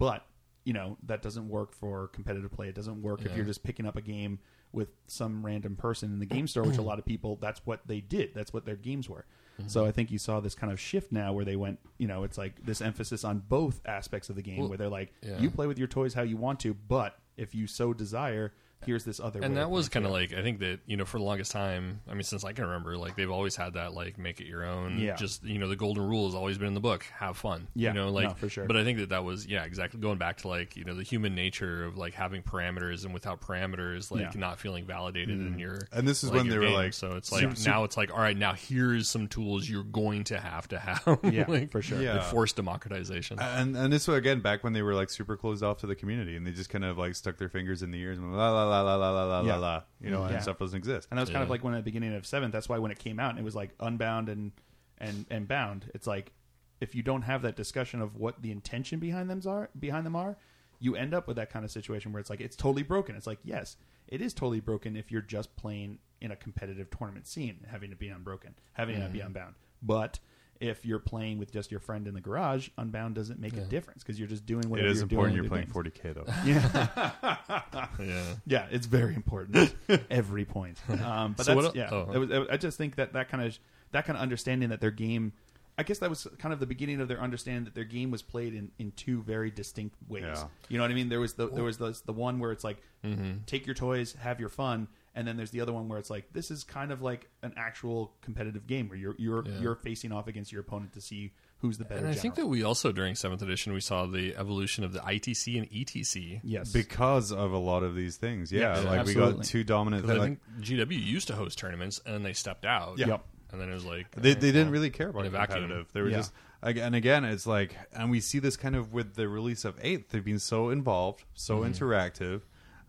Speaker 2: But you know, that doesn't work for competitive play. It doesn't work if you're just picking up a game with some random person in the game store, which a lot of people that's what they did. That's what their games were.
Speaker 3: Mm-hmm.
Speaker 2: So I think you saw this kind of shift now where they went, you know, it's like this emphasis on both aspects of the game where they're like,
Speaker 3: yeah.
Speaker 2: you play with your toys how you want to, but if you so desire, here's this other way
Speaker 3: and
Speaker 2: of
Speaker 3: that
Speaker 2: playing.
Speaker 3: was kind of like I think that you know for the longest time, I mean since I can remember, like they've always had that like make it your own.
Speaker 2: Yeah.
Speaker 3: Just you know the golden rule has always been in the book: have fun.
Speaker 2: Yeah,
Speaker 3: You know, like
Speaker 2: no, for sure.
Speaker 3: But I think that that was yeah exactly going back to like you know the human nature of like having parameters and without parameters like
Speaker 2: Yeah. Mm-hmm.
Speaker 3: not feeling validated in your
Speaker 1: And this is
Speaker 3: like,
Speaker 1: when
Speaker 3: your
Speaker 1: they were
Speaker 3: game.
Speaker 1: like,
Speaker 3: so it's
Speaker 1: super-
Speaker 3: like now it's like all right now here's some tools you're going to have to have
Speaker 2: Yeah,
Speaker 3: like,
Speaker 2: for sure.
Speaker 1: Yeah. Uh,
Speaker 3: like forced democratization
Speaker 1: And and this was again back when they were like super closed off to the community, and they just kind of like stuck their fingers in the ears and went, la la la la la la la
Speaker 2: Yeah.
Speaker 1: la la, you know,
Speaker 2: Yeah.
Speaker 1: and stuff doesn't exist.
Speaker 2: And that was kind of
Speaker 3: Yeah.
Speaker 2: like when at the beginning of seventh, that's why when it came out and it was like unbound and and and bound, it's like if you don't have that discussion of what the intention behind them are behind them are, you end up with that kind of situation where it's like it's totally broken. It's like, yes, it is totally broken if you're just playing in a competitive tournament scene, having to be unbroken, having to be unbound. But if you're playing with just your friend in the garage, unbound doesn't make a difference because you're just doing
Speaker 1: It
Speaker 2: whatever
Speaker 1: is
Speaker 2: you're
Speaker 1: important
Speaker 2: doing
Speaker 1: you're
Speaker 2: with
Speaker 1: playing
Speaker 2: your games.
Speaker 1: 40k though.
Speaker 3: yeah
Speaker 2: Yeah, it's very important. Every point. Um, but
Speaker 3: So
Speaker 2: that's,
Speaker 3: what
Speaker 2: yeah,
Speaker 3: el- oh.
Speaker 2: it was, I just think that that kind of that kind of understanding that their game, I guess that was kind of the beginning of their understanding that their game was played in, in two very distinct ways.
Speaker 1: Yeah.
Speaker 2: You know what I mean? There was the there was the, the one where it's like
Speaker 3: Mm-hmm.
Speaker 2: take your toys, have your fun, and then there's the other one where it's like this is kind of like an actual competitive game where you're you're
Speaker 3: Yeah.
Speaker 2: you're facing off against your opponent to see who's the better.
Speaker 3: And I think
Speaker 2: general.
Speaker 3: that we also during seventh edition we saw the evolution of the ITC and E ETC.
Speaker 2: yes,
Speaker 1: because of a lot of these things. Yeah,
Speaker 2: Yeah,
Speaker 1: like we
Speaker 2: absolutely.
Speaker 1: got two dominant.
Speaker 3: 'Cause I
Speaker 1: like-
Speaker 3: think GW used to host tournaments and they stepped out.
Speaker 2: Yeah. Yep.
Speaker 3: And then it was like
Speaker 1: they, they didn't really care about
Speaker 3: In a vacuum.
Speaker 1: competitive. They were
Speaker 2: Yeah.
Speaker 1: just ag- and again, it's like, and we see this kind of with the release of Eighth. They've been so involved, so
Speaker 3: Mm-hmm.
Speaker 1: interactive,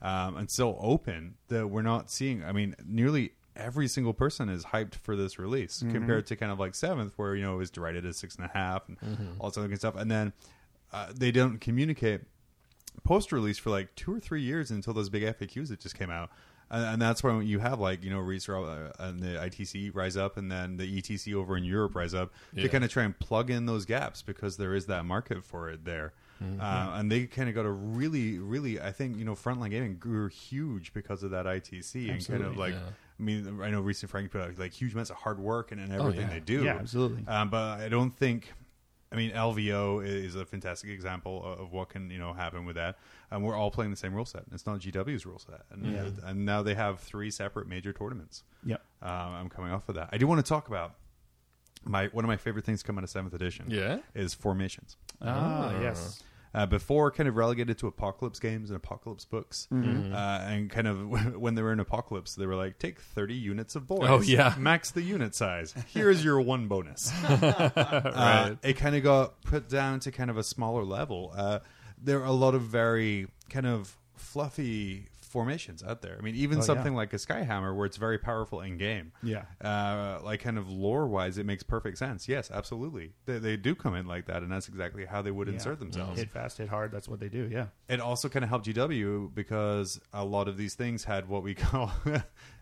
Speaker 1: um, and so open that we're not seeing. I mean, nearly every single person is hyped for this release compared to kind of like Seventh, where you know it was derided as six and a half and
Speaker 3: Mm-hmm.
Speaker 1: all this other good stuff, and then uh, they don't communicate post release for like two or three years until those big FAQs that just came out. And, and that's when you have like, you know, Reese uh, and the ITC rise up and then the ETC over in Europe rise up
Speaker 3: Yeah.
Speaker 1: to kind of try and plug in those gaps because there is that market for it there.
Speaker 3: Mm-hmm.
Speaker 1: Uh, and they kind of got a really, really, I think, you know, frontline gaming grew huge because of that ITC and kind of
Speaker 2: Absolutely,
Speaker 1: like,
Speaker 3: yeah.
Speaker 1: I mean, I know Reese and Frank put out like huge amounts of hard work and, and everything
Speaker 3: Oh, yeah.
Speaker 1: they do.
Speaker 2: Yeah, absolutely.
Speaker 1: Um, but I don't think. I mean, LVO is a fantastic example of of what can you know happen with that. And we're all playing the same rule set. It's not GW's rule set, and,
Speaker 2: Yeah.
Speaker 1: and now they have three separate major tournaments.
Speaker 2: Yep.
Speaker 1: Um, I'm coming off of that. I do want to talk about my one of my favorite things coming out of Seventh Edition.
Speaker 3: Yeah?
Speaker 1: is formations
Speaker 2: Ah, yes.
Speaker 1: uh, before kind of relegated to apocalypse games and apocalypse books
Speaker 2: Mm-hmm.
Speaker 1: uh, and kind of when they were in apocalypse they were like take 30 units of boys
Speaker 3: Oh, yeah.
Speaker 1: max the unit size here's your one bonus uh, it kind of got put down to kind of a smaller level uh, there are a lot of very kind of fluffy formations out there i mean even
Speaker 2: Oh, yeah.
Speaker 1: something like a skyhammer where it's very powerful in game
Speaker 2: Yeah.
Speaker 1: uh, like kind of lore wise, it makes perfect sense. Yes, absolutely. They, they do come in like that, and that's exactly how they would insert themselves.
Speaker 2: Hit fast, hit hard. That's what they do. Yeah.
Speaker 1: It also kind of helped GW because a lot of these things had what we call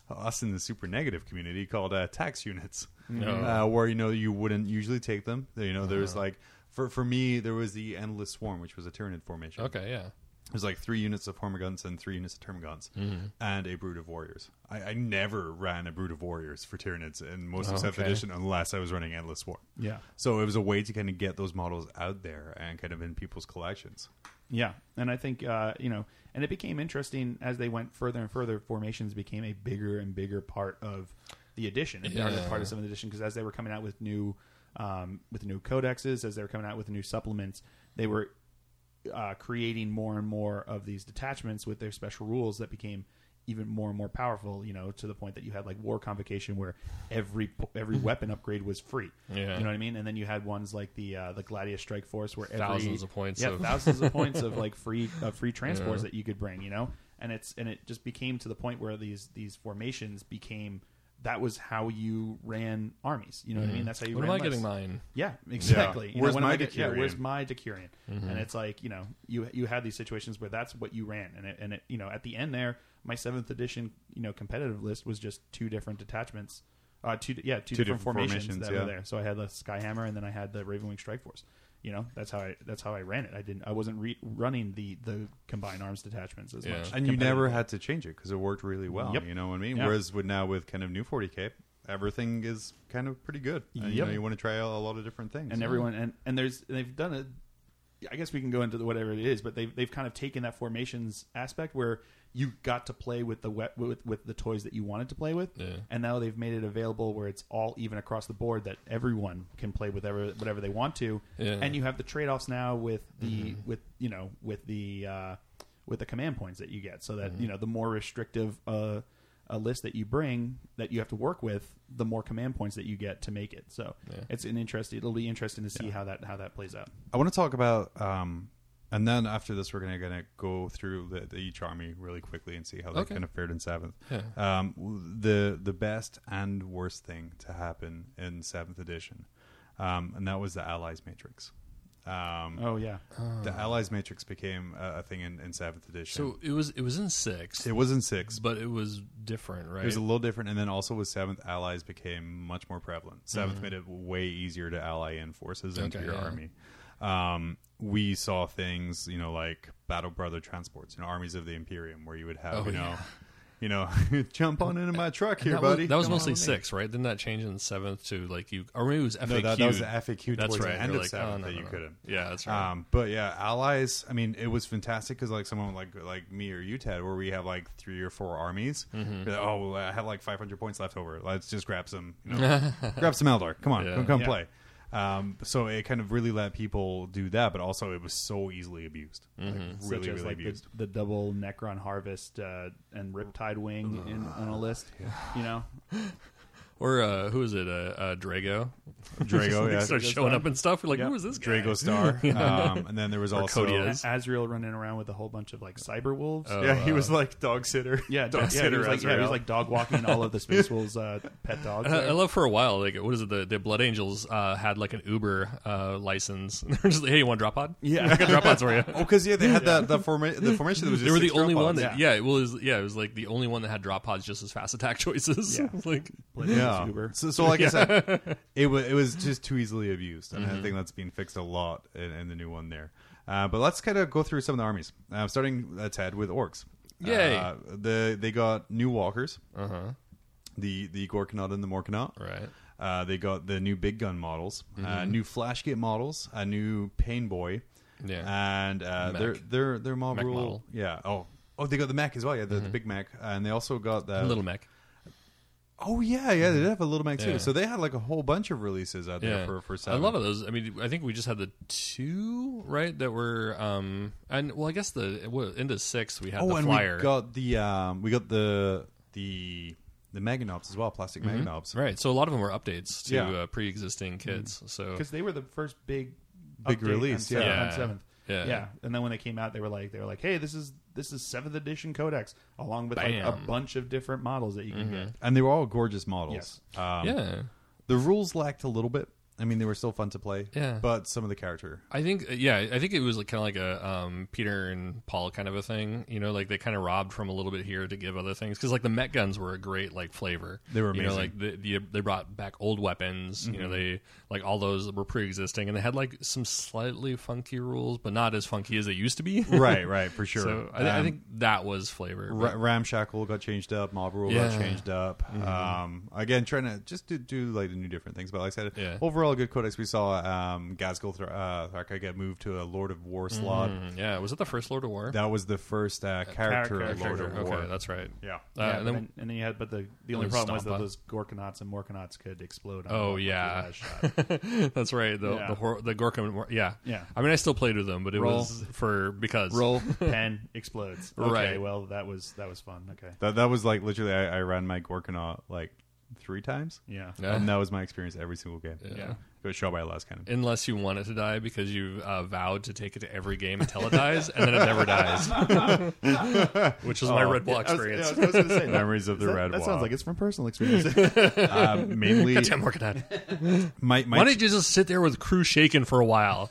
Speaker 1: us in the super negative community called uh, tax units, uh, where you know you wouldn't usually take them. You know, there's like for for me, there was the endless swarm, which was a Tyranid formation.
Speaker 3: Okay, yeah.
Speaker 1: It was like three units of Hormiguns and three units of Termagants
Speaker 3: Mm-hmm.
Speaker 1: and a brood of warriors. I, I never ran a brood of warriors for Tyranids in most of Seventh
Speaker 3: Oh, Okay.
Speaker 1: Edition unless I was running Endless War.
Speaker 2: Yeah.
Speaker 1: So it was a way to kind of get those models out there and kind of in people's collections.
Speaker 2: Yeah, and I think uh, you know, and it became interesting as they went further and further. Formations became a bigger and bigger part of the edition, and part of-
Speaker 3: Yeah.
Speaker 2: part of some of the edition because as they were coming out with new, um, with new codexes, as they were coming out with new supplements, they were uh, creating more and more of these detachments with their special rules that became even more and more powerful. You know, to the point that you had like War Convocation, where every po- every weapon upgrade was free.
Speaker 3: Mm-hmm. Yeah.
Speaker 2: you know what I mean. And then you had ones like the uh, the Gladius Strike Force, where every,
Speaker 3: Thousands of points
Speaker 2: yeah,
Speaker 3: of-
Speaker 2: thousands of points of like free of free transports that you could bring. You know, and it's and it just became to the point where these these formations became. That was how you ran armies. You know what I mean? That's how you
Speaker 3: When Mm-hmm. am
Speaker 2: ran
Speaker 3: I getting
Speaker 2: lists.
Speaker 3: mine?
Speaker 2: Yeah, exactly. You know,
Speaker 1: Where's
Speaker 2: when am
Speaker 1: my
Speaker 2: I get- yeah,
Speaker 1: Decurion? Mm-hmm.
Speaker 2: where's my Decurion? And it's like you know, you you had these situations where that's what you ran, and it, and it, you know, at the end there, my seventh edition, you know, competitive list was just two different detachments, uh, two yeah, two, different,
Speaker 1: different
Speaker 2: formations,
Speaker 1: formations,
Speaker 2: that
Speaker 1: yeah.
Speaker 2: were there. So I had the Skyhammer, and then I had the Ravenwing Strike Force. You know, that's how I that's how I ran it. I didn't, I wasn't re- running the the combined arms detachments as
Speaker 3: Yeah.
Speaker 2: much,
Speaker 1: and you never
Speaker 2: competitively.
Speaker 1: had to change it because it worked really well.
Speaker 2: Yep.
Speaker 1: You know what I mean?
Speaker 2: Yeah.
Speaker 1: Whereas with now with kind of new 40k, everything is kind of pretty good. And, You
Speaker 2: Yep.
Speaker 1: know, you want to try out a lot of different things.
Speaker 2: and everyone and and there's and they've done it. I guess we can go into the, whatever it is, but they've they've kind of taken that formations aspect where you got to play with the we- with with the toys that you wanted to play with,
Speaker 3: Yeah.
Speaker 2: and now they've made it available where it's all even across the board that everyone can play with whatever whatever they want to,
Speaker 3: Yeah. Mm-hmm.
Speaker 2: and you have the trade offs now with the with you know with the uh, with the command points that you get, so that
Speaker 3: Mm-hmm.
Speaker 2: you know the more restrictive. Uh, a list that you bring that you have to work with, the more command points that you get to make it. So it's an interesting. It'll be interesting to see how that how that plays out.
Speaker 1: I want to talk about, um, and then after this, we're gonna gonna go through the, the each army really quickly and see how they
Speaker 3: Okay.
Speaker 1: kind of fared in seventh.
Speaker 3: Yeah.
Speaker 1: Um, w- the the best and worst thing to happen in seventh edition, um, and that was the allies matrix. Um,
Speaker 2: Oh yeah,
Speaker 1: The allies matrix became a, a thing in, in seventh edition.
Speaker 3: So it was it was in six,
Speaker 1: it was in six,
Speaker 3: but it was different, right?
Speaker 1: It was a little different, and then also with Seventh, allies became much more prevalent. 7th made it way easier to ally in forces into
Speaker 3: Mm-hmm. Okay,
Speaker 1: your
Speaker 3: yeah.
Speaker 1: army. Um, we saw things, you know, like Battle Brother transports, you know, armies of the Imperium, where you would have,
Speaker 3: Oh,
Speaker 1: you know,
Speaker 3: yeah.
Speaker 1: you know, jump on into my truck here,
Speaker 3: that
Speaker 1: buddy.
Speaker 3: was, that was
Speaker 1: Come on
Speaker 3: mostly
Speaker 1: with me.
Speaker 3: six, right? Didn't that change in seventh to like you, or maybe it was FAQ?
Speaker 1: No, that, that was the FAQ
Speaker 3: That's
Speaker 1: towards
Speaker 3: right.
Speaker 1: the end
Speaker 3: You're
Speaker 1: of
Speaker 3: like,
Speaker 1: seventh
Speaker 3: oh, no,
Speaker 1: that
Speaker 3: no,
Speaker 1: you
Speaker 3: no.
Speaker 1: couldn't.
Speaker 3: Yeah, that's right.
Speaker 1: Um, but yeah, allies. I mean, it was fantastic because like someone like like me or you, Ted, where we have like three or four armies. You're like, oh, well, I have like 500 points left over. Let's just grab some, you know, grab some Eldar. Come on,
Speaker 3: Yeah.
Speaker 1: come, come
Speaker 2: Yeah.
Speaker 1: play. Um, so it kind of really let people do that, but also it was so easily abused, like, really,
Speaker 2: Mm-hmm. such as
Speaker 1: really
Speaker 2: like the,
Speaker 1: abused.
Speaker 2: the double Necron harvest uh, and Riptide wing in, on a list. You know,
Speaker 3: or uh, who is it? Uh, uh, Drago.
Speaker 1: Drago,
Speaker 3: They
Speaker 1: yeah,
Speaker 3: start showing up and stuff. We're like,
Speaker 2: Yep.
Speaker 3: who is this guy?
Speaker 1: Drago Star, um, and then there was also
Speaker 3: Codius.
Speaker 2: A- Azrael running around with a whole bunch of like cyber wolves.
Speaker 3: Oh,
Speaker 1: yeah, he
Speaker 3: uh,
Speaker 1: was like dog sitter,
Speaker 2: yeah,
Speaker 1: dog
Speaker 2: yeah, he
Speaker 1: sitter.
Speaker 2: was like, yeah, he was like dog walking all of the Space Wolves' uh, pet dogs.
Speaker 3: And I,
Speaker 2: there.
Speaker 3: I love for a while, like what is it? The, the Blood Angels uh, had like an Uber uh, license. And they're just like, hey, you want drop pod?
Speaker 2: Yeah.
Speaker 3: I got drop pods for you.
Speaker 1: oh, because yeah, they had that the, forma- the formation that was just
Speaker 3: They were the
Speaker 1: six drop
Speaker 3: only one
Speaker 1: pods.
Speaker 3: that, yeah, it was, yeah, it was like the only one that had drop pods just as fast attack choices.
Speaker 2: Yeah.
Speaker 3: It's like,
Speaker 2: Blade Angels Uber.
Speaker 1: So, so like I said, it was it was just too easily abused, and
Speaker 3: Mm-hmm.
Speaker 1: I think that's being fixed a lot in, in the new one there. Uh, but let's kind of go through some of the armies. Uh, starting uh, Ted with orcs.
Speaker 3: Yay. Uh-huh.
Speaker 1: Uh, the they got new walkers. Uh huh. The the Gorkanot and the Morkanot.
Speaker 3: Right. Mm-hmm.
Speaker 1: Uh, they got the new big gun models, uh, new flashgate models, a new pain boy,
Speaker 3: Yeah.
Speaker 1: and uh, their their their mob
Speaker 3: Mech
Speaker 1: rule.
Speaker 3: model. Mm-hmm.
Speaker 1: Yeah. Oh. Oh, they got the Mac as well. Yeah, the, the big Mac, and they also got the
Speaker 3: little mech.
Speaker 1: Oh yeah, yeah, they did have a little Mac too.
Speaker 3: Mm-hmm. Yeah.
Speaker 1: So they had like a whole bunch of releases out there
Speaker 3: Yeah.
Speaker 1: for for
Speaker 3: I
Speaker 1: seven.
Speaker 3: love those. I mean, I think we just had the two, right? That were, um, and well, I guess the well, into six we had
Speaker 1: Oh,
Speaker 3: the
Speaker 1: and
Speaker 3: flyer,
Speaker 1: we got the um, we got the the the Magnobs as well, plastic Magnobs.
Speaker 3: Mm-hmm. right? So a lot of them were updates to
Speaker 1: Yeah. Mm-hmm.
Speaker 3: uh, pre-existing kits. So
Speaker 2: because they were the first big
Speaker 1: Big
Speaker 2: update
Speaker 1: release,
Speaker 2: on seventh,
Speaker 3: yeah.
Speaker 2: on seventh.
Speaker 3: Yeah.
Speaker 2: and then when they came out, they were like, they were like, hey, this is this is seventh edition Codex, along with like
Speaker 3: Bam. Mm-hmm.
Speaker 2: a bunch of different models that you can get.
Speaker 1: And they were all gorgeous models. Um,
Speaker 3: yeah,
Speaker 1: The rules lacked a little bit. I mean, they were still fun to play.
Speaker 3: Yeah.
Speaker 1: But some of the character.
Speaker 3: I think uh, yeah, I think it was like kind of like a um, Peter and Paul kind of a thing. You know, like they kind of robbed from a little bit here to give other things because like the Met guns were a great like flavor.
Speaker 1: They were
Speaker 3: You know, like
Speaker 1: amazing. Mm-hmm.
Speaker 3: the, the, they brought back old weapons. You know, they like all those were pre-existing and they had like some slightly funky rules, but not as funky as they used to be.
Speaker 1: right, right, for sure.
Speaker 3: So I, thi- I
Speaker 1: Um,
Speaker 3: think that was flavor. but-
Speaker 1: Ra- Ramshackle got changed up. Mob Rule
Speaker 3: Yeah. Mm-hmm.
Speaker 1: got changed up. Um, again, trying to just do, do like the new different things. But like I said,
Speaker 3: Yeah.
Speaker 1: overall, overall good codex. We saw um, Gazgul Thra- uh, Thraka get moved to a Lord of War slot.
Speaker 3: Mm, yeah, was it the first Lord of War?
Speaker 1: That was the first uh, character,
Speaker 2: character,
Speaker 1: Lord
Speaker 3: Character,
Speaker 1: of War.
Speaker 3: Okay, that's right.
Speaker 1: yeah.
Speaker 2: yeah,
Speaker 3: Uh, and
Speaker 2: but
Speaker 3: then-
Speaker 2: then, and then you had, but the, the only
Speaker 3: then
Speaker 2: problem was
Speaker 3: Stompa.
Speaker 2: that those Gorkonauts and Morkonauts could explode. On
Speaker 3: Oh
Speaker 2: one
Speaker 3: yeah,
Speaker 2: last shot.
Speaker 3: that's right. The
Speaker 2: Yeah.
Speaker 3: the, hor- the Gorkon, War- yeah,
Speaker 2: Yeah.
Speaker 3: I mean, I still played with them, but it
Speaker 2: Roll.
Speaker 3: was for because
Speaker 2: roll pen explodes. Okay,
Speaker 3: Right.
Speaker 2: well that was that was fun. Okay,
Speaker 1: That that was like literally I, I ran my Gorkonaut like three times,
Speaker 2: yeah,
Speaker 3: Yeah.
Speaker 1: and that was my experience every single game.
Speaker 2: Yeah.
Speaker 1: It was shot by a last cannon.
Speaker 3: Unless you want it to die because you uh, vowed to take it to every game until it dies, and then it never dies, which is my Red Bull
Speaker 2: I was- Oh, yeah, I
Speaker 3: experience.
Speaker 2: was about to say, that-
Speaker 1: Memories of the
Speaker 2: that,
Speaker 1: Red
Speaker 2: That
Speaker 1: Wall.
Speaker 2: sounds like it's from personal experience.
Speaker 1: uh, mainly
Speaker 3: Damn, working on it.
Speaker 1: my
Speaker 3: Why
Speaker 1: my
Speaker 3: don't you just sit there with crew shaking for a while?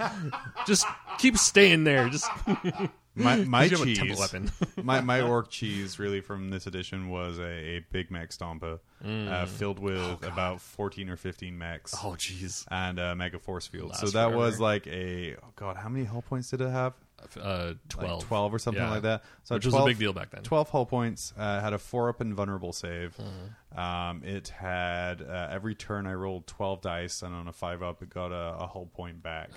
Speaker 3: just keep staying there. Just oh,
Speaker 1: my, my
Speaker 3: you have a temple
Speaker 1: cheese
Speaker 3: weapon.
Speaker 1: my my orc cheese really from this edition was a, a Big Mac Stompa uh, filled with about fourteen or fifteen mechs.
Speaker 3: Mm. oh, jeez.
Speaker 1: And uh, Mega Force Field. so
Speaker 3: Last
Speaker 1: that was
Speaker 3: forever.
Speaker 1: like a oh god, how many hull points did it have?
Speaker 3: Uh,
Speaker 1: Like
Speaker 3: twelve.
Speaker 1: twelve or something
Speaker 3: Yeah.
Speaker 1: like that. So
Speaker 3: Which
Speaker 1: 12,
Speaker 3: was a big deal back then.
Speaker 1: 12 hull points, uh, had a 4 up and vulnerable save.
Speaker 3: Hmm.
Speaker 1: Um, it had uh, every turn I rolled 12 dice and on a 5 up it got a, a hull point back.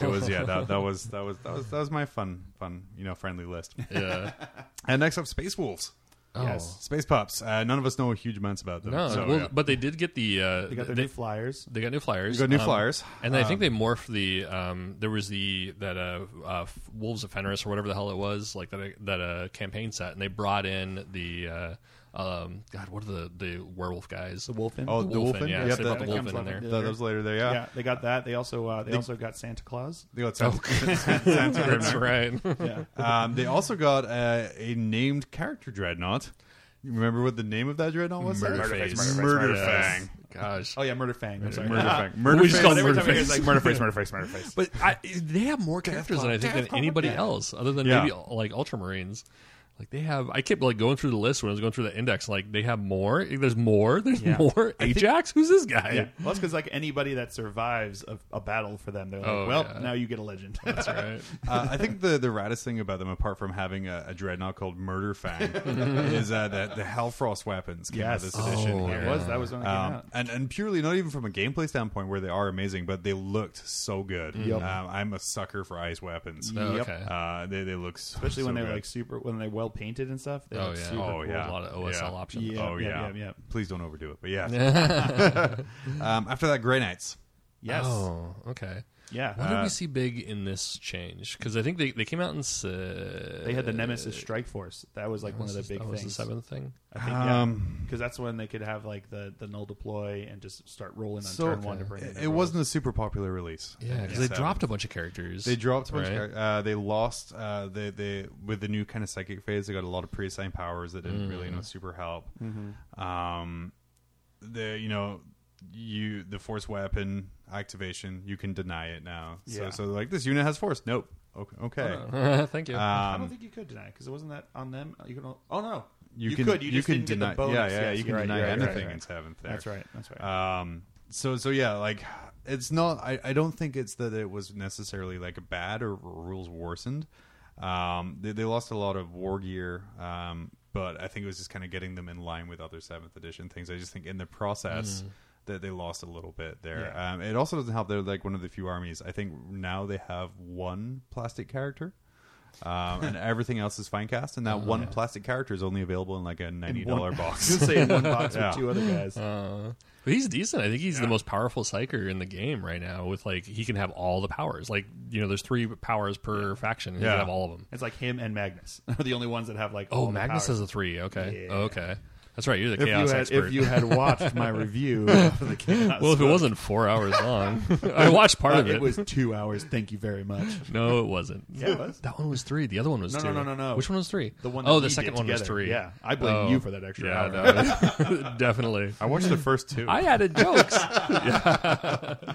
Speaker 1: It was yeah, that, that was that was that was that was my fun fun, you know, friendly list.
Speaker 3: Yeah. Oh.
Speaker 1: and next up Space Wolves.
Speaker 2: Yes.
Speaker 1: Space Pups. Uh, none of us know huge amounts about them.
Speaker 3: No,
Speaker 1: so,
Speaker 3: well,
Speaker 1: yeah.
Speaker 3: but they did get the uh,
Speaker 2: They got their
Speaker 3: they,
Speaker 2: new flyers.
Speaker 3: they got new flyers.
Speaker 1: We got new
Speaker 3: Um,
Speaker 1: flyers.
Speaker 3: And I think they morphed the um, there was the that uh, uh, Wolves of Fenris or whatever the hell it was like that uh, that uh, campaign set, and they brought in the uh, um, God, what are the the werewolf guys? The
Speaker 2: Wolfen.
Speaker 1: Oh,
Speaker 3: the
Speaker 1: the
Speaker 3: Wolfen,
Speaker 1: Wolfen?
Speaker 3: yeah,
Speaker 1: Yep, that,
Speaker 3: so they brought the
Speaker 2: that comes
Speaker 3: Wolfen in
Speaker 2: up
Speaker 3: there.
Speaker 2: in
Speaker 1: that- that was later there, yeah.
Speaker 2: yeah, they got that. They also uh, they also got Santa Claus.
Speaker 1: They
Speaker 3: Oh,
Speaker 1: got Sans- Sans- Sans-
Speaker 3: That's right.
Speaker 2: Yeah,
Speaker 1: um, they also got uh, a named character dreadnought. You remember what the name of that dreadnought was?
Speaker 3: Murderface.
Speaker 1: Murderfang.
Speaker 3: Yes. Gosh.
Speaker 2: oh yeah, Murder Fang. I'm sorry.
Speaker 1: Murderfang.
Speaker 3: We just
Speaker 1: Murderfang.
Speaker 3: call
Speaker 2: Every
Speaker 3: him
Speaker 2: time I hear
Speaker 3: Murderface.
Speaker 2: it's like murder face, murder face, murder face.
Speaker 3: But I, they have more characters than I think than anybody else, other than
Speaker 1: Yeah.
Speaker 3: maybe like Ultramarines. Like they have, I kept like going through the list when I was going through the index. Like they have more. There's more. There's
Speaker 2: Yeah.
Speaker 3: more. Ajax. Who's this guy?
Speaker 2: Yeah, well, that's because like anybody that survives a, a battle for them, they're like,
Speaker 3: Oh,
Speaker 2: well,
Speaker 3: yeah.
Speaker 2: now you get a legend.
Speaker 3: That's right.
Speaker 1: uh, I think the the raddest thing about them, apart from having a, a dreadnought called Murderfang, is uh, that the Hellfrost weapons came out of
Speaker 2: yes,
Speaker 1: this edition.
Speaker 3: Oh,
Speaker 2: That
Speaker 1: here.
Speaker 3: yeah.
Speaker 2: was that was when it came
Speaker 1: Um,
Speaker 2: out.
Speaker 1: and and purely not even from a gameplay standpoint where they are amazing, but they looked so good.
Speaker 2: Mm-hmm.
Speaker 1: Um, I'm a sucker for ice weapons.
Speaker 3: Oh,
Speaker 2: Yep.
Speaker 3: Okay.
Speaker 1: Uh, they they look so,
Speaker 2: Especially when
Speaker 1: so
Speaker 2: they're
Speaker 1: good.
Speaker 2: like super, when they're well painted and stuff. They
Speaker 3: oh
Speaker 2: look
Speaker 3: yeah.
Speaker 2: Super
Speaker 1: Oh,
Speaker 2: cool.
Speaker 1: yeah.
Speaker 3: A lot of OSL
Speaker 1: Yeah.
Speaker 3: options.
Speaker 2: Yeah.
Speaker 1: oh yeah,
Speaker 2: yeah, yeah.
Speaker 1: Please don't overdo it, but yeah. um, after that, Grey Knights.
Speaker 2: Yes.
Speaker 3: Oh, okay.
Speaker 2: Yeah.
Speaker 3: What did we see big in this change? Because I think they, they came out in s-
Speaker 2: they had the Nemesis Strike Force. That was like one of the big
Speaker 3: that was
Speaker 2: things.
Speaker 3: the seventh thing.
Speaker 2: I think, yeah, because that's when they could have like the the null deploy and just start rolling on
Speaker 1: So
Speaker 2: turn one to bring in
Speaker 1: it,
Speaker 2: their
Speaker 1: it
Speaker 2: rolls.
Speaker 1: wasn't a super popular release.
Speaker 3: Yeah, because they
Speaker 1: So-
Speaker 3: dropped a bunch of characters.
Speaker 1: They dropped a bunch.
Speaker 3: Right.
Speaker 1: Of, char- uh, they lost. Uh, they they with the new kind of psychic phase, they got a lot of pre-assigned powers that didn't really you
Speaker 3: Mm.
Speaker 1: know super help.
Speaker 2: Mm-hmm.
Speaker 1: Um, the you know you the force weapon activation you can deny it now.
Speaker 2: Yeah.
Speaker 1: So so like this unit has force. Nope. Okay. okay.
Speaker 3: Thank you.
Speaker 2: I don't
Speaker 1: Um,
Speaker 2: think you could deny because it wasn't that on them. You can. Oh no,
Speaker 1: you,
Speaker 2: you
Speaker 1: can
Speaker 2: could. You, just
Speaker 1: can
Speaker 2: didn't get the
Speaker 1: deny.
Speaker 2: bonus.
Speaker 1: Yeah, yeah.
Speaker 2: Yes,
Speaker 1: you can
Speaker 2: you're right,
Speaker 1: deny
Speaker 2: you're right, you're
Speaker 1: anything
Speaker 2: right,
Speaker 1: in seventh. There.
Speaker 2: That's right. That's right.
Speaker 1: Um, so so yeah, like it's not. I, I don't think it's that it was necessarily like bad or, rules worsened. Um, they, they lost a lot of war gear, um, but I think it was just kind of getting them in line with other seventh edition things. I just think in the process. That they lost a little bit there.
Speaker 2: Mm-hmm. Yeah.
Speaker 1: Um, it also doesn't help. They're like one of the few armies. I think now they have one plastic character, um, and everything else is fine cast. And that one plastic character is only available in like a ninety dollar box.
Speaker 2: You could say in Oh, one box
Speaker 1: Yeah.
Speaker 2: with two other guys.
Speaker 3: Uh, but he's decent. I think he's the most powerful psyker in the game right now. With like, he can have all the powers. Like, you know, there's three powers per faction. And He
Speaker 1: Yeah.
Speaker 3: can have all of them.
Speaker 2: It's like him and Magnus are the only ones that have like. all
Speaker 3: Oh,
Speaker 2: the
Speaker 3: Magnus
Speaker 2: powers.
Speaker 3: has a three. Okay,
Speaker 2: Yeah.
Speaker 3: oh, okay, that's right. You're the
Speaker 2: If
Speaker 3: chaos
Speaker 2: you, had,
Speaker 3: expert.
Speaker 2: if you had watched my review of the chaos,
Speaker 3: well, if it
Speaker 2: book,
Speaker 3: wasn't four hours long, I watched part
Speaker 2: uh,
Speaker 3: of it.
Speaker 2: it was two hours. Thank you very much.
Speaker 3: no, it wasn't.
Speaker 2: Yeah, it was.
Speaker 3: That one was three. The other one was
Speaker 2: No,
Speaker 3: two.
Speaker 2: no, no, no, no.
Speaker 3: Which one was three?
Speaker 2: The one.
Speaker 3: Oh,
Speaker 2: that
Speaker 3: the
Speaker 2: we
Speaker 3: second
Speaker 2: did
Speaker 3: one was
Speaker 2: together.
Speaker 3: three.
Speaker 2: Yeah, I blame
Speaker 3: Oh.
Speaker 2: you for that extra
Speaker 3: Yeah,
Speaker 2: hour.
Speaker 3: no, definitely.
Speaker 1: I watched the first two.
Speaker 3: I added jokes.
Speaker 2: Uh,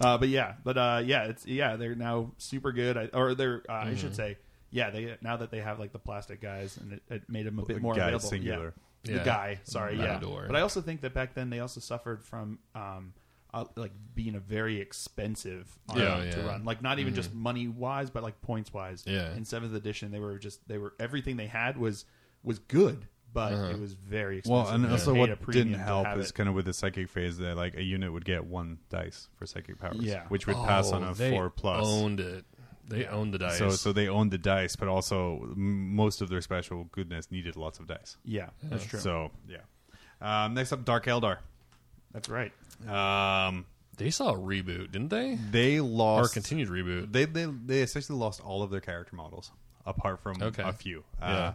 Speaker 2: but yeah, but uh, yeah, it's yeah, they're now super good. I, or they're uh, I
Speaker 3: Mm-hmm.
Speaker 2: should say, yeah, they now that they have like the plastic guys, and it, it made them a bit more
Speaker 1: Guy,
Speaker 2: available.
Speaker 1: singular.
Speaker 2: Yeah.
Speaker 3: Yeah.
Speaker 2: the guy. Sorry, yeah.
Speaker 3: Matador.
Speaker 2: But I also think that back then they also suffered from. Um, uh, like being a very expensive army
Speaker 3: Yeah,
Speaker 2: to
Speaker 3: yeah. Mm-hmm.
Speaker 2: run, like not even just money wise, but like points wise.
Speaker 3: Yeah.
Speaker 2: In seventh edition, they were just they were everything they had was was good, but
Speaker 3: Uh-huh.
Speaker 2: it was very expensive.
Speaker 1: Well, and
Speaker 2: I
Speaker 1: also
Speaker 2: paid a
Speaker 1: what
Speaker 2: premium
Speaker 1: didn't
Speaker 2: to
Speaker 1: help
Speaker 2: have
Speaker 1: is
Speaker 2: it.
Speaker 1: kind of with the psychic phase that like a unit would get one dice for psychic powers,
Speaker 2: Yeah.
Speaker 1: which would pass on
Speaker 3: Oh,
Speaker 1: a
Speaker 3: they
Speaker 1: four plus.
Speaker 3: Owned it. They owned the dice.
Speaker 1: so so they owned the dice, but also m- most of their special goodness needed lots of dice.
Speaker 2: yeah, that's true.
Speaker 1: So yeah. Um, next up, Dark Eldar.
Speaker 2: that's right.
Speaker 1: Um,
Speaker 3: they saw a reboot, didn't they?
Speaker 1: they
Speaker 3: Or a
Speaker 1: lost.
Speaker 3: continued reboot.
Speaker 1: They, they they essentially lost all of their character models apart from
Speaker 3: Okay.
Speaker 1: a few. Uh,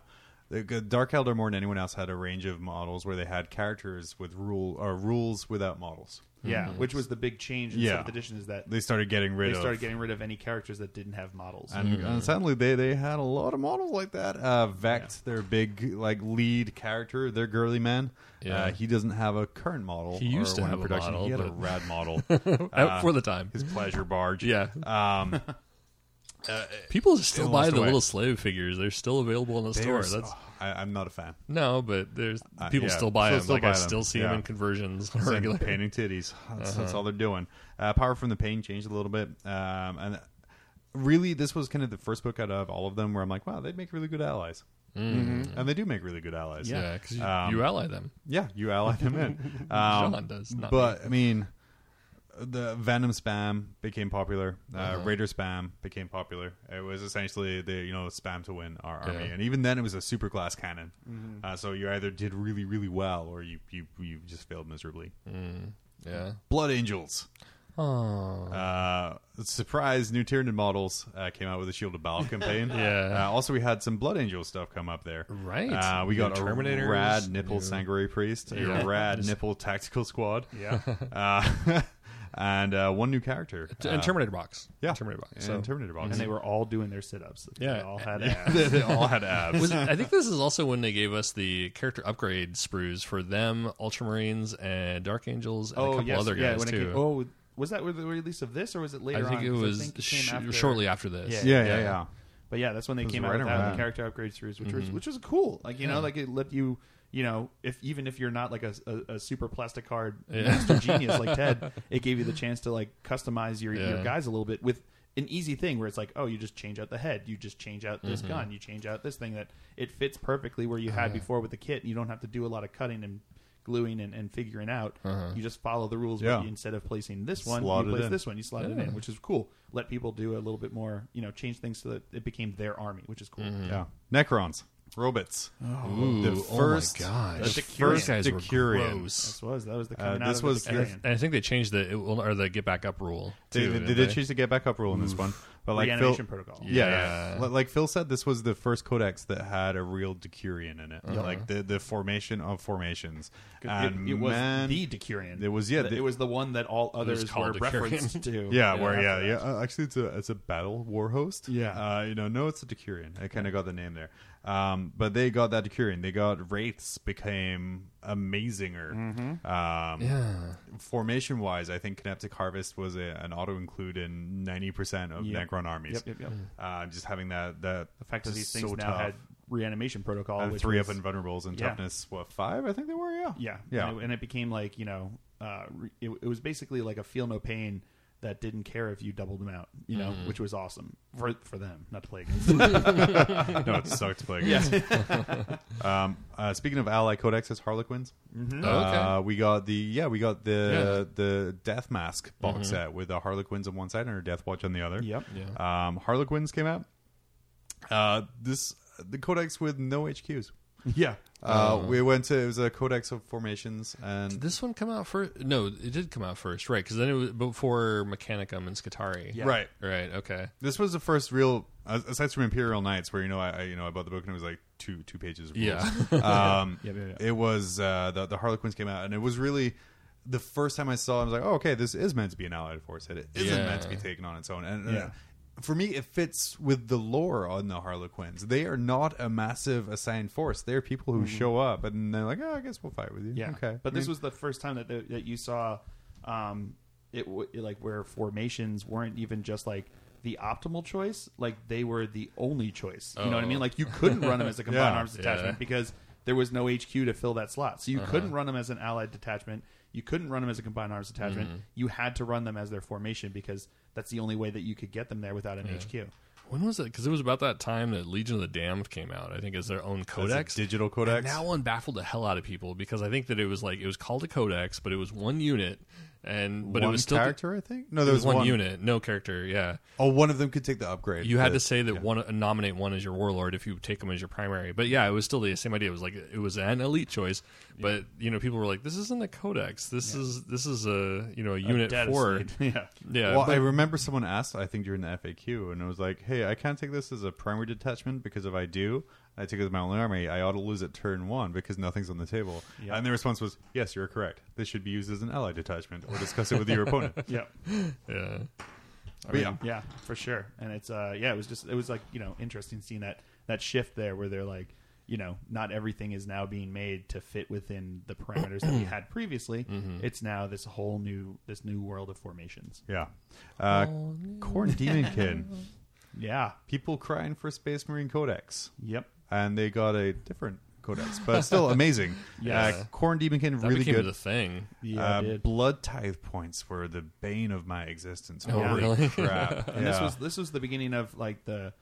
Speaker 1: the the Dark Elder more than anyone else had a range of models where they had characters with rule or rules without models.
Speaker 2: Yeah, which was the big change in
Speaker 1: Yeah.
Speaker 2: seventh edition is that
Speaker 1: They started getting rid of
Speaker 2: they started getting rid of any characters that didn't have models.
Speaker 1: And,
Speaker 3: Mm-hmm.
Speaker 1: and sadly, they, they had a lot of models like that. Uh, Vect, their big like lead character, their girly man.
Speaker 3: Yeah.
Speaker 1: Uh, he doesn't have a current model.
Speaker 3: He used
Speaker 1: or
Speaker 3: to
Speaker 1: one in
Speaker 3: have a
Speaker 1: production.
Speaker 3: model,
Speaker 1: He had a
Speaker 3: but-
Speaker 1: rad model.
Speaker 3: Uh, for the time.
Speaker 1: His pleasure barge.
Speaker 3: Yeah.
Speaker 1: Um,
Speaker 3: People still
Speaker 1: it
Speaker 3: buy
Speaker 1: lost
Speaker 3: the
Speaker 1: away.
Speaker 3: little slave figures. They're still available in the
Speaker 1: they
Speaker 3: store.
Speaker 1: were so-
Speaker 3: That's
Speaker 1: I, I'm not a fan.
Speaker 3: no, but there's people
Speaker 1: yeah.
Speaker 3: still buy
Speaker 1: Still-
Speaker 3: them.
Speaker 1: still
Speaker 3: like
Speaker 1: buy
Speaker 3: I
Speaker 1: them.
Speaker 3: still see them
Speaker 1: Yeah.
Speaker 3: in conversions
Speaker 1: It's like
Speaker 3: regularly.
Speaker 1: painting titties. That's,
Speaker 3: Uh-huh.
Speaker 1: that's all they're doing. Uh, Power from the Pain changed a little bit, um, and really, this was kind of the first book out of all of them where I'm like, wow, they make really good allies, mm-hmm. and they do make really good allies.
Speaker 3: Yeah, because you,
Speaker 1: Um,
Speaker 3: you ally them.
Speaker 1: Yeah, you ally them in. Um,
Speaker 3: John does not.
Speaker 1: but I mean, the Venom spam became popular. Uh,
Speaker 3: Uh-huh.
Speaker 1: Raider spam became popular. It was essentially the you know spam to win our army,
Speaker 3: Yeah.
Speaker 1: and even then it was a super glass cannon. Uh, so you either did really really well or you you you just failed miserably.
Speaker 3: yeah.
Speaker 1: Blood Angels.
Speaker 3: Oh.
Speaker 1: Uh, surprise! New Tyranid models uh, came out with a Shield of Battle campaign.
Speaker 3: Yeah.
Speaker 1: Uh, also, we had some Blood Angel stuff come up there.
Speaker 3: Right.
Speaker 1: Uh, we got a
Speaker 3: Terminators,
Speaker 1: rad nipple
Speaker 3: new-
Speaker 1: sanguary priest,
Speaker 3: Yeah.
Speaker 1: a rad nipple tactical squad.
Speaker 2: yeah,
Speaker 1: Uh, and uh, one new character.
Speaker 3: and
Speaker 1: Uh,
Speaker 3: Terminator box.
Speaker 1: yeah,
Speaker 3: Terminator box.
Speaker 1: And
Speaker 3: So.
Speaker 1: Terminator box.
Speaker 2: and they were all doing their sit-ups. Like,
Speaker 3: Yeah.
Speaker 2: they all had
Speaker 1: they,
Speaker 2: abs.
Speaker 1: they all had abs.
Speaker 3: Was it- I think this is also when they gave us the character upgrade sprues for them, Ultramarines and Dark Angels, and a
Speaker 2: oh
Speaker 3: couple
Speaker 2: yes,
Speaker 3: other
Speaker 2: yeah.
Speaker 3: guys
Speaker 2: When it
Speaker 3: too.
Speaker 2: came, oh, was that with the release of this or was it
Speaker 3: I
Speaker 2: later?
Speaker 3: think
Speaker 2: on?
Speaker 3: it
Speaker 2: 'Cause
Speaker 3: was
Speaker 2: think it came
Speaker 3: sh-
Speaker 2: after-
Speaker 3: shortly after this.
Speaker 2: Yeah.
Speaker 1: yeah, yeah, yeah.
Speaker 2: But yeah, that's when they
Speaker 1: was
Speaker 2: came
Speaker 1: right
Speaker 2: out with that,
Speaker 1: around. Mm-hmm.
Speaker 2: and the character upgrade series, which was which was cool. Like you know, like it let you you know if even if you're not like a, a, a super plastic card master genius like Ted, it gave you the chance to like customize your
Speaker 3: Yeah.
Speaker 2: your guys a little bit with an easy thing where it's like oh you just change out the head, you just change out this
Speaker 1: Mm-hmm.
Speaker 2: gun, you change out this thing that it fits perfectly where
Speaker 1: Oh,
Speaker 2: you had before with the kit. and You don't have to do a lot of cutting and gluing and, and figuring out. You just follow the rules.
Speaker 1: Uh-huh. Yeah.
Speaker 2: But you, instead of placing this one,
Speaker 1: Slot it
Speaker 2: you place
Speaker 1: in.
Speaker 2: this one, you slot it in, which is cool. Let people do a little bit more, you know, change things so that it became their army, which is cool.
Speaker 1: Yeah. Necrons. Robots.
Speaker 3: Ooh,
Speaker 1: the first,
Speaker 3: Mm. oh my
Speaker 1: The
Speaker 3: gosh.
Speaker 1: first
Speaker 3: guys were
Speaker 1: Decurion.
Speaker 3: gross.
Speaker 2: This was that was the
Speaker 1: Uh,
Speaker 2: coming
Speaker 1: this
Speaker 2: out
Speaker 1: was-
Speaker 2: of the Decurion.
Speaker 3: And I think they changed the it will- or the get back up rule
Speaker 1: They, they,
Speaker 3: too.
Speaker 1: they
Speaker 3: didn't
Speaker 1: did
Speaker 3: they?
Speaker 1: choose to get back up rule in this one, but like Phil,
Speaker 2: reanimation protocol.
Speaker 1: Yeah, yeah.
Speaker 3: Yeah.
Speaker 1: Li- like Phil said, this was the first codex that had a real Decurion in it,
Speaker 3: Uh-huh.
Speaker 1: like the the formation of formations.
Speaker 2: 'Cause
Speaker 1: And
Speaker 2: it, it was
Speaker 1: man,
Speaker 2: the Decurion.
Speaker 1: it was- yeah, the-
Speaker 2: it was the one that all others were
Speaker 3: called Decurion.
Speaker 2: referenced to.
Speaker 1: yeah, where
Speaker 2: after
Speaker 1: yeah,
Speaker 2: that.
Speaker 1: yeah. uh, actually, it's a it's a battle war host.
Speaker 2: Yeah.
Speaker 1: uh, you know, no, it's a Decurion. I kind of got the name there. Um, but they got that Decurion. They got wraiths became amazinger.
Speaker 2: Mm-hmm.
Speaker 1: Um,
Speaker 3: Yeah.
Speaker 1: formation wise, I think Kineptic Harvest was a, an auto include in ninety percent of
Speaker 2: Yep.
Speaker 1: Necron armies.
Speaker 2: Yep, yep, yep.
Speaker 3: Mm.
Speaker 1: Uh, just having that that
Speaker 2: The fact that these
Speaker 1: just
Speaker 2: things
Speaker 1: so
Speaker 2: now
Speaker 1: tough.
Speaker 2: had reanimation protocol,
Speaker 1: and
Speaker 2: which
Speaker 1: three
Speaker 2: was,
Speaker 1: up invulnerables and
Speaker 2: yeah.
Speaker 1: toughness what five i think they were yeah
Speaker 2: Yeah,
Speaker 1: yeah
Speaker 2: And it, and it became like you know, uh, re- it, it was basically like a feel no pain that didn't care if you doubled them out, you know, which was awesome for for them, not to play against. them.
Speaker 1: no it sucked to play against um uh, speaking of ally codexes harlequins
Speaker 2: Mm-hmm.
Speaker 3: Oh, okay.
Speaker 1: uh, we got the yeah we got the
Speaker 3: Yeah. Mm-hmm.
Speaker 1: the death mask box set with the harlequins on one side and her death watch on the other
Speaker 2: yep.
Speaker 3: yeah.
Speaker 1: um harlequins came out uh this the codex with no hqs
Speaker 2: Yeah.
Speaker 1: uh,
Speaker 3: Oh.
Speaker 1: we went to it was a codex of formations and
Speaker 3: Did this one come out first? No, it did come out first, right? Because then it was before Mechanicum and Skatari.
Speaker 2: Yeah.
Speaker 1: right
Speaker 3: Right. Okay.
Speaker 1: This was the first real, as- aside from Imperial Knights, where you know I, I you know I bought the book and it was like two two pages. Of rules.
Speaker 3: Yeah.
Speaker 1: um,
Speaker 2: Yeah, yeah,
Speaker 1: It was uh, the the Harlequins came out and it was really the first time I saw. it, I was like, oh, okay, this is meant to be an allied force. It isn't
Speaker 3: Yeah.
Speaker 1: meant to be taken on its own. And uh,
Speaker 2: Yeah.
Speaker 1: for me, it fits with the lore on the Harlequins. They are not a massive assigned force. They're people
Speaker 3: Mm-hmm.
Speaker 1: who show up and they're like, oh, I guess we'll fight with you.
Speaker 2: Yeah.
Speaker 1: okay.
Speaker 2: But
Speaker 1: I
Speaker 2: this
Speaker 1: mean,
Speaker 2: was the first time that the, that you saw um, it, w- it like where formations weren't even just like the optimal choice, like they were the only choice. You know what I mean?
Speaker 3: Oh.
Speaker 2: Like you couldn't run them as a combined
Speaker 1: Yeah.
Speaker 2: arms detachment
Speaker 3: Yeah.
Speaker 2: because there was no HQ to fill that slot. So you couldn't run them as an allied detachment. You couldn't run them as a combined arms detachment. You had to run them as their formation because that's the only way that you could get them there without an HQ.
Speaker 3: When was it? Because it was about that time that Legion of the Damned came out. I think as their own codex,
Speaker 1: digital codex.
Speaker 3: And that one baffled the hell out of people because I think that it was like it was called a codex, but it was one unit, and but
Speaker 1: one
Speaker 3: it was still
Speaker 1: character, I think. No, there
Speaker 3: It was
Speaker 1: was,
Speaker 3: one, unit, no character. Yeah,
Speaker 1: Oh, one of them could take the upgrade.
Speaker 3: you had
Speaker 1: The-
Speaker 3: to say that one uh, nominate one as your warlord if you take them as your primary. But yeah, it was still the same idea. It was like it was an elite choice, but you know people were like, "This isn't a codex. This is this is a you know a unit
Speaker 2: Dead
Speaker 3: four.
Speaker 2: asleep. Yeah.
Speaker 3: Yeah,
Speaker 1: Well,
Speaker 3: but-
Speaker 1: I remember someone asked, I think during the FAQ, and it was like, "Hey, I can't take this as a primary detachment because if I do, I take it as my only army. I ought to lose at turn one because nothing's on the table." And the response was, "Yes, you're correct. This should be used as an ally detachment, or discuss it with your opponent."
Speaker 2: Yeah.
Speaker 3: yeah.
Speaker 1: But yeah,
Speaker 2: Yeah, for sure. And it's uh yeah, it was just it was like, you know, interesting seeing that that shift there where they're like, you know, not everything is now being made to fit within the parameters that we had previously. It's now this whole new this new world of formations.
Speaker 1: yeah. Uh, Corn Demonkin,
Speaker 2: Yeah.
Speaker 1: people crying for Space Marine Codex,
Speaker 2: Yep.
Speaker 1: and they got a different codex, but still amazing.
Speaker 2: Yes.
Speaker 1: uh, Corn Demonkin,
Speaker 3: That
Speaker 1: really
Speaker 3: became
Speaker 1: good.
Speaker 3: the thing.
Speaker 2: Yeah,
Speaker 1: uh,
Speaker 2: it did.
Speaker 1: blood tithe points were the bane of my existence.
Speaker 3: Oh,
Speaker 1: Holy
Speaker 3: really?
Speaker 1: crap!
Speaker 2: and this
Speaker 1: Yeah.
Speaker 2: was this was the beginning of like the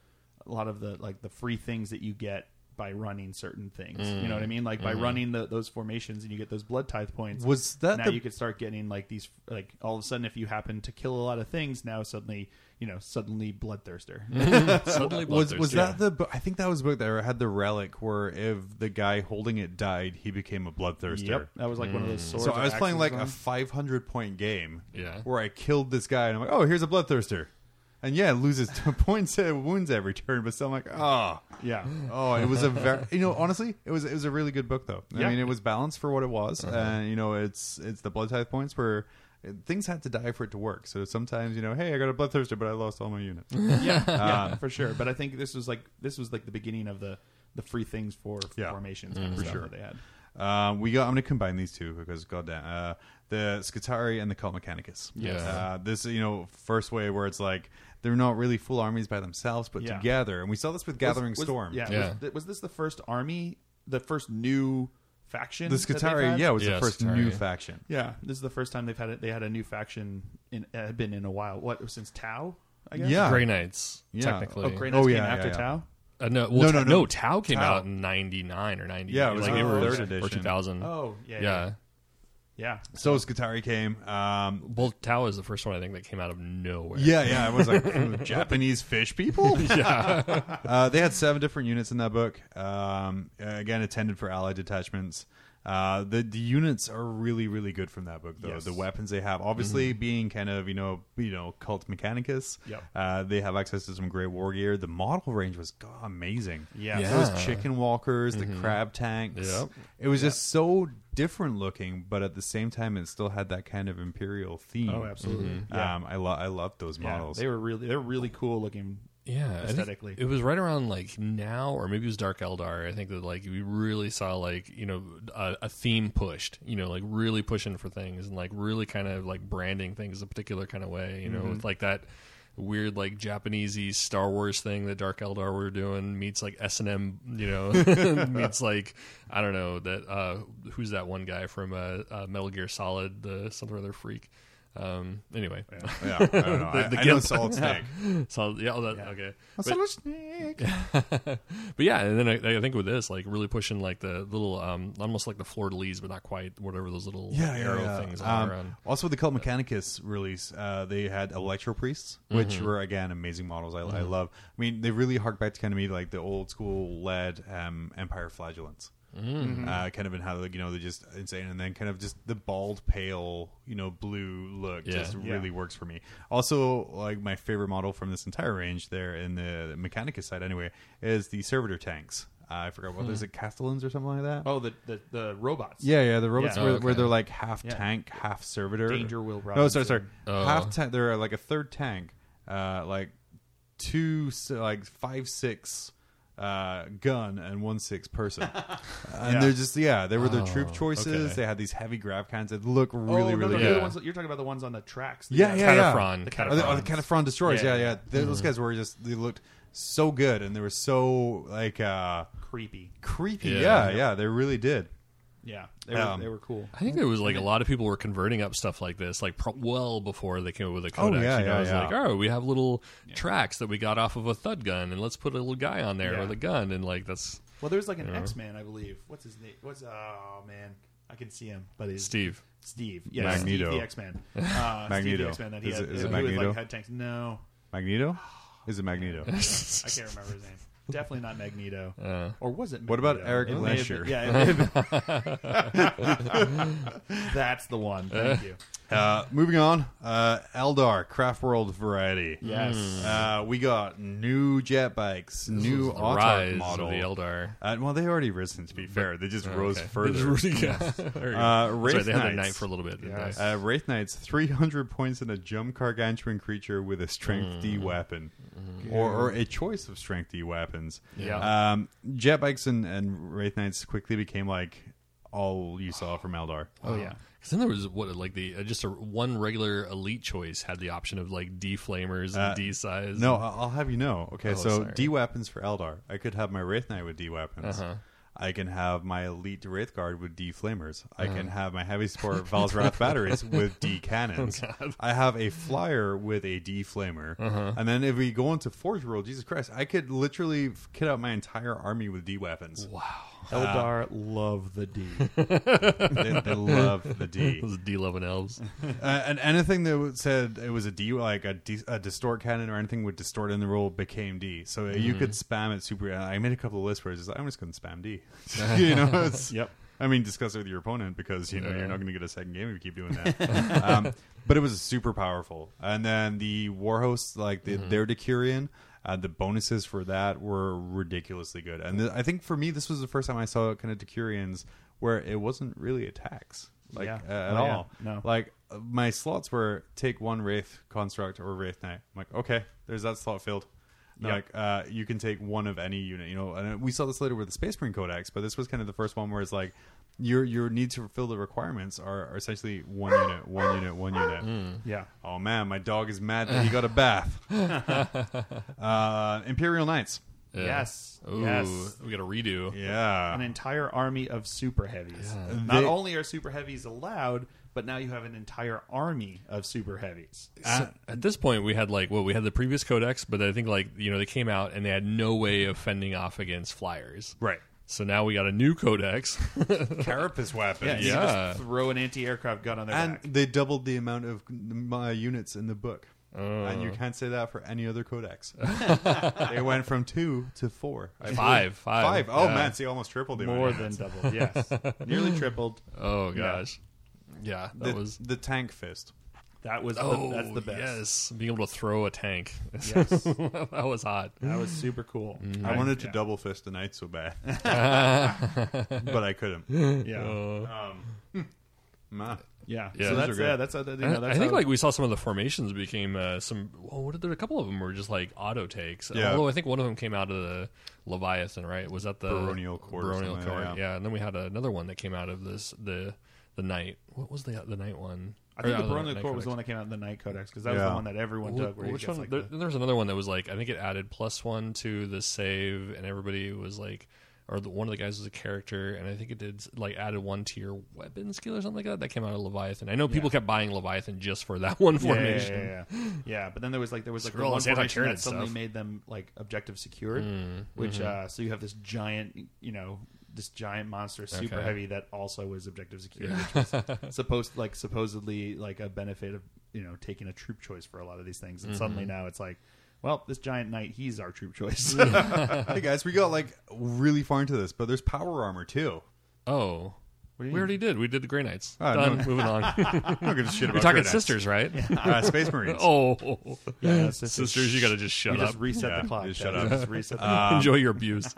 Speaker 2: a lot of the like the free things that you get by running certain things. You know what I mean? Like by running the, those formations and you get those blood tithe points.
Speaker 1: Mm-hmm. Was that
Speaker 2: now
Speaker 1: the-
Speaker 2: you could start getting like these like all of a sudden if you happen to kill a lot of things now suddenly you know suddenly bloodthirster.
Speaker 1: Mm,
Speaker 3: Suddenly,
Speaker 1: was was
Speaker 3: bloodthirsty.
Speaker 1: that the book? I think that was the book that had the relic where if the guy holding it died, he became a bloodthirster.
Speaker 2: yep, that was like one of those swords.
Speaker 1: Mm. So I
Speaker 2: or
Speaker 1: was playing like
Speaker 2: axes
Speaker 1: a
Speaker 2: on.
Speaker 1: 500 point game,
Speaker 3: Yeah.
Speaker 1: where I killed this guy and I'm like, oh, here's a bloodthirster, and yeah, it loses two points, uh, wounds every turn, but still I'm like, oh,
Speaker 2: yeah.
Speaker 1: oh, it was a very, you know, honestly, it was it was a really good book though. I
Speaker 2: Yeah. Uh-huh.
Speaker 1: mean, it was balanced for what it was, and you know, it's it's the blood tithe points where. uh, Things had to die for it to work. So sometimes, you know, hey, I got a bloodthirster, but I lost all my units.
Speaker 2: yeah,
Speaker 1: Ah.
Speaker 2: yeah, for sure. But I think this was like this was like the beginning of the the free things for
Speaker 1: Yeah.
Speaker 2: formations kind of
Speaker 1: For
Speaker 2: stuff
Speaker 1: sure.
Speaker 2: that they had.
Speaker 1: Um, we got. I'm going to combine these two because goddamn, uh, the Scutari and the Cult Mechanicus.
Speaker 3: Yes.
Speaker 1: Uh, this you know first way where it's like they're not really full armies by themselves, but
Speaker 2: Yeah.
Speaker 1: together, and we saw this with
Speaker 2: Was-
Speaker 1: Gathering
Speaker 2: was-
Speaker 1: Storm.
Speaker 2: Yeah.
Speaker 3: Yeah.
Speaker 2: Was, th- was this the first army, the first new faction?
Speaker 1: The
Speaker 2: that they've had?
Speaker 1: Scutari, yeah, was
Speaker 3: Yeah,
Speaker 1: the first
Speaker 3: Scutari.
Speaker 1: new faction.
Speaker 2: yeah. This is the first time they've had it. They had a new faction in uh, had been in a while. What since Tau? I guess.
Speaker 1: Yeah.
Speaker 3: Grey Knights?
Speaker 1: Yeah.
Speaker 3: Technically,
Speaker 2: Oh, Grey
Speaker 1: Oh,
Speaker 2: Knights
Speaker 1: yeah,
Speaker 2: came
Speaker 1: yeah,
Speaker 2: after
Speaker 1: yeah.
Speaker 2: Tau.
Speaker 3: Uh, no, well,
Speaker 1: No,
Speaker 3: no,
Speaker 1: no,
Speaker 3: no,
Speaker 1: no.
Speaker 3: Tau came
Speaker 1: Tau.
Speaker 3: out in '99 or '90.
Speaker 1: Yeah, it was
Speaker 3: like
Speaker 1: the
Speaker 3: it was-
Speaker 1: third
Speaker 3: or
Speaker 1: edition.
Speaker 3: 2000.
Speaker 2: Oh yeah,
Speaker 3: Hmm. yeah.
Speaker 2: yeah, yeah.
Speaker 1: So Scutari came. Um,
Speaker 3: Well, Tau is the first one I think that came out of nowhere.
Speaker 1: yeah, yeah. I was like "Hmm, Japanese fish people. yeah. Uh, they had seven different units in that book. Um, again, attended for allied detachments. Uh, the the units are really really good from that book though.
Speaker 2: Yes. Mm-hmm.
Speaker 1: The weapons they have, obviously being kind of you know you know cult mechanicus.
Speaker 2: Yep.
Speaker 1: Uh, they have access to some great war gear. The model range was god, amazing.
Speaker 2: Yeah.
Speaker 1: Those
Speaker 3: Yeah.
Speaker 1: chicken walkers,
Speaker 2: Mm-hmm.
Speaker 1: the crab tanks.
Speaker 3: Yep.
Speaker 1: It was just so different looking, but at the same time, it still had that kind of imperial theme.
Speaker 2: Oh, absolutely. Yeah.
Speaker 1: Um, I love I loved those
Speaker 2: Yeah.
Speaker 1: models.
Speaker 2: They were really they're really cool looking.
Speaker 3: yeah. I think
Speaker 2: Aesthetically.
Speaker 3: it was right around like now, or maybe it was Dark Eldar. I think that like we really saw like you know a, a theme pushed, you know, like really pushing for things and like really kind of like branding things a particular kind of way, you know, with like that weird like Japanesey Star Wars thing that Dark Eldar were doing meets like S and M, you know, meets like I don't know that uh who's that one guy from uh, uh Metal Gear Solid, the something or other freak. Um. Anyway,
Speaker 1: Yeah, I don't know.
Speaker 3: The-
Speaker 1: I,
Speaker 3: the
Speaker 1: I know
Speaker 3: gimp.
Speaker 1: Solid Snake.
Speaker 3: so yeah, all that, okay. But-
Speaker 1: Snake.
Speaker 3: but yeah, and then I, I think with this, like really pushing like the little, um, almost like the fleur de lis, but not quite. Whatever those little
Speaker 1: Yeah, yeah,
Speaker 3: arrow
Speaker 1: yeah.
Speaker 3: things
Speaker 1: Um,
Speaker 3: are. And,
Speaker 1: Also, the Cult Mechanicus release, uh, they had Electro Priests, which
Speaker 3: Mm-hmm.
Speaker 1: were again amazing models. I, I love. I mean, they really hark back to kind of me like the old school lead um, Empire Flagellants,
Speaker 3: Mm-hmm.
Speaker 1: uh, kind of in how like, you know they're just insane, and then kind of just the bald, pale, you know, blue look
Speaker 3: Yeah.
Speaker 1: just
Speaker 2: Yeah.
Speaker 1: really works for me. Also, like my favorite model from this entire range there in the Mechanicus side, anyway, is the Servitor tanks. Uh, I forgot
Speaker 3: Hmm.
Speaker 1: what is it, Castellans or something like that.
Speaker 2: Oh, the the, the robots.
Speaker 1: Yeah, yeah, the robots
Speaker 2: Yeah.
Speaker 1: Where,
Speaker 3: Oh, okay.
Speaker 1: where they're like half
Speaker 2: Yeah.
Speaker 1: tank, half servitor.
Speaker 2: Danger Will
Speaker 1: No, sorry,
Speaker 2: Robinson.
Speaker 1: sorry.
Speaker 3: Oh.
Speaker 1: Half tank. They're like a third tank, uh, like two, s- like five six uh, gun and one six person, and
Speaker 2: Yeah.
Speaker 1: they're just yeah. They were their troop
Speaker 3: Oh,
Speaker 1: choices.
Speaker 3: okay.
Speaker 1: They had these heavy grab cannons that look really,
Speaker 2: oh, no,
Speaker 1: really
Speaker 2: no,
Speaker 1: good.
Speaker 2: You're, the
Speaker 3: Yeah.
Speaker 2: ones that- you're talking about the ones on the tracks.
Speaker 1: Yeah, yeah, yeah.
Speaker 3: Cataphrond,
Speaker 1: The
Speaker 3: the
Speaker 1: Cataphrons. Oh, the,
Speaker 3: Cataphrons.
Speaker 1: Cataphrond destroyers. Yeah,
Speaker 2: Yeah,
Speaker 1: yeah.
Speaker 2: yeah. Mm-hmm.
Speaker 1: They- Those guys were just they looked so good, and they were so like uh,
Speaker 2: Creepy.
Speaker 1: creepy.
Speaker 3: Yeah.
Speaker 1: yeah, yeah. They really did.
Speaker 2: Yeah, they were,
Speaker 1: Um,
Speaker 2: they were cool.
Speaker 3: I think there was like a lot of people were converting up stuff like this, like pro- well before they came up with a
Speaker 1: Oh,
Speaker 3: codex.
Speaker 1: yeah,
Speaker 3: you know,
Speaker 1: yeah,
Speaker 3: it's
Speaker 1: yeah.
Speaker 3: like, oh, we have little tracks that we got off of a thud gun, and let's put a little guy on there
Speaker 2: Yeah.
Speaker 3: with a gun, and like that's
Speaker 2: Well, there's like an X Man, I believe. What's his name? What's oh man, I can see him, but he's
Speaker 3: Steve.
Speaker 2: Steve, yeah,
Speaker 1: Magneto.
Speaker 2: Steve the X Man, uh, Steve
Speaker 1: Magneto.
Speaker 2: the X Man that he
Speaker 1: Is
Speaker 2: had,
Speaker 1: it- is it
Speaker 2: who had,
Speaker 1: Magneto?
Speaker 2: like head tanks. No,
Speaker 1: Magneto? Is it Magneto?
Speaker 2: I can't remember his name. Definitely not Magneto, or was it? Magneto?
Speaker 1: Uh. What about Eric
Speaker 2: It may have
Speaker 1: Lesher?
Speaker 2: been- Yeah, it may have been- that's the one. Thank you.
Speaker 1: uh, moving on, uh, Eldar Craftworld variety.
Speaker 2: Yes.
Speaker 1: Uh, we got new jet bikes, new
Speaker 3: The
Speaker 1: auto
Speaker 3: rise
Speaker 1: model.
Speaker 3: of the Eldar.
Speaker 1: Uh, well, they already risen. To be fair, they just rose
Speaker 3: Oh, Okay.
Speaker 1: further.
Speaker 3: yeah. There you go.
Speaker 1: Uh,
Speaker 3: Sorry,
Speaker 1: Wraith
Speaker 3: they had their
Speaker 1: Knights.
Speaker 3: night for a little bit. didn't they?
Speaker 1: Uh, Wraith Knight's 300 points in a jump gargantuan creature with a strength
Speaker 3: Mm.
Speaker 1: D weapon,
Speaker 3: Mm-hmm.
Speaker 1: or, or a choice of strength D weapons.
Speaker 3: Yeah.
Speaker 1: Um, jet bikes and, and Wraith Knights quickly became like all you saw from Eldar.
Speaker 2: oh yeah.
Speaker 3: Because then there was what like the uh, just a one regular elite choice had the option of like D flamers and
Speaker 1: Uh,
Speaker 3: D size.
Speaker 1: No, I- I'll have you know. Okay,
Speaker 3: Oh,
Speaker 1: so
Speaker 3: sorry.
Speaker 1: D weapons for Eldar. I could have my Wraith Knight with D weapons.
Speaker 3: Uh-huh.
Speaker 1: I can have my elite Wraith Guard with D flamers.
Speaker 3: Uh-huh.
Speaker 1: I can have my heavy support Val's Wrath batteries with D cannons.
Speaker 3: Oh,
Speaker 1: I have a flyer with a D flamer.
Speaker 3: Uh-huh.
Speaker 1: And then if we go into Forge World, Jesus Christ, I could literally f- kit out my entire army with D weapons.
Speaker 3: wow,
Speaker 2: Eldar love the D.
Speaker 1: they, they love the D.
Speaker 3: those D loving elves.
Speaker 1: Uh, and anything that would- said it was a D, like a, D, a distort cannon or anything with distort in the rule, became D. So you
Speaker 2: Mm-hmm.
Speaker 1: could spam it super. I made a couple of lists where it's just, I'm just going to spam D. you know, it's,
Speaker 2: Yep.
Speaker 1: I mean, discuss it with your opponent because you know you're not going to get a second game if you keep doing that. um, but it was super powerful. And then the warhosts, like the,
Speaker 2: Mm-hmm.
Speaker 1: their Decurion, uh, the bonuses for that were ridiculously good. And th- I think for me, this was the first time I saw kind of Decurions where it wasn't really attacks like
Speaker 2: Yeah.
Speaker 1: uh, at
Speaker 2: Oh, yeah.
Speaker 1: all.
Speaker 2: No.
Speaker 1: Like uh, my slots were take one wraith construct or wraith knight. I'm like, okay, there's that slot filled. And they're
Speaker 2: Yep.
Speaker 1: Like uh, you can take one of any unit, you know. And uh, we saw this later with the Space Marine Codex, but this was kind of the first one where it's like your your need to fulfill the requirements are, are essentially one unit, one unit, one unit.
Speaker 2: Yeah.
Speaker 1: Oh man, my dog is mad that he got a bath. uh, Imperial Knights.
Speaker 3: Yeah.
Speaker 2: Yes.
Speaker 3: Ooh,
Speaker 2: Yes.
Speaker 3: we got a redo.
Speaker 1: Yeah.
Speaker 2: an entire army of super heavies. Not
Speaker 1: They-
Speaker 2: only are super heavies allowed, but now you have an entire army of super heavies.
Speaker 1: Uh,
Speaker 3: So at this point, we had like well, we had the previous codex, but I think like you know they came out and they had no way of fending off against flyers.
Speaker 1: right.
Speaker 3: So now we got a new codex.
Speaker 1: Carapace weapons.
Speaker 2: you
Speaker 3: Yeah.
Speaker 2: can just throw an anti-aircraft gun on their
Speaker 1: And
Speaker 2: back.
Speaker 1: they doubled the amount of uh, units in the book.
Speaker 3: Oh.
Speaker 1: And you can't say that for any other codex. they went from two to four. I believe.
Speaker 3: five, five,
Speaker 1: Five. Oh,
Speaker 3: Yeah.
Speaker 1: man. See, almost tripled the
Speaker 2: More
Speaker 1: amount.
Speaker 2: than doubled, yes, nearly tripled.
Speaker 3: Oh gosh. Yeah, that
Speaker 1: the,
Speaker 3: was.
Speaker 1: the tank fist.
Speaker 2: That was
Speaker 3: Oh,
Speaker 2: the, that's the best.
Speaker 3: yes, being able to throw a tank.
Speaker 2: Yes, Mm.
Speaker 3: that was hot.
Speaker 2: that was super cool.
Speaker 1: I wanted to
Speaker 2: yeah.
Speaker 1: double fist the knight so bad, but I couldn't.
Speaker 2: Yeah,
Speaker 1: Ma.
Speaker 2: Uh, yeah.
Speaker 3: Yeah.
Speaker 2: So
Speaker 3: Those
Speaker 1: are
Speaker 2: that's
Speaker 1: good.
Speaker 2: yeah, that's, uh, you know,
Speaker 3: I
Speaker 2: that's
Speaker 3: think
Speaker 2: how-
Speaker 3: like we saw some of the formations became uh, some. Well, what did there? A couple of them were just like auto takes.
Speaker 1: Yeah.
Speaker 3: Although I think one of them came out of the Leviathan, right? Was that the
Speaker 1: Baronial Court or
Speaker 3: Baronial
Speaker 1: something,
Speaker 3: Court,
Speaker 1: yeah.
Speaker 3: yeah. And then we had another one that came out of this the the night. What was the the night one?
Speaker 2: I think
Speaker 3: Or,
Speaker 2: the
Speaker 3: uh,
Speaker 2: Burn the
Speaker 3: Night
Speaker 2: Court was the one
Speaker 3: Codex.
Speaker 2: that came out in the Night Codex because that was
Speaker 1: Yeah.
Speaker 2: the one that everyone
Speaker 3: Wh-
Speaker 2: took. Where you
Speaker 3: which
Speaker 2: get,
Speaker 3: one?
Speaker 2: Like,
Speaker 3: there,
Speaker 2: the-
Speaker 3: there was another one that was like I think it added plus one to the save, and everybody was like, or the, one of the guys was a character, and I think it did like added one to your weapon skill or something like that. That came out of Leviathan. I know people kept buying Leviathan just for that one
Speaker 2: Yeah, yeah,
Speaker 3: formation.
Speaker 2: Yeah, yeah, yeah. Yeah, but then there was like there was like
Speaker 3: Screw all
Speaker 2: the one
Speaker 3: this
Speaker 2: formation
Speaker 3: anti-turret
Speaker 2: that suddenly
Speaker 3: stuff.
Speaker 2: made them like objective secured,
Speaker 3: Mm,
Speaker 2: which
Speaker 3: mm-hmm.
Speaker 2: uh, so you have this giant, you know, this giant monster super
Speaker 3: Okay.
Speaker 2: heavy that also was objective secured, which was supposed like supposedly like a benefit of you know taking a troop choice for a lot of these things, and suddenly
Speaker 3: Mm-hmm.
Speaker 2: now it's like. Well, this giant knight, he's our troop choice.
Speaker 3: Mm.
Speaker 2: what
Speaker 1: hey, guys, we got like really far into this, but there's power armor too.
Speaker 3: Oh, we already did. We did the Grey Knights.
Speaker 1: Ah,
Speaker 3: Done.
Speaker 1: no.
Speaker 3: Moving on.
Speaker 1: I'm not gonna shit about
Speaker 3: We're talking
Speaker 1: Grey Knights.
Speaker 3: sisters, right?
Speaker 1: Uh, Space Marines.
Speaker 3: oh,
Speaker 2: Yeah,
Speaker 3: sisters,
Speaker 2: sisters.
Speaker 3: you got to just Um, shut
Speaker 2: you
Speaker 3: up.
Speaker 2: just reset
Speaker 1: Yeah,
Speaker 2: the clock.
Speaker 1: just
Speaker 2: Dad.
Speaker 1: shut up. Uh,
Speaker 2: Just reset the
Speaker 3: Enjoy your abuse.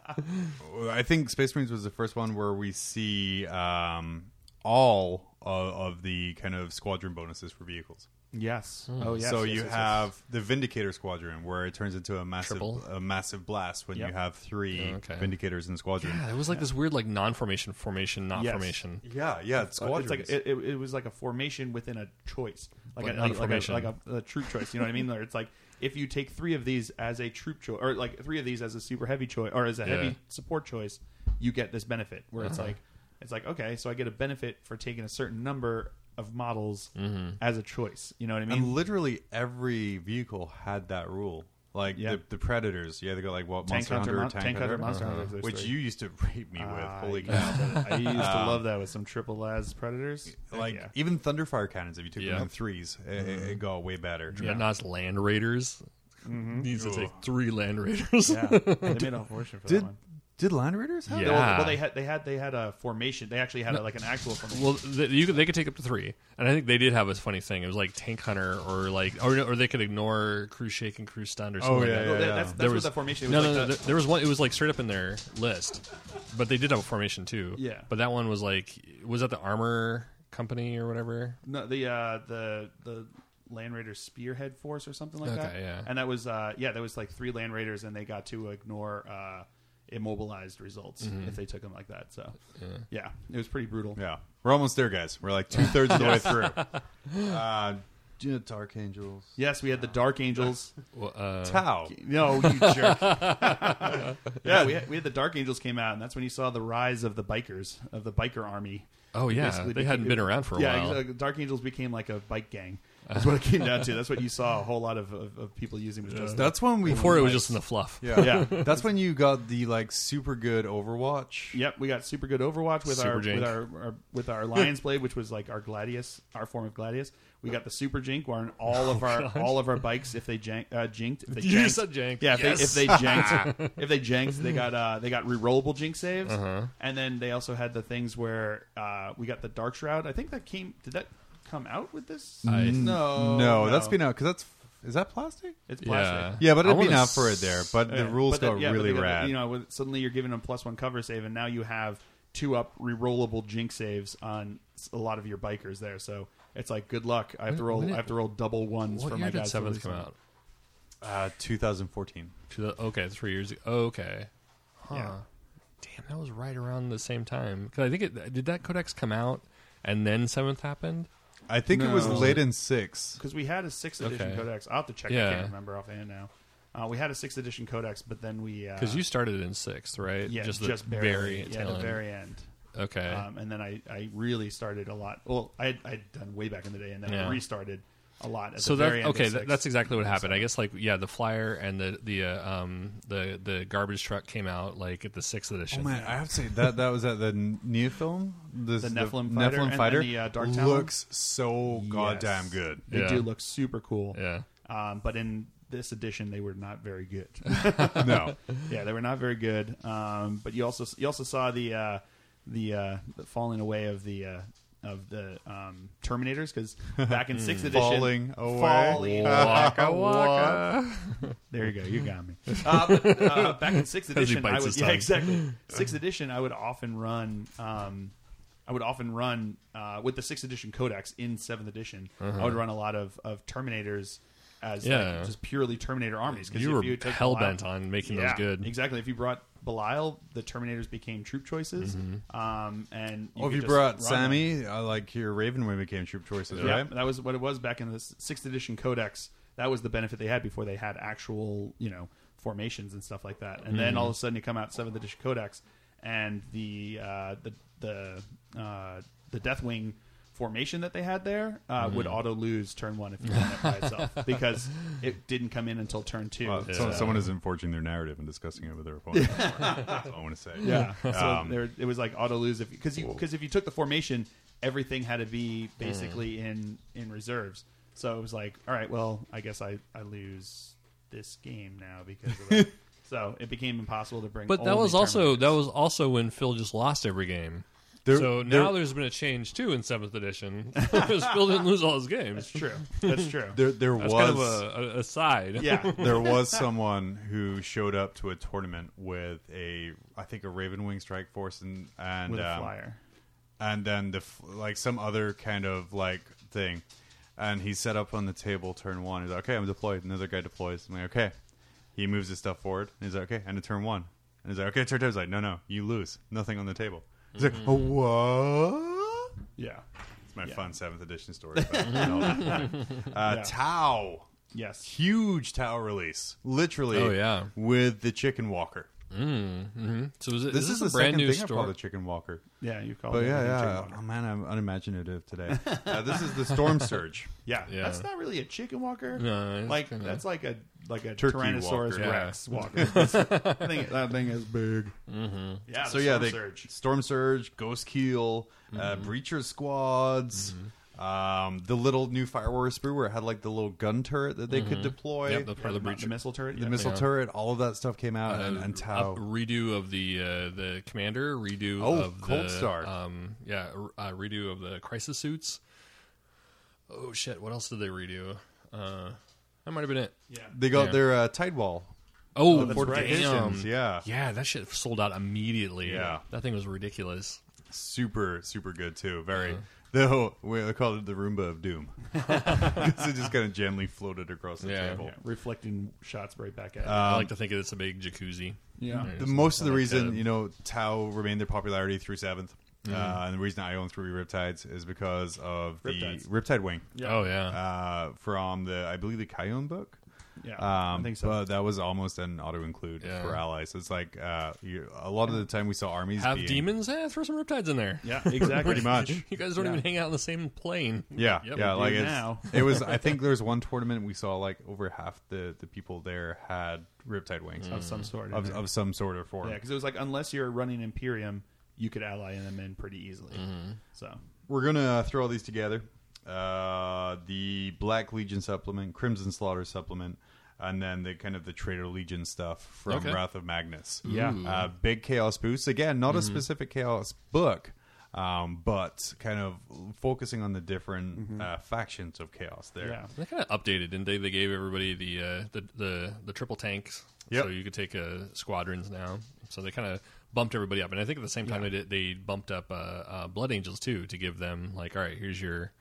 Speaker 1: I think Space Marines was the first one where we see um, all of, of the kind of squadron bonuses for vehicles.
Speaker 2: Yes.
Speaker 3: Hmm.
Speaker 2: Oh, yes.
Speaker 1: so
Speaker 2: yes,
Speaker 1: you
Speaker 2: yes, yes.
Speaker 1: have the Vindicator squadron, where it turns into a massive
Speaker 3: Triple.
Speaker 1: a massive blast when
Speaker 2: Yep.
Speaker 1: you have three
Speaker 3: Oh, okay.
Speaker 1: Vindicators in the squadron.
Speaker 3: Yeah, it was like this weird like non-formation, formation, not
Speaker 2: Yes.
Speaker 3: formation.
Speaker 1: Yeah, yeah, it's
Speaker 2: Uh,
Speaker 1: squadrons.
Speaker 2: It's like it, it, it was like a formation within a choice, like
Speaker 3: But
Speaker 2: a,
Speaker 3: not a
Speaker 2: like, like, a,
Speaker 3: formation.
Speaker 2: like a, a troop choice. You know what I mean? Where it's like if you take three of these as a troop choice, or like three of these as a super heavy choice, or as a
Speaker 3: Yeah. Uh-huh.
Speaker 2: heavy support choice, you get this benefit. Where it's like It's like okay, so I get a benefit for taking a certain number of models
Speaker 3: Mm-hmm.
Speaker 2: as a choice. You know what I mean?
Speaker 1: And literally every vehicle had that rule. Like
Speaker 2: Yeah.
Speaker 1: the, the Predators, yeah, they go like what
Speaker 2: Tank
Speaker 1: Monster
Speaker 2: Hunter,
Speaker 1: Hunter,
Speaker 2: Mon-
Speaker 1: Tank,
Speaker 2: Tank Hunter,
Speaker 1: Hunter,
Speaker 2: Monster Hunter, those
Speaker 1: which
Speaker 2: three.
Speaker 1: you used to rape me with.
Speaker 2: Ah,
Speaker 1: Holy
Speaker 2: I
Speaker 1: cow!
Speaker 2: used to- I used
Speaker 3: Uh,
Speaker 2: to love that with some triple as predators. Heck
Speaker 1: Like
Speaker 2: Uh, yeah.
Speaker 1: even Thunderfire cannons, if you took
Speaker 3: Yeah.
Speaker 1: them in threes, it, it, it got way better.
Speaker 3: Dreadnought's Land Raiders needs to take three Land Raiders.
Speaker 2: Yeah, they made a fortune for that
Speaker 1: Did
Speaker 2: one.
Speaker 1: did Land Raiders have?
Speaker 3: Yeah.
Speaker 2: They- well, they had they had they had a formation. They actually had a, like an actual formation.
Speaker 3: Well, th you could, they could take up to three, and I think they did have a funny thing. It was like Tank Hunter, or like, or, or they could ignore Crew Shake and Crew Stunned, or something.
Speaker 1: Oh,
Speaker 3: like
Speaker 1: yeah,
Speaker 3: that.
Speaker 1: yeah,
Speaker 2: Well, that-
Speaker 1: yeah.
Speaker 2: that's that's
Speaker 3: There
Speaker 2: what
Speaker 3: was-
Speaker 2: the formation was.
Speaker 3: No,
Speaker 2: like
Speaker 3: no, no.
Speaker 2: the-
Speaker 3: th- There was one. It was like straight up in their list, but they did have a formation too.
Speaker 2: Yeah.
Speaker 3: But that one was like, was that the armor company or whatever?
Speaker 2: No, the uh, the the Land Raider Spearhead Force or something like that.
Speaker 3: Okay, yeah.
Speaker 2: And that was uh, yeah, there was like three Land Raiders, and they got to ignore uh, immobilized results
Speaker 3: Mm-hmm.
Speaker 2: if they took them like that. So yeah, it was pretty brutal.
Speaker 1: Yeah, we're almost there, guys. We're like two thirds of the way through. Uh, do you know Dark Angels?
Speaker 2: Yes, we had the Dark Angels.
Speaker 3: Well, uh,
Speaker 1: Tau.
Speaker 2: no, you jerk. yeah, we, had, we had the Dark Angels came out, and that's when you saw the rise of the bikers of the biker army.
Speaker 3: oh yeah,
Speaker 2: Basically
Speaker 3: they
Speaker 2: became-
Speaker 3: hadn't been around for a
Speaker 2: yeah,
Speaker 3: while.
Speaker 2: exactly. Dark Angels became like a bike gang. That's what it came down to. That's what you saw a whole lot of, of, of people using was just
Speaker 1: That's when we
Speaker 3: Before it was just in the fluff.
Speaker 1: Yeah.
Speaker 2: Yeah.
Speaker 1: That's when you got the like super good Overwatch.
Speaker 2: Yep, we got super good Overwatch with
Speaker 3: Super
Speaker 2: our,
Speaker 3: Jink.
Speaker 2: with our, our with our Lions Blade, which was like our Gladius, our form of Gladius. We got the Super Jink, where all of our all of our bikes, if they jank, uh, jinked, if they
Speaker 3: Oh, You
Speaker 2: janked,
Speaker 3: said jank.
Speaker 2: yeah, if,
Speaker 3: Yes.
Speaker 2: they, if they janked, if they janked, they got uh, they got rerollable Jink saves,
Speaker 3: Uh-huh.
Speaker 2: and then they also had the things where uh, we got the Dark Shroud. I think that came. Did that come out with this? no,
Speaker 1: Oh, No, that's been out because that's is that plastic?
Speaker 2: It's
Speaker 3: Yeah.
Speaker 2: plastic.
Speaker 1: Yeah, but
Speaker 3: I
Speaker 1: it'd be
Speaker 3: wanna
Speaker 1: now for it there. But the
Speaker 2: Yeah.
Speaker 1: rules
Speaker 2: But that-
Speaker 1: got
Speaker 2: yeah, but
Speaker 1: really
Speaker 2: they got the-
Speaker 1: rad.
Speaker 2: You know, with, suddenly you're given a plus one cover save, and now you have two up rerollable jink saves on s- a lot of your bikers there. So it's like, good luck. I have to roll.
Speaker 3: when
Speaker 2: I
Speaker 3: did-
Speaker 2: have to roll double ones for
Speaker 3: What
Speaker 2: my
Speaker 3: year did
Speaker 2: guys. to
Speaker 3: Seventh
Speaker 2: lose
Speaker 3: come
Speaker 2: them.
Speaker 3: out?
Speaker 1: uh, 2014.
Speaker 3: To the- okay, three years. ago. Okay. Huh.
Speaker 2: Yeah.
Speaker 3: Damn, that was right around the same time. Because I think it did that codex come out, and then Seventh happened.
Speaker 1: I think it was
Speaker 2: No.
Speaker 1: late in six.
Speaker 2: Because we had a sixth edition
Speaker 3: Okay.
Speaker 2: codex. I'll have to check. I
Speaker 3: Yeah.
Speaker 2: can't remember offhand now. Uh, we had a sixth edition codex, but then we
Speaker 3: Because
Speaker 2: uh,
Speaker 3: you started in sixth, right?
Speaker 2: yeah
Speaker 3: just
Speaker 2: just,
Speaker 3: the
Speaker 2: barely
Speaker 3: very
Speaker 2: yeah
Speaker 3: tail
Speaker 2: the
Speaker 3: end.
Speaker 2: very end.
Speaker 3: okay.
Speaker 2: Um, and then I, I really started a lot. Well, I had, I'd done way back in the day, and then I
Speaker 3: Yeah.
Speaker 2: restarted a lot. At
Speaker 3: so
Speaker 2: the
Speaker 3: that
Speaker 2: very end of
Speaker 3: okay,
Speaker 2: sixth.
Speaker 3: that, that's exactly what happened. I guess like yeah, the flyer and the the uh, um the the garbage truck came out like at the sixth edition.
Speaker 1: Oh man, I have to say that that was at the Neofilm, this,
Speaker 2: The Nephilim Fighter and- and
Speaker 1: Fighter
Speaker 2: the, uh, Dark Talon?
Speaker 1: looks so
Speaker 2: Yes.
Speaker 1: goddamn good.
Speaker 2: They
Speaker 3: Yeah.
Speaker 2: do look super cool.
Speaker 3: Yeah.
Speaker 2: Um, but in this edition, they were not very good.
Speaker 1: no,
Speaker 2: yeah, they were not very good. Um, but you also you also saw the uh, the, uh, the falling away of the. Uh, of the um, Terminators, because back in sixth edition,
Speaker 1: Hmm. Falling away.
Speaker 2: falling
Speaker 3: Waka waka.
Speaker 2: There you go. You got me. Uh, but, uh, back in sixth
Speaker 3: he
Speaker 2: edition,
Speaker 3: bites
Speaker 2: I would
Speaker 3: his
Speaker 2: yeah
Speaker 3: tongue.
Speaker 2: exactly sixth edition. I would often run. Um, I would often run uh, with the sixth edition codex in seventh edition. I would run a lot of of Terminators as like,
Speaker 3: Uh-huh. Yeah.
Speaker 2: just purely Terminator armies because
Speaker 3: You were
Speaker 2: you took
Speaker 3: hell
Speaker 2: Belial-
Speaker 3: bent on making
Speaker 2: Yeah,
Speaker 3: those good.
Speaker 2: Exactly. If you brought Belial, the Terminators became troop choices.
Speaker 3: Mm-hmm.
Speaker 2: Um, and
Speaker 1: Or if
Speaker 2: could
Speaker 1: you
Speaker 2: just
Speaker 1: brought
Speaker 2: run them.
Speaker 1: Sammy, uh, like your Ravenwing became troop choices,
Speaker 2: yeah,
Speaker 1: right?
Speaker 2: that was what it was back in the s- sixth edition codex. That was the benefit they had before they had actual, you know, formations and stuff like that. And
Speaker 1: Mm-hmm.
Speaker 2: then all of a sudden, you come out seventh edition codex, and the uh, the the uh, the Deathwing formation that they had there uh,
Speaker 1: Mm-hmm.
Speaker 2: would auto lose turn one if you run it by itself because it didn't come in until turn two.
Speaker 1: Well, Uh, so-
Speaker 2: So-
Speaker 1: Someone is enforcing their narrative and discussing it with their opponent. That's all I want to say.
Speaker 2: Yeah. So
Speaker 1: Um,
Speaker 2: there, it was like auto lose if because you because if you took the formation, everything had to be basically
Speaker 1: Mm.
Speaker 2: in in reserves. So it was like, all right, well, I guess I I lose this game now because of that. so it became impossible to bring.
Speaker 3: But that
Speaker 2: only
Speaker 3: was also
Speaker 2: Terminators.
Speaker 3: that was also when Phil just lost every game.
Speaker 1: There-
Speaker 3: so
Speaker 1: there-
Speaker 3: now there's been a change too in seventh edition. 'Cause Phil didn't lose all his games.
Speaker 2: true. That's true.
Speaker 1: there, there
Speaker 3: That's
Speaker 1: was
Speaker 3: kind of a, a, a side.
Speaker 2: yeah.
Speaker 1: there was someone who showed up to a tournament with a, I think a Ravenwing Strike Force and and
Speaker 2: With a
Speaker 1: um,
Speaker 2: flyer.
Speaker 1: and then the f- like some other kind of like thing, and he set up on the table turn one. He's like, okay, I'm deployed. Another guy deploys. I'm like, okay. He moves his stuff forward. And he's like, okay, and a turn one. And he's like, okay, turn two. He's like, no, no, you lose. Nothing on the table. He's like, oh, what?
Speaker 2: Yeah.
Speaker 1: It's my
Speaker 2: Yeah.
Speaker 1: fun seventh edition story. About Zelda. uh,
Speaker 2: Yeah.
Speaker 1: Tau,
Speaker 2: Yes.
Speaker 1: huge Tau release, literally.
Speaker 3: Oh, yeah.
Speaker 1: with the chicken walker.
Speaker 3: So is it,
Speaker 1: This,
Speaker 3: is
Speaker 1: is,
Speaker 3: this
Speaker 1: the
Speaker 3: a brand
Speaker 1: second
Speaker 3: new
Speaker 1: thing I called
Speaker 3: store?
Speaker 1: a chicken walker.
Speaker 2: Yeah, you call
Speaker 1: But
Speaker 2: it.
Speaker 1: yeah,
Speaker 2: a chicken
Speaker 1: yeah.
Speaker 2: walker.
Speaker 1: Oh man, I'm unimaginative today. Uh, this is the storm surge.
Speaker 2: yeah,
Speaker 3: Yeah.
Speaker 2: That's not really a chicken walker.
Speaker 3: No, it's
Speaker 2: like
Speaker 3: kinda-
Speaker 2: that's like a like a
Speaker 1: Turkey
Speaker 2: Tyrannosaurus
Speaker 1: walker.
Speaker 2: Rex walker. I think that thing is big. Yeah.
Speaker 1: so
Speaker 2: the
Speaker 1: yeah,
Speaker 2: Storm
Speaker 1: they,
Speaker 2: surge.
Speaker 1: storm surge, ghost keel, uh, breacher squads. Um, the little new fire whisperer where it had like the little gun turret that they could deploy.
Speaker 3: Yep, the
Speaker 1: the
Speaker 3: part of the
Speaker 2: Not
Speaker 3: breach.
Speaker 2: the missile turret. yeah.
Speaker 1: missile
Speaker 3: yeah.
Speaker 1: turret, all of that stuff came out, and,
Speaker 3: uh,
Speaker 1: and Tau.
Speaker 3: up- redo of the uh, the commander redo
Speaker 1: Oh,
Speaker 3: of
Speaker 1: Cold
Speaker 3: the,
Speaker 1: Star.
Speaker 3: um yeah r- uh, redo of the crisis suits oh shit what else did they redo uh that might have been it
Speaker 2: Yeah.
Speaker 1: They got
Speaker 3: Yeah.
Speaker 1: their uh, tide wall.
Speaker 3: oh,
Speaker 2: that's
Speaker 3: for
Speaker 2: right.
Speaker 3: damn.
Speaker 1: Editions, yeah.
Speaker 3: yeah that shit sold out immediately
Speaker 1: Yeah.
Speaker 3: that thing was ridiculous
Speaker 1: super super good too. Very though we they called it the Roomba of Doom because it just kind of gently floated across the
Speaker 3: Yeah.
Speaker 1: table.
Speaker 2: Yeah, Reflecting shots right back at. you.
Speaker 1: Um,
Speaker 3: I like to think of it as a big jacuzzi
Speaker 2: Yeah.
Speaker 3: There's
Speaker 1: The, most of the
Speaker 3: like
Speaker 1: reason
Speaker 3: a- Mm-hmm.
Speaker 1: you know Tau remained their popularity through 7th uh, and the reason I own three Riptides is because of the
Speaker 2: Riptides.
Speaker 1: Riptide Wing
Speaker 2: Yeah.
Speaker 3: oh yeah
Speaker 1: uh, from the I believe the Cayenne book.
Speaker 2: yeah.
Speaker 1: Um,
Speaker 2: I think so.
Speaker 1: But that was almost an auto include
Speaker 3: Yeah.
Speaker 1: for allies. It's like uh, you, a lot of the time we saw armies
Speaker 3: have
Speaker 1: being-
Speaker 3: demons eh, throw some riptides in there
Speaker 2: yeah. Exactly.
Speaker 1: pretty much.
Speaker 3: you guys don't
Speaker 2: Yeah.
Speaker 3: even hang out on the same plane
Speaker 1: Yeah,
Speaker 3: Yep.
Speaker 1: yeah.
Speaker 2: do
Speaker 1: Like it's,
Speaker 2: now.
Speaker 1: it was. I think there was one tournament we saw like over half the the people there had riptide wings
Speaker 3: Mm.
Speaker 2: Mm. Of some sort.
Speaker 1: of,
Speaker 2: yeah.
Speaker 1: of some sort or form.
Speaker 2: Yeah, because it was like unless you're running Imperium, you could ally them in pretty easily. So
Speaker 1: We're gonna throw all these together. Uh, the Black Legion supplement, Crimson Slaughter supplement, and then the kind of the Traitor Legion stuff from
Speaker 3: Okay.
Speaker 1: Wrath of Magnus.
Speaker 2: Yeah.
Speaker 1: uh, big chaos boosts again.
Speaker 3: Mm-hmm.
Speaker 1: Not a specific chaos book. Um, but kind of focusing on the different
Speaker 3: Mm-hmm.
Speaker 1: uh, factions of chaos there.
Speaker 2: yeah,
Speaker 3: They kind of updated, didn't they? They gave everybody the uh, the, the the triple tanks,
Speaker 1: Yep.
Speaker 3: so you could take uh, squadrons now. So they kind of bumped everybody up, and I think at the same time they did, they bumped up uh, uh, Blood Angels too to give them like, all right, here's your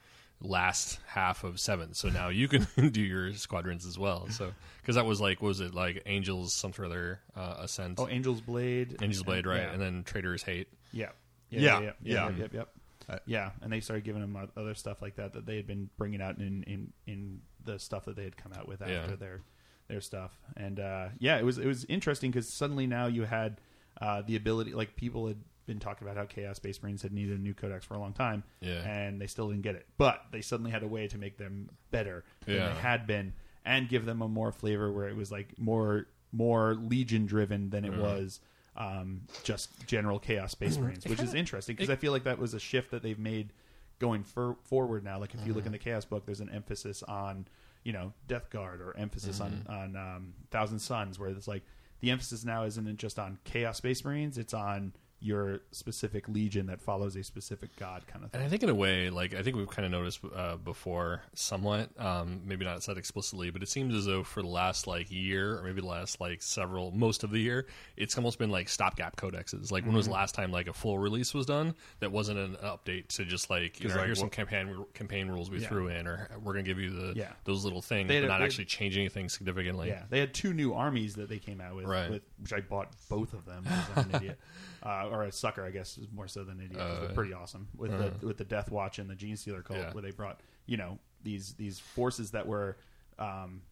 Speaker 3: last half of seven, so now you can do your squadrons as well. So because that was like, what was it like Angels some further uh, ascent,
Speaker 2: oh, Angel's Blade,
Speaker 3: Angels Blade, right,
Speaker 2: Yeah,
Speaker 3: and then Traitors Hate.
Speaker 2: yeah,
Speaker 1: Yeah,
Speaker 2: yeah,
Speaker 1: yeah.
Speaker 2: yeah, yep, yep,
Speaker 1: Uh,
Speaker 2: yep. yeah. And they started giving them o- other stuff like that that they had been bringing out in in in the stuff that they had come out with after
Speaker 3: Yeah.
Speaker 2: their their stuff. And uh, yeah, it was it was interesting because suddenly now you had uh, the ability, like people had been talking about how Chaos Space Marines had needed a new codex for a long time,
Speaker 3: Yeah.
Speaker 2: and they still didn't get it. But they suddenly had a way to make them better than
Speaker 3: Yeah.
Speaker 2: they had been, and give them a more flavor where it was like more more legion driven than it was um, just general chaos space marines, which is interesting because I feel like that was a shift that they've made going for, forward now. Like if you look in the chaos book, there's an emphasis on you know Death Guard or emphasis on on um, Thousand Suns, where it's like the emphasis now isn't just on chaos space marines; it's on your specific legion that follows a specific god kind of thing.
Speaker 3: And I think in a way, like I think we've kind of noticed uh, before, somewhat, um, maybe not said explicitly, but it seems as though for the last like year, or maybe the last like several, most of the year, it's almost been like stopgap codexes. Like when
Speaker 2: Mm-hmm.
Speaker 3: was the last time like a full release was done that wasn't an update to just like you know
Speaker 1: like,
Speaker 3: here's some
Speaker 1: what-
Speaker 3: campaign campaign rules we
Speaker 2: Yeah.
Speaker 3: threw in, or we're gonna give you the
Speaker 2: Yeah.
Speaker 3: those little things,
Speaker 2: They had
Speaker 3: but
Speaker 2: a-
Speaker 3: not
Speaker 2: they-
Speaker 3: actually change anything significantly.
Speaker 2: Yeah, they had two new armies that they came out with,
Speaker 3: Right.
Speaker 2: with which I bought both of them. 'cause I'm an idiot, uh, or a sucker, I guess, is more so than an idiot. 'cause they're pretty awesome with the with the Death Watch and the Gene Stealer cult,
Speaker 3: Uh, Yeah.
Speaker 2: where they brought you know these these forces that were. Um,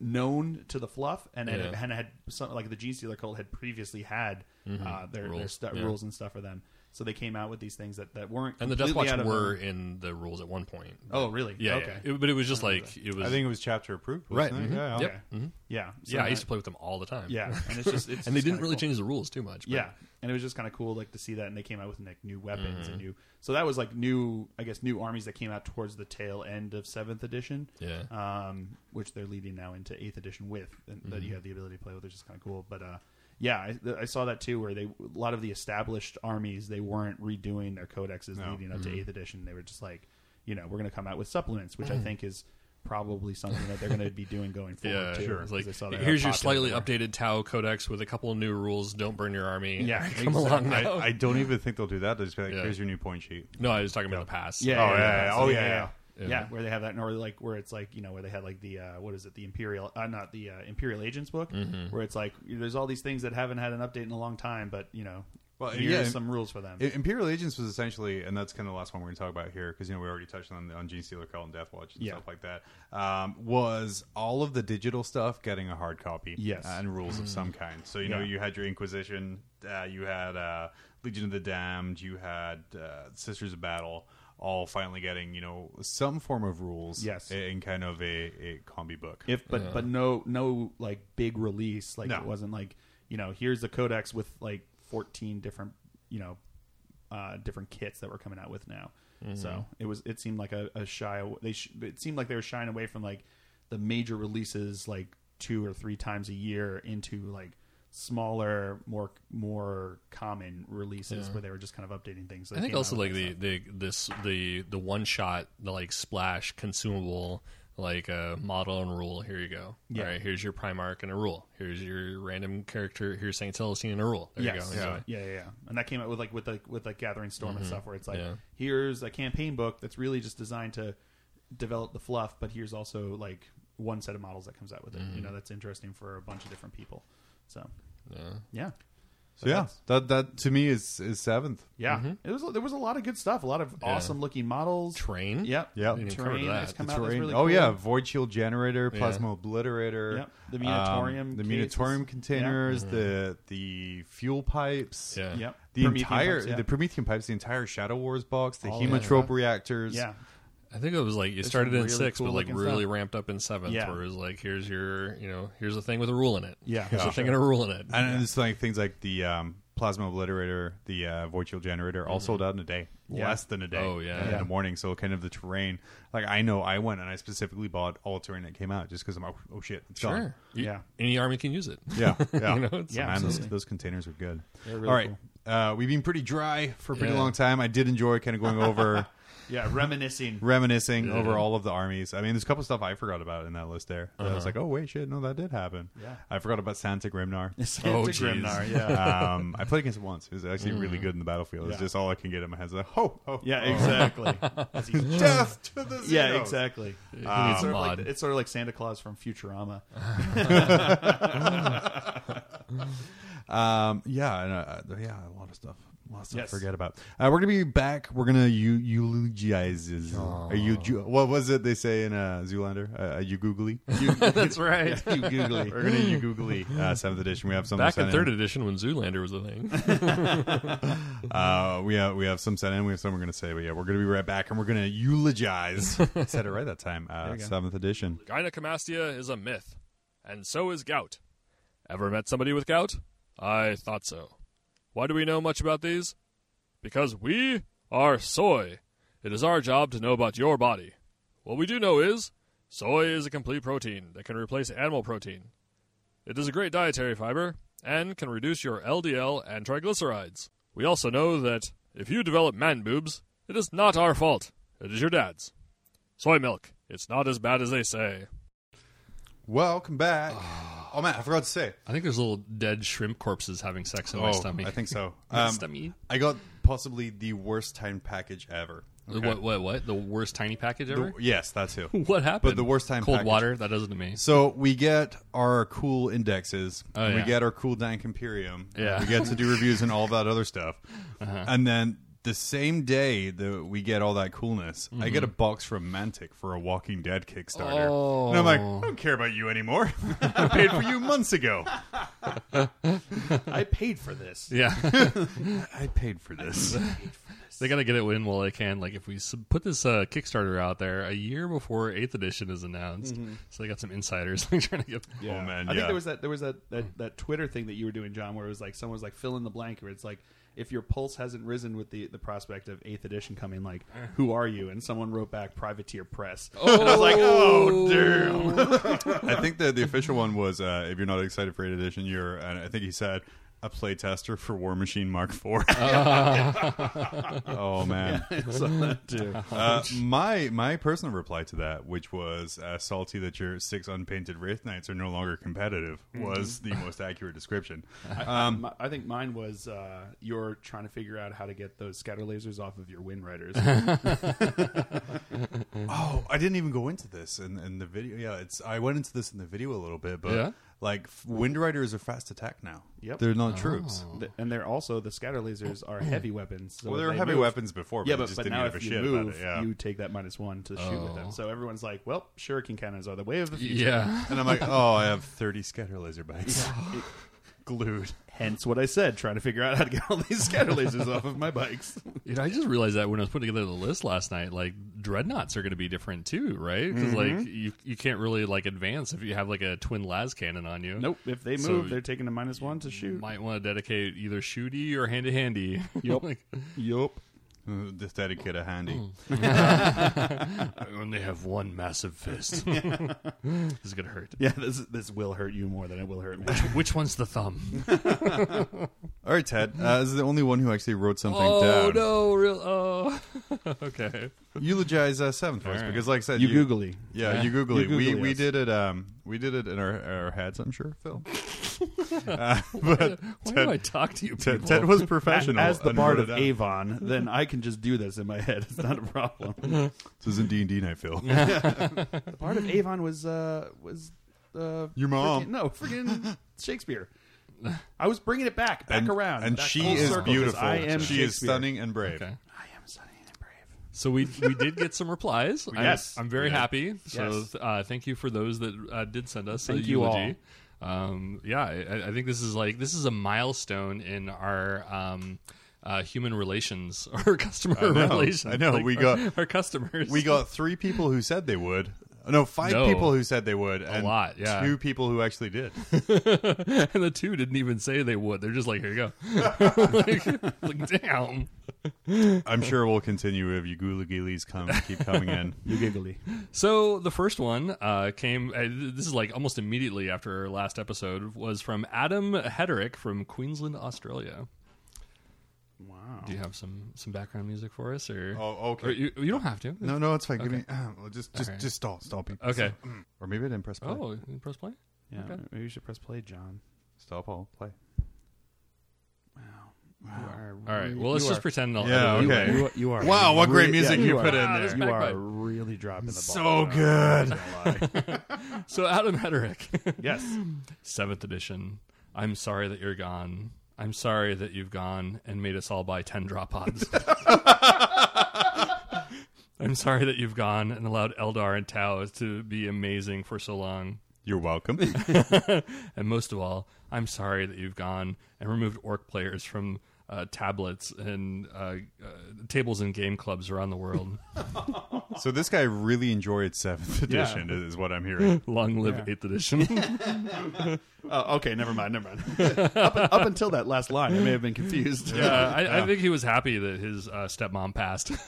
Speaker 2: known to the fluff and had,
Speaker 3: Yeah.
Speaker 2: and had some like the gene stealer cult had previously had uh, their rules, their
Speaker 3: Mm-hmm. Rules,
Speaker 2: stu-
Speaker 3: yeah.
Speaker 2: rules and stuff for them so they came out with these things that, that weren't
Speaker 3: And the Death
Speaker 2: completely out
Speaker 3: Watch
Speaker 2: of
Speaker 3: were
Speaker 2: the-
Speaker 3: in the rules at one point.
Speaker 2: oh really
Speaker 3: Yeah,
Speaker 2: okay
Speaker 3: yeah. It- but it was just like it was.
Speaker 1: I think it was chapter approved,
Speaker 3: Right,
Speaker 1: wasn't It?
Speaker 3: mhm.
Speaker 1: Yeah.
Speaker 3: Yep.
Speaker 2: Okay. yeah So
Speaker 3: yeah, I
Speaker 2: that-
Speaker 3: used to play with them all the time.
Speaker 2: yeah and it's just it's
Speaker 3: and they
Speaker 2: just
Speaker 3: didn't
Speaker 2: kinda
Speaker 3: really
Speaker 2: cool.
Speaker 3: change the rules too much. But
Speaker 2: Yeah, and it was just kind of cool, like to see that, and they came out with like new weapons
Speaker 3: Mm-hmm.
Speaker 2: and new. So that was like new, I guess, new armies that came out towards the tail end of seventh edition.
Speaker 3: Yeah. Mm-hmm.
Speaker 2: um, which they're leading now into eighth edition with, and that you have the ability to play with, which is kind of cool. But uh, yeah, I, th- I saw that too, where they a lot of the established armies they weren't redoing their codexes
Speaker 1: No.
Speaker 2: leading up
Speaker 3: Mm-hmm.
Speaker 2: to eighth edition. They were just like, you know, we're going to come out with supplements, which I
Speaker 3: Mm-hmm.
Speaker 2: think is. Probably something that they're going to be doing going forward.
Speaker 3: Yeah,
Speaker 2: too,
Speaker 3: sure.
Speaker 2: 'cause
Speaker 3: Like,
Speaker 2: I saw that
Speaker 3: here's
Speaker 2: how popular
Speaker 3: your slightly
Speaker 2: they were.
Speaker 3: updated Tau Codex with a couple of new rules. Don't burn your army.
Speaker 2: Yeah,
Speaker 3: come along
Speaker 1: I,
Speaker 3: now.
Speaker 1: I don't even think they'll do that. They'll just be like,
Speaker 3: Yeah.
Speaker 1: here's your new point sheet.
Speaker 3: no, I was talking about the past.
Speaker 2: Yeah.
Speaker 1: Oh, yeah, yeah. Oh, yeah,
Speaker 3: yeah.
Speaker 2: Yeah.
Speaker 3: Yeah.
Speaker 2: where they have that, or like where it's like you know where they had like the uh, what is it, the imperial, uh, not
Speaker 1: Mm-hmm.
Speaker 2: the uh, imperial agents book, where it's like there's all these things that haven't had an update in a long time, but you know
Speaker 1: Well,
Speaker 2: Here's
Speaker 1: yeah,
Speaker 2: some rules for them.
Speaker 1: I- Imperial Agents was essentially, and that's kind of the last one we're going to talk about here, because you know we already touched on on Gene Steeler Call and Death Watch and
Speaker 2: Yeah.
Speaker 1: stuff like that. Um, was all of the digital stuff getting a hard copy?
Speaker 2: Yes.
Speaker 1: uh, and rules of some kind. So you know,
Speaker 2: Yeah.
Speaker 1: you had your Inquisition, uh, you had uh, Legion of the Damned, you had uh, Sisters of Battle, all finally getting you know some form of rules.
Speaker 2: Yes.
Speaker 1: in, in kind of a, a combi book.
Speaker 2: if but but no no like big release like
Speaker 1: No.
Speaker 2: it wasn't like you know here's the codex with like 14 different you know uh different kits that we're coming out with now
Speaker 3: Mm-hmm.
Speaker 2: so it was it seemed like a, a shy they sh- it seemed like they were shying away from like the major releases like two or three times a year into like smaller more more common releases where they were just kind of updating things that
Speaker 3: I think
Speaker 2: came
Speaker 3: also
Speaker 2: out
Speaker 3: like
Speaker 2: with
Speaker 3: the, the this the the one shot the like splash consumable like uh, model and rule. Here you go.
Speaker 2: Yeah.
Speaker 3: All right, here's your Primarch and a rule. Here's your random character. Here's Saint Celestine and a rule. There
Speaker 2: Yes.
Speaker 3: you go. Enjoy. Mm-hmm.
Speaker 2: Yeah, yeah, yeah. And that came out with like with like with like Gathering Storm and stuff, where it's like
Speaker 3: Yeah.
Speaker 2: here's a campaign book that's really just designed to develop the fluff, but here's also like one set of models that comes out with it. You know,
Speaker 3: Mm-hmm.
Speaker 2: that's interesting for a bunch of different people. So yeah,
Speaker 1: so yeah, that that to me is is seventh.
Speaker 2: yeah. It was there was a lot of good stuff, a lot of awesome looking models.
Speaker 3: Mm-hmm. Train.
Speaker 2: Yep.
Speaker 1: Yeah.
Speaker 2: Terrain
Speaker 1: Didn't
Speaker 3: even cover that.
Speaker 2: has come
Speaker 1: The
Speaker 2: out. That's
Speaker 1: terrain-
Speaker 2: really
Speaker 1: oh
Speaker 2: cool.
Speaker 1: yeah, void shield generator, plasma obliterator.
Speaker 2: Yep. The Munitorium
Speaker 1: um, the
Speaker 2: cases.
Speaker 1: munitorium containers, the the fuel pipes.
Speaker 3: Yeah.
Speaker 2: Yep.
Speaker 1: The
Speaker 2: Promethean
Speaker 1: entire
Speaker 2: pipes, yeah.
Speaker 1: the Promethean pipes, the entire Shadow Wars box, the
Speaker 2: All of
Speaker 1: hemotrope reactors.
Speaker 2: yeah.
Speaker 3: I think it was like you started in
Speaker 2: really
Speaker 3: six,
Speaker 2: cool
Speaker 3: but like
Speaker 2: looking
Speaker 3: really
Speaker 2: stuff.
Speaker 3: ramped up in seventh,
Speaker 2: Yeah.
Speaker 3: where it was like, here's your, you know, here's a thing with a rule in it.
Speaker 2: Yeah.
Speaker 3: here's
Speaker 2: Yeah.
Speaker 3: a thing and a rule in it.
Speaker 1: and it's like things like the um, plasma obliterator, the uh, void shield generator, all sold out in a day,
Speaker 2: Mm-hmm. Yeah.
Speaker 1: less than a day.
Speaker 3: Oh, yeah.
Speaker 1: in
Speaker 2: Yeah.
Speaker 1: the morning. So kind of the terrain. Like I know I went and I specifically bought all the terrain that came out just because I'm like, oh shit, it's gone.
Speaker 3: Sure. You-
Speaker 2: Yeah.
Speaker 3: Any army can use it.
Speaker 1: Yeah, yeah.
Speaker 3: You know, it's-
Speaker 2: Yeah,
Speaker 1: Man, those,
Speaker 2: absolutely.
Speaker 1: those containers are good.
Speaker 2: really
Speaker 1: All right, uh, we've been pretty dry for a pretty
Speaker 3: Yeah.
Speaker 1: long time. I did enjoy kind of going over,
Speaker 2: Yeah. Reminiscing.
Speaker 1: reminiscing over all of the armies. I mean, there's a couple stuff I forgot about in that list there. that I was like, oh wait, shit, no, that did happen.
Speaker 2: Uh-huh. Yeah.
Speaker 1: I forgot about Santa Grimnar.
Speaker 2: Santa
Speaker 3: geez.
Speaker 2: Grimnar, Yeah.
Speaker 1: um, I played against it once. It was actually really good in the battlefield. It's
Speaker 2: Mm. Yeah.
Speaker 1: just all I can get in my head. It's like, ho, ho,
Speaker 2: Yeah.
Speaker 3: Oh.
Speaker 1: ho.
Speaker 2: Exactly. As he's
Speaker 1: Death to the Xenos.
Speaker 2: Yeah, exactly. it's, sort of
Speaker 3: mod.
Speaker 2: like, it's sort of like Santa Claus from Futurama.
Speaker 1: Um, yeah, and, uh, yeah, a lot of stuff. Lots to
Speaker 2: Yes.
Speaker 1: forget about. Uh, we're gonna be back. We're gonna eu- eulogize. Are you? ju- What was it they say in uh, Zoolander? Uh, you googly.
Speaker 3: That's right.
Speaker 2: you googly.
Speaker 1: we're gonna you googly uh, seventh edition. We have some
Speaker 3: Back
Speaker 1: sent
Speaker 3: in third edition when Zoolander was a thing.
Speaker 1: Uh, we have we have some sent in. We have some we're gonna say. But yeah, we're gonna be right back, and we're gonna eulogize. I said it right that time. Uh, seventh edition.
Speaker 3: Gynecomastia is a myth, and so is gout. Ever met somebody with gout? I thought so. Why do we know much about these? Because we are soy. It is our job to know about your body. What we do know is soy is a complete protein that can replace animal protein. It is a great dietary fiber and can reduce your LDL and triglycerides. We also know that if you develop man boobs, it is not our fault. It is your dad's. Soy milk. It's not as bad as they say.
Speaker 1: Welcome back.
Speaker 3: Ah.
Speaker 1: Oh man, I forgot to say.
Speaker 3: I think there's little dead shrimp corpses having sex in my stomach.
Speaker 1: Oh, I think so.
Speaker 3: My
Speaker 1: Um,
Speaker 3: stomach.
Speaker 1: I got possibly the worst time package ever. Okay?
Speaker 3: What? What? What? The worst tiny package
Speaker 1: The-
Speaker 3: ever.
Speaker 1: yes, that's who.
Speaker 3: what happened?
Speaker 1: But the worst time
Speaker 3: Cold
Speaker 1: package-
Speaker 3: water. That doesn't to me.
Speaker 1: So we get our cool indexes,
Speaker 3: Oh,
Speaker 1: and we
Speaker 3: yeah.
Speaker 1: get our cool Dank Imperium, and
Speaker 3: Yeah. Uh-huh.
Speaker 1: we get to do reviews and all that other stuff. And then the same day that we get all that coolness, I get a
Speaker 3: Mm-hmm.
Speaker 1: box from Mantic for a Walking Dead Kickstarter. And I'm like,
Speaker 3: Oh.
Speaker 1: I don't care about you anymore. I paid for you months ago.
Speaker 2: I paid for this.
Speaker 3: Yeah,
Speaker 1: I paid for this.
Speaker 3: they gotta get it in while they can. Like if we sub- put this uh, Kickstarter out there a year before Eighth Edition is announced, so they got some insiders like, trying to get.
Speaker 1: Oh, man, yeah.
Speaker 2: I
Speaker 1: Hmm.
Speaker 2: think there was that there was that, that that Twitter thing that you were doing, John, where it was like someone was like fill in the blank, where it's like if your pulse hasn't risen with the the prospect of Eighth Edition coming, like who are you? And someone wrote back Privateer Press. Oh, and I was like, oh damn.
Speaker 1: I think that the official one was uh, if you're not excited for 8th edition, you're, and I think he said, a play tester for War Machine Mark IV. oh, man.
Speaker 2: So that too.
Speaker 1: Uh, my my personal reply to that, which was uh, salty that your six unpainted Wraith Knights are no longer competitive, was the most accurate description. um,
Speaker 2: My- I think mine was uh, you're trying to figure out how to get those scatter lasers off of your wind riders.
Speaker 1: Oh, I didn't even go into this in, in the video. Yeah, it's I went into this in the video a little bit, but
Speaker 3: Yeah?
Speaker 1: like f- Wind Riders are fast attack now.
Speaker 2: Yep.
Speaker 1: they're not troops.
Speaker 2: Th- and they're also the scatter lasers are heavy weapons. So
Speaker 1: Well,
Speaker 2: if
Speaker 1: they were
Speaker 2: they
Speaker 1: heavy
Speaker 2: move-
Speaker 1: weapons before, but
Speaker 2: Yeah,
Speaker 1: they
Speaker 2: but,
Speaker 1: just
Speaker 2: but
Speaker 1: didn't
Speaker 2: now
Speaker 1: give
Speaker 2: if
Speaker 1: a
Speaker 2: you
Speaker 1: shit
Speaker 2: move,
Speaker 1: about it. Yeah, Oh.
Speaker 2: you take that minus one to shoot with them. So everyone's like, "Well, shuriken cannons are the way of the future."
Speaker 3: Yeah.
Speaker 1: and I'm like, oh, I have 30 scatter laser bikes glued.
Speaker 2: Hence what I said, trying to figure out how to get all these scatter lasers off of my bikes.
Speaker 3: You know, I just realized that when I was putting together the list last night, like dreadnoughts are going to be different too, right? Because like you you can't really like advance if you have like a twin las cannon on you.
Speaker 2: Nope. If they move,
Speaker 3: So-
Speaker 2: they're taking a minus one to shoot.
Speaker 3: Might want to dedicate either shooty or handy handy.
Speaker 2: Yup.
Speaker 3: like,
Speaker 2: Yup.
Speaker 1: Mm, Just dedicate a handy.
Speaker 3: I only have one massive fist. this is gonna hurt.
Speaker 2: Yeah, this this will hurt you more than it will hurt me.
Speaker 3: Which one's the thumb?
Speaker 1: All right, Ted. Uh, this is the only one who actually wrote something
Speaker 3: oh
Speaker 1: down.
Speaker 3: no, real. Oh, okay.
Speaker 1: Eulogize uh, Seventh Force
Speaker 3: right.
Speaker 1: because, like I said,
Speaker 2: You googly.
Speaker 1: Yeah, you Google it.
Speaker 2: You
Speaker 1: we
Speaker 2: Google
Speaker 1: we
Speaker 2: us.
Speaker 1: did it. Um, we did it in our, our heads. I'm sure, Phil.
Speaker 3: Why
Speaker 1: Ted-
Speaker 3: do I talk to you, people?
Speaker 1: Ted, Ted was
Speaker 2: A-
Speaker 1: professional
Speaker 2: As the
Speaker 1: and
Speaker 2: bard
Speaker 1: wrote
Speaker 2: of
Speaker 1: it down.
Speaker 2: Avon, then I can just do this in my head. It's not a problem.
Speaker 1: This isn't D and D night, Phil.
Speaker 2: the bard of Avon was uh was uh
Speaker 1: Your mom.
Speaker 2: freaking- no, freaking Shakespeare. I was bringing it back, back
Speaker 1: and,
Speaker 2: around,
Speaker 1: and
Speaker 2: back
Speaker 1: she
Speaker 2: full
Speaker 1: is
Speaker 2: circle, 'cause
Speaker 1: beautiful.
Speaker 2: I am
Speaker 1: she is
Speaker 2: Shakespeare.
Speaker 1: stunning and brave.
Speaker 3: Okay.
Speaker 2: I am stunning and brave.
Speaker 3: So we we did get some replies. I'm-
Speaker 2: Yes.
Speaker 3: I'm, very
Speaker 2: Yeah.
Speaker 3: happy. So
Speaker 2: Yes.
Speaker 3: uh, thank you for those that uh, did send us.
Speaker 2: Thank
Speaker 3: a
Speaker 2: you
Speaker 3: eulogy. Um, yeah, I, I think this is like this is a milestone in our. Um, uh, human relations or customer
Speaker 1: know.
Speaker 3: relations.
Speaker 1: I know.
Speaker 3: Like,
Speaker 1: We
Speaker 3: our-
Speaker 1: got-
Speaker 3: our customers.
Speaker 1: We got three people who said they would. No, five
Speaker 3: No.
Speaker 1: people who said they would. and
Speaker 3: lot, yeah.
Speaker 1: Two people who actually did.
Speaker 3: and the two didn't even say they would. They're just like, here you go. like, like, damn.
Speaker 1: I'm sure we'll continue if you Gula Gillies come keep coming in.
Speaker 2: You giggly.
Speaker 3: So the first one uh, came. Uh, th- this is like almost immediately after our last episode. Was from Adam Hederick from Queensland, Australia.
Speaker 2: Wow.
Speaker 3: Do you have some some background music for us, or
Speaker 1: Oh, okay.
Speaker 3: or you, you don't have to?
Speaker 1: No, no, it's fine. Give me um, well, just just
Speaker 3: right.
Speaker 1: just stall, stall people.
Speaker 3: Okay.
Speaker 1: Or maybe I didn't press play.
Speaker 3: Oh, you can press play.
Speaker 2: Yeah,
Speaker 3: Okay.
Speaker 2: maybe you should press play, John.
Speaker 1: Stop all play.
Speaker 2: Wow. You are
Speaker 3: All right.
Speaker 2: really-
Speaker 3: Well, let's
Speaker 2: you
Speaker 3: just
Speaker 2: are-
Speaker 3: pretend. I'll
Speaker 1: Yeah,
Speaker 3: edit it.
Speaker 1: okay.
Speaker 2: You, you are
Speaker 1: Wow, what great
Speaker 2: really-
Speaker 1: music
Speaker 2: yeah,
Speaker 1: you
Speaker 2: are-
Speaker 1: put in
Speaker 2: wow,
Speaker 1: there.
Speaker 2: You are
Speaker 3: Backbite.
Speaker 2: really dropping the
Speaker 1: So
Speaker 2: ball.
Speaker 1: good.
Speaker 3: So Adam Hederick,
Speaker 2: yes.
Speaker 3: seventh edition. I'm sorry that you're gone. I'm sorry that you've gone and made us all buy ten drop pods. I'm sorry that you've gone and allowed Eldar and Tau to be amazing for so long.
Speaker 1: You're welcome.
Speaker 3: And most of all, I'm sorry that you've gone and removed orc players from uh, tablets and uh, uh, tables and game clubs around the world.
Speaker 1: so this guy really enjoyed Seventh Edition, is what I'm hearing.
Speaker 3: Long live
Speaker 2: Yeah.
Speaker 3: Eighth Edition.
Speaker 2: Oh, okay. Never mind. Never mind. up, up until that last line, I may have been confused.
Speaker 3: uh, I, I think he was happy that his uh, stepmom passed.
Speaker 1: Um,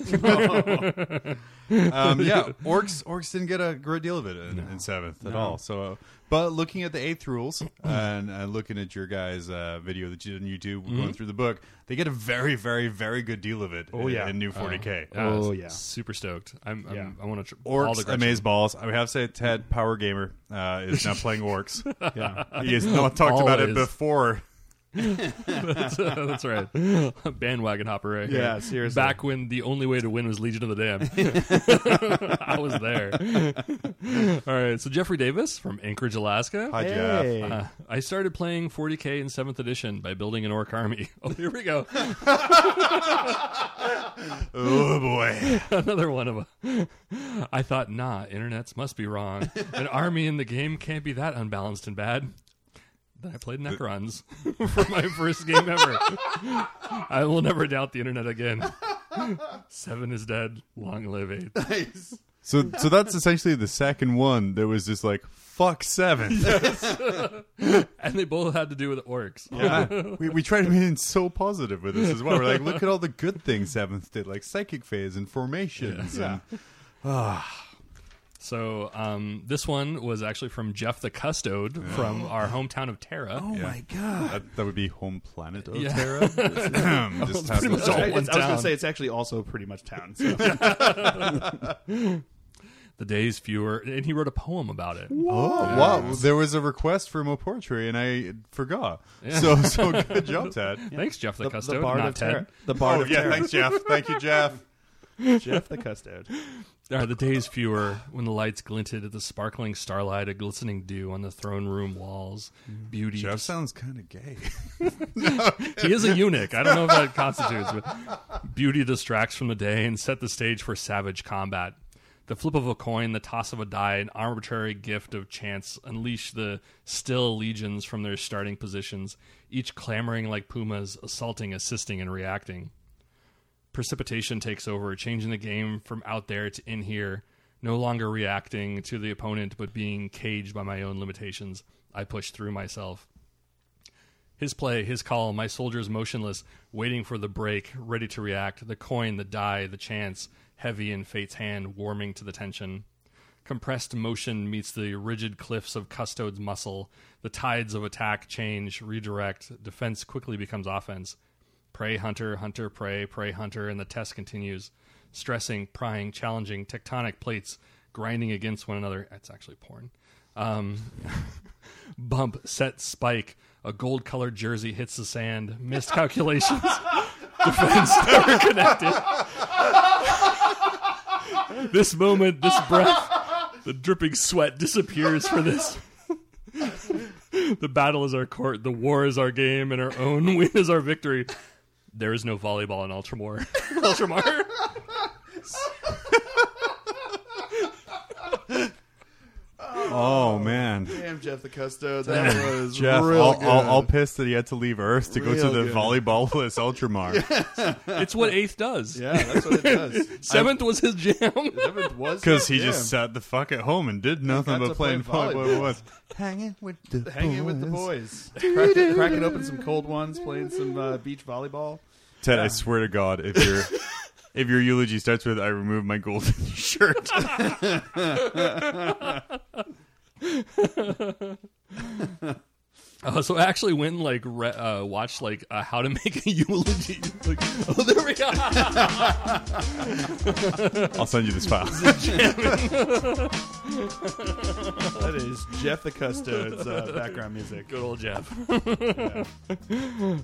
Speaker 1: yeah, orcs orcs didn't get a great deal of it in, in seventh at all. So, uh, but looking at the eighth rules and uh, looking at your guys' uh, video that you did on YouTube, going through the book, they get a very, very, very good deal of it. Oh in,
Speaker 2: yeah.
Speaker 1: in new 40k.
Speaker 3: Yeah,
Speaker 2: Oh,
Speaker 3: s-
Speaker 2: yeah.
Speaker 3: super stoked. I'm, I'm
Speaker 2: Yeah.
Speaker 3: I want to tr- Uh, all the
Speaker 1: Orcs
Speaker 3: Gretchen.
Speaker 1: amaze balls. I would have to say Ted Power Gamer uh, is now playing orcs.
Speaker 2: Yeah.
Speaker 1: He has not talked about it
Speaker 3: Always.
Speaker 1: before.
Speaker 3: that's, that's right. Bandwagon hopper right here.
Speaker 2: Yeah, seriously.
Speaker 3: Back when the only way to win was Legion of the Damned. I was there. All right, so Jeffrey Davis from Anchorage, Alaska.
Speaker 1: Hi
Speaker 2: Hey.
Speaker 1: Jeff.
Speaker 3: Uh, I started playing 40k in 7th edition by building an orc army. Oh, here we go.
Speaker 1: Oh boy.
Speaker 3: Another one of them. I thought, nah, internets must be wrong. An army in the game can't be that unbalanced and bad. Then I played Necrons for my first game ever. I will never doubt the internet again. Seven is dead. Long live eight.
Speaker 2: Nice.
Speaker 1: So, so that's essentially the second one that was just like fuck seven.
Speaker 3: And they both had to do with orcs.
Speaker 1: Yeah. we, we try to be so positive with this as well. We're like, look at all the good things Seventh did, like psychic phase and formations. And,
Speaker 3: So um, this one was actually from Jeff the Custode from our hometown of Terra.
Speaker 2: Oh my god.
Speaker 1: That, that would be home planet of
Speaker 3: Yeah.
Speaker 1: Terra. Just have
Speaker 3: pretty
Speaker 1: it.
Speaker 3: much all
Speaker 2: I, I
Speaker 3: one
Speaker 2: was going
Speaker 3: town.
Speaker 2: to say it's actually also pretty much town. So.
Speaker 3: The days fewer, and he wrote a poem about it.
Speaker 1: Oh wow! There was a request for more poetry, and I forgot. So so good job, Ted.
Speaker 3: Thanks, Jeff the,
Speaker 2: the,
Speaker 3: Custode.
Speaker 2: bard
Speaker 3: not
Speaker 2: of
Speaker 3: Ted.
Speaker 2: terror. The bard
Speaker 1: Oh
Speaker 2: of
Speaker 1: yeah,
Speaker 2: terror.
Speaker 1: thanks Jeff. Thank you, Jeff.
Speaker 2: Jeff the custard.
Speaker 3: Are the days fewer when the lights glinted at the sparkling starlight, a glistening dew on the throne room walls? Beauty.
Speaker 1: Jeff sounds kind of gay.
Speaker 3: He is a eunuch. I don't know if that constitutes, but beauty distracts from the day and set the stage for savage combat. The flip of a coin, the toss of a die, an arbitrary gift of chance unleash the still legions from their starting positions, each clamoring like pumas, assaulting, assisting, and reacting precipitation takes over, changing the game from out there to in here, no longer reacting to the opponent, but being caged by my own limitations. I push through myself. His play, his call, my soldiers motionless, waiting for the break, ready to react, the coin, the die, the chance, heavy in fate's hand, warming to the tension. Compressed motion meets the rigid cliffs of custode's muscle. The tides of attack change, redirect. Defense quickly becomes offense. Prey hunter, hunter, prey, prey hunter, and the test continues. Stressing, prying, challenging, tectonic plates grinding against one another. That's actually porn. Um, bump, set, spike. A gold colored jersey hits the sand. Missed calculations. Defense never connected. this moment, this breath, the dripping sweat disappears for this. the battle is our court, the war is our game, and our own win is our victory. There is no volleyball in Ultramar. Ultramar.
Speaker 1: oh man.
Speaker 2: Damn, Jeff the Custo. That was
Speaker 1: Jeff,
Speaker 2: real
Speaker 1: all,
Speaker 2: good.
Speaker 1: all, all pissed that he had to leave Earth to go
Speaker 2: Real
Speaker 1: to the
Speaker 2: good.
Speaker 1: volleyballless Ultramar.
Speaker 3: It's what eighth does.
Speaker 2: yeah, that's what it does.
Speaker 3: Seventh was his jam.
Speaker 2: Seventh was
Speaker 1: Because he
Speaker 2: yeah.
Speaker 1: just sat the fuck at home and did nothing
Speaker 2: got
Speaker 1: but
Speaker 2: to
Speaker 1: playing
Speaker 2: play volleyball.
Speaker 1: volleyball. What Hanging with the
Speaker 2: hanging with the boys, cracking, cracking open some cold ones, playing some uh, beach volleyball.
Speaker 1: Ted, I swear to God, if your if your eulogy starts with "I remove my golden shirt,"
Speaker 3: Uh, so I actually went and like re- uh, watched like uh, how to make a eulogy. Like, oh, there we go.
Speaker 1: I'll send you this file.
Speaker 2: That is Jeff the Custode's uh, background music.
Speaker 3: Good old Jeff.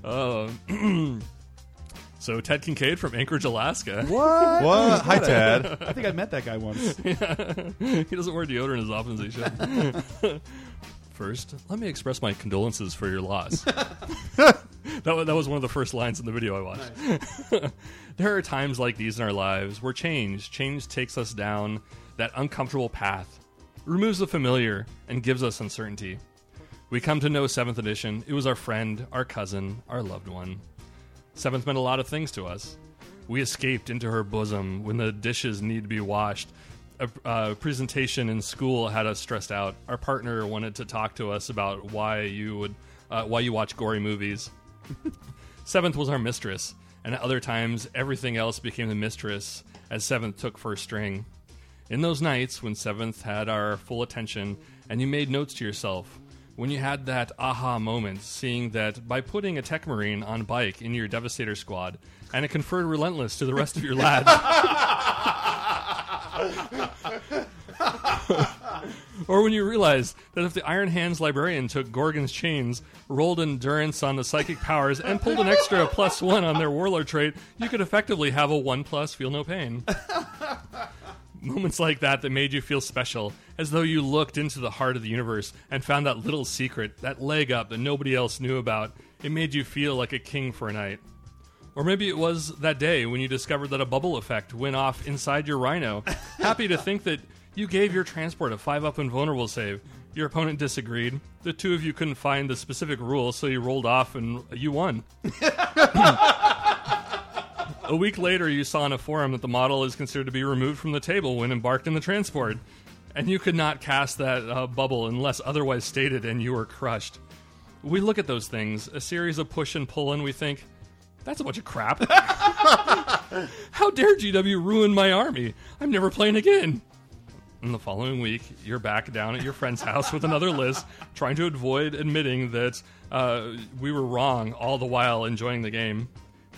Speaker 3: Um, so Ted Kincaid from Anchorage, Alaska.
Speaker 2: What?
Speaker 1: what? Hi, Ted.
Speaker 2: I think I met that guy once.
Speaker 3: he doesn't wear deodorant as often as he should. first, let me express my condolences for your loss. that, wa- that was one of the first lines in the video I watched. there are times like these in our lives where change, change takes us down that uncomfortable path, removes the familiar, and gives us uncertainty. We come to know 7th edition. It was our friend, our cousin, our loved one. 7th meant a lot of things to us. We escaped into her bosom when the dishes need to be washed. A, a presentation in school had us stressed out. Our partner wanted to talk to us about why you would uh, why you watch gory movies. Seventh was our mistress, and at other times, everything else became the mistress as Seventh took first string. In those nights when Seventh had our full attention and you made notes to yourself, when you had that aha moment, seeing that by putting a Tech Marine on bike in your Devastator squad, and it conferred relentless to the rest of your lads. Or when you realize that if the Iron Hands librarian took Gorgon's chains, rolled endurance on the psychic powers, and pulled an extra plus one on their warlord trait, you could effectively have a one plus feel no pain. Moments like that that made you feel special, as though you looked into the heart of the universe and found that little secret, that leg up that nobody else knew about. It made you feel like a king for a night. Or maybe it was that day when you discovered that a bubble effect went off inside your rhino. Happy to think that you gave your transport a 5 up and vulnerable save. Your opponent disagreed. The two of you couldn't find the specific rule, so you rolled off and you won. a week later, you saw on a forum that the model is considered to be removed from the table when embarked in the transport, and you could not cast that uh, bubble unless otherwise stated, and you were crushed. We look at those things, a series of push and pull, and we think, that's a bunch of crap. How dare GW ruin my army? I'm never playing again. And the following week, you're back down at your friend's house with another list, trying to avoid admitting that uh, we were wrong all the while enjoying the game.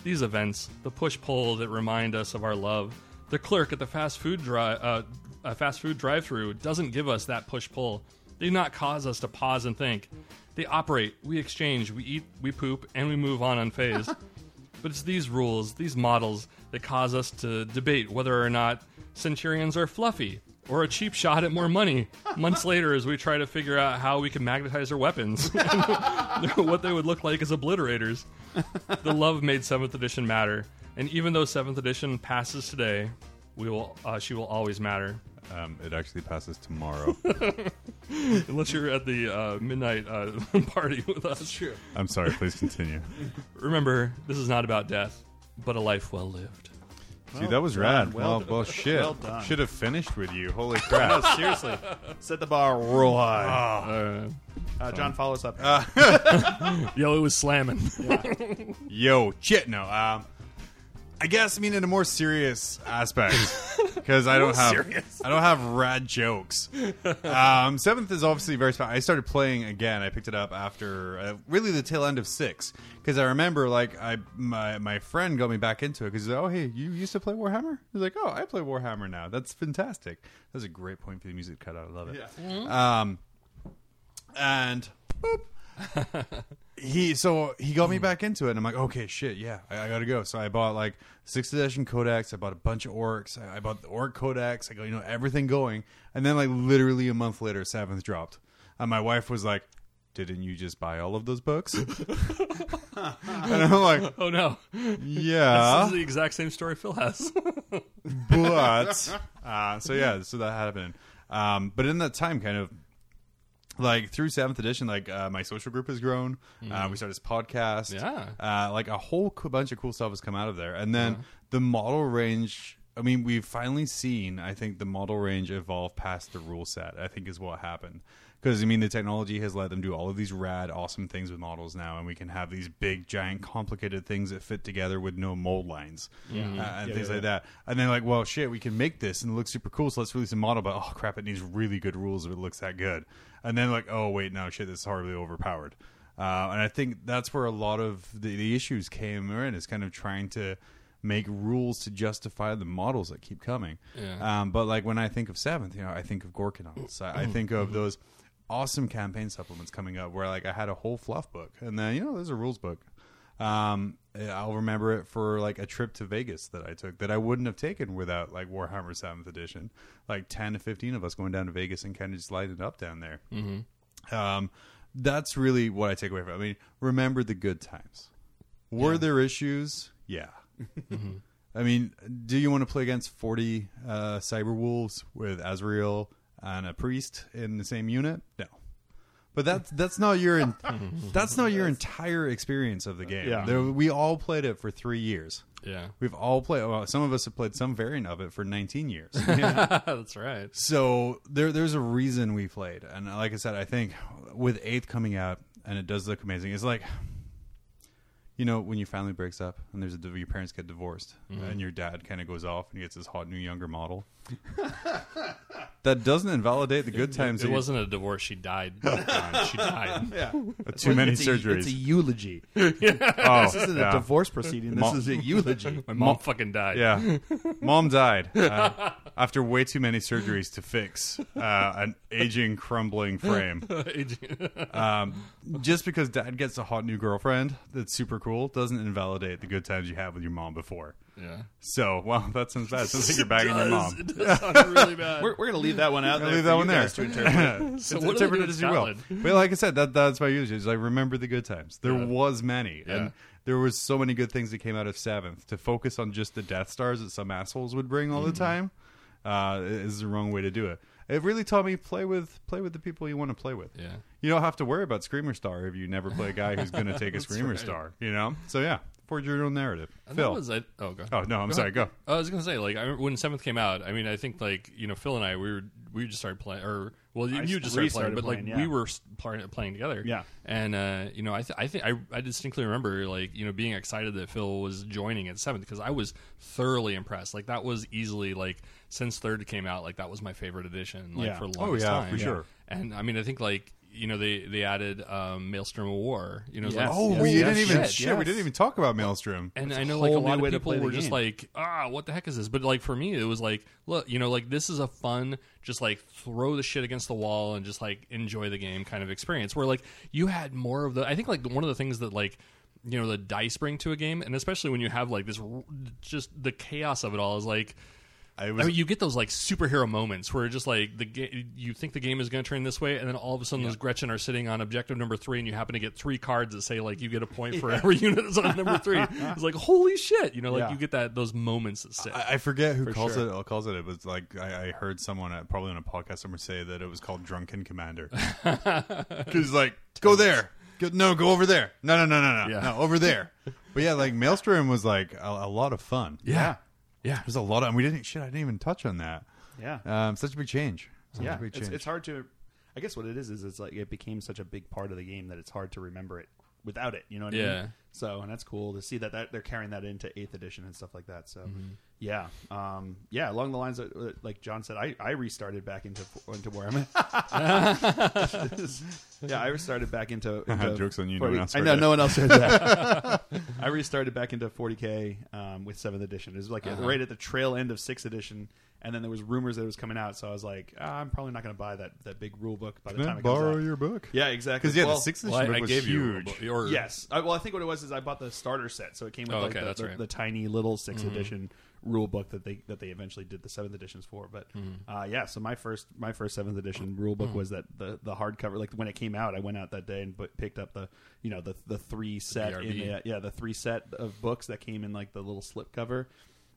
Speaker 3: These events, the push pull that remind us of our love, the clerk at the fast food dri- uh, uh, fast food drive-through doesn't give us that push pull. They do not cause us to pause and think. They operate. We exchange. We eat. We poop, and we move on unfazed. But it's these rules, these models, that cause us to debate whether or not centurions are fluffy or a cheap shot at more money months later as we try to figure out how we can magnetize their weapons what they would look like as obliterators the love made 7th edition matter and even though 7th edition passes today we will uh, she will always matter
Speaker 1: Um, it actually passes tomorrow.
Speaker 3: unless you're at the uh, midnight uh, party with us
Speaker 2: True.
Speaker 1: I'm sorry. Please continue.
Speaker 3: remember this is not about death but a life well lived
Speaker 1: Dude, that was
Speaker 2: done.
Speaker 1: rad.
Speaker 2: Well
Speaker 1: Well,
Speaker 2: done.
Speaker 1: well, shit.
Speaker 2: Well done.
Speaker 1: Should have finished with you. Holy crap.
Speaker 2: Seriously, set the bar real high.
Speaker 3: uh,
Speaker 1: Oh,
Speaker 2: Uh, John, follow us up.
Speaker 1: Ah,
Speaker 3: yo it was slamming
Speaker 1: Yo, shit. No. Um, I guess I mean in a more serious aspect because I don't have
Speaker 3: serious.
Speaker 1: I don't have rad jokes. Um, seventh is obviously very special. I started playing again. I picked it up after uh, really the tail end of six because I remember like I my my friend got me back into it because oh hey you used to play Warhammer. He's like oh I play Warhammer now. That's fantastic. That's a great point for the music cut out. I love it. Um, and boop. he so he
Speaker 3: Hmm.
Speaker 1: got me back into it and i'm like okay shit yeah i, I gotta go so i bought like sixth edition codex i bought a bunch of orcs i, I bought the orc codex i got you know everything going and then like literally a month later seventh dropped and my wife was like didn't you just buy all of those books and i'm like
Speaker 3: oh no this
Speaker 1: yeah
Speaker 3: is the exact same story phil has
Speaker 1: but uh, so yeah, so that happened. Um, but in that time, kind of like through seventh edition, like uh, my social group has grown. Uh, we started this podcast.
Speaker 3: Hmm. Yeah.
Speaker 1: uh, like a whole co- bunch of cool stuff has come out of there, and then the model range. I mean, we've finally seen. I think the model range evolve past the rule set. I think is what happened. Because I mean, the technology has let them do all of these rad, awesome things with models now, and we can have these big, giant, complicated things that fit together with no mold lines uh, and things like that. And then like, well, shit, we can make this and it looks super cool. So let's release a model, but oh crap, it needs really good rules if it looks that good. And then like, oh wait, no, shit, this is horribly overpowered. Uh, and I think that's where a lot of the, the issues came in is kind of trying to make rules to justify the models that keep coming.
Speaker 3: Yeah.
Speaker 1: Um, but like when I think of Seventh, you know, I think of Gorkanons. I, I think of those awesome campaign supplements coming up where like I had a whole fluff book and then you know there's a rules book. Um, I'll remember it for like a trip to Vegas that I took that I wouldn't have taken without like Warhammer Seventh Edition. Like ten to fifteen of us going down to Vegas and kind of just lighting it up down there. Mm-hmm. Um, that's really what I take away from. it. I mean, remember the good times. Were there issues? Yeah. I mean, do you want to play against 40 uh, cyber wolves with Azrael and a priest in the same unit? No. But that's that's not your en- that's not your entire experience of the game.
Speaker 2: Yeah.
Speaker 1: There, we all played it for 3 years.
Speaker 3: yeah
Speaker 1: We've all played well, some of us have played some variant of it for 19 years.
Speaker 3: that's right
Speaker 1: So there, there's a reason we played, and like I said, I think with Eighth coming out, and it does look amazing. It's like, you know, when your family breaks up and there's a, div- your parents get divorced,
Speaker 2: Mm-hmm.
Speaker 1: and your dad kind of goes off and gets this hot new younger model. that doesn't invalidate the good times.
Speaker 3: it
Speaker 1: that you-
Speaker 3: wasn't a divorce she died John. she died
Speaker 2: yeah.
Speaker 1: too many
Speaker 2: it's A,
Speaker 1: surgeries.
Speaker 2: it's a eulogy.
Speaker 1: oh,
Speaker 2: This isn't
Speaker 1: yeah.
Speaker 2: a divorce proceeding. This
Speaker 1: Mo-
Speaker 2: is a eulogy.
Speaker 3: my mom fucking died
Speaker 1: Yeah, mom died uh, after way too many surgeries to fix uh, an aging, crumbling frame. Um, just because dad gets a hot new girlfriend that's super cool doesn't invalidate the good times you have with your mom before.
Speaker 3: yeah
Speaker 1: So, well, that sounds bad. Sounds like you're bagging your mom.
Speaker 3: It does sound really bad.
Speaker 2: We're, we're going to leave that one out there.
Speaker 1: Leave
Speaker 2: for
Speaker 1: that
Speaker 2: you
Speaker 1: one there.
Speaker 2: guys to interpret.
Speaker 1: so
Speaker 3: what do they do in Scotland?
Speaker 1: But like I said, that that's my usage. Is I remember the good times. There was many,
Speaker 3: Yeah.
Speaker 1: and there was so many good things that came out of Seventh. To focus on just the Death Stars that some assholes would bring all the
Speaker 3: Mm-hmm.
Speaker 1: time uh, is the wrong way to do it. It really taught me play with play with the people you want to play with.
Speaker 3: Yeah.
Speaker 1: you don't have to worry about Screamer Star if you never play a guy who's going to take a Screamer
Speaker 3: right.
Speaker 1: Star. You know, so yeah, forge your own narrative.
Speaker 3: And
Speaker 1: Phil,
Speaker 3: That was, I, oh, go
Speaker 1: oh no, I'm sorry. Go.
Speaker 3: I was gonna say, like, I remember when Seventh came out. I mean, I think like you know, Phil and I, we were we just started playing, or well, you,
Speaker 2: I
Speaker 3: you just started
Speaker 2: restarted
Speaker 3: playing, but like
Speaker 2: playing,
Speaker 3: we
Speaker 2: yeah.
Speaker 3: were s- playing playing together.
Speaker 2: Yeah.
Speaker 3: and uh, you know, I th- I think I I distinctly remember like you know being excited that Phil was joining at Seventh because I was thoroughly impressed. Like that was easily like since Third came out, like that was my favorite edition. Like
Speaker 2: Yeah.
Speaker 3: for the
Speaker 1: Oh,
Speaker 3: longest
Speaker 1: yeah,
Speaker 3: time.
Speaker 1: for sure.
Speaker 3: And I mean, I think like. You know they they added um, Maelstrom of War. You know, it's like,
Speaker 2: Yes.
Speaker 1: Oh,
Speaker 2: Yes,
Speaker 1: we
Speaker 2: yes,
Speaker 1: didn't even
Speaker 2: yes,
Speaker 1: shit. We
Speaker 2: yes.
Speaker 1: didn't even talk about Maelstrom.
Speaker 3: and
Speaker 2: It's
Speaker 3: I
Speaker 2: a
Speaker 3: know like a
Speaker 2: whole
Speaker 3: lot
Speaker 2: new
Speaker 3: of
Speaker 2: way to
Speaker 3: people
Speaker 2: play the
Speaker 3: were just
Speaker 2: game.
Speaker 3: like, ah, what the heck is this? But like for me, it was like, look, you know, like this is a fun, just like throw the shit against the wall and just like enjoy the game kind of experience. Where like you had more of the, I think like one of the things that like you know the dice bring to a game, and especially when you have like this, r- just the chaos of it all is like.
Speaker 1: I was
Speaker 3: I mean, you get those like superhero moments where just like the ga- you think the game is going to turn this way, and then all of a sudden those Gretchen are sitting on objective number three, and you happen to get three cards that say like you get a point for every unit that's on number three. It's like holy shit, you know, like
Speaker 2: Yeah.
Speaker 3: you get that those moments that stick.
Speaker 1: I I forget who calls
Speaker 2: sure.
Speaker 1: it. it. Calls it. It was like I, I heard someone uh probably on a podcast somewhere say that it was called Drunken Commander. Because like, go there. Go, no, go over there. No, no, no, no, no,
Speaker 3: Yeah.
Speaker 1: no, over there. But yeah, like Maelstrom was like a, a lot of fun.
Speaker 2: Yeah.
Speaker 1: yeah, there's a lot of. And we didn't shit. I didn't even touch on that.
Speaker 2: Yeah.
Speaker 1: Um, such a big change. Such
Speaker 2: yeah.
Speaker 1: a big
Speaker 2: It's,
Speaker 1: change.
Speaker 2: it's hard to. I guess what it is is it's like it became such a big part of the game that it's hard to remember it without it. You know what I
Speaker 3: Yeah.
Speaker 2: mean? So and that's cool to see that, that they're carrying that into eighth edition and stuff like that. So yeah, um, yeah. Along the lines that, uh, like John said, I, I restarted back into into where I'm at. yeah, I restarted back into, into
Speaker 1: Jokes on you, no
Speaker 2: 40
Speaker 1: one else
Speaker 2: I
Speaker 1: heard
Speaker 2: know
Speaker 1: it.
Speaker 2: no one else heard that. I restarted back into 40k um, with seventh edition. It was like
Speaker 1: Uh-huh.
Speaker 2: right at the trail end of sixth edition, and then there was rumors that it was coming out. So I was like, ah, I'm probably not going to buy that that big rule book by the
Speaker 1: Can
Speaker 2: time
Speaker 1: I
Speaker 2: it
Speaker 1: borrow
Speaker 2: comes out.
Speaker 1: your book?
Speaker 2: Yeah, exactly.
Speaker 1: Because yeah,
Speaker 2: Well,
Speaker 1: the sixth
Speaker 3: Well, I,
Speaker 1: edition book
Speaker 3: I
Speaker 1: was
Speaker 3: gave
Speaker 1: huge.
Speaker 3: you, or,
Speaker 2: Yes. I, well, I think what it was is I bought the starter set, so it came with
Speaker 3: Oh,
Speaker 2: like
Speaker 3: okay,
Speaker 2: the,
Speaker 3: that's
Speaker 2: the,
Speaker 3: right.
Speaker 2: the tiny little 6th edition rule book that they that they eventually did the seventh editions for. But uh, yeah, so my first my first seventh edition rule book was that the the hardcover. Like when it came out, I went out that day and bu- picked up the you know the the three set in
Speaker 3: BRB.
Speaker 2: the, yeah the three set of books that came in like the little slip cover.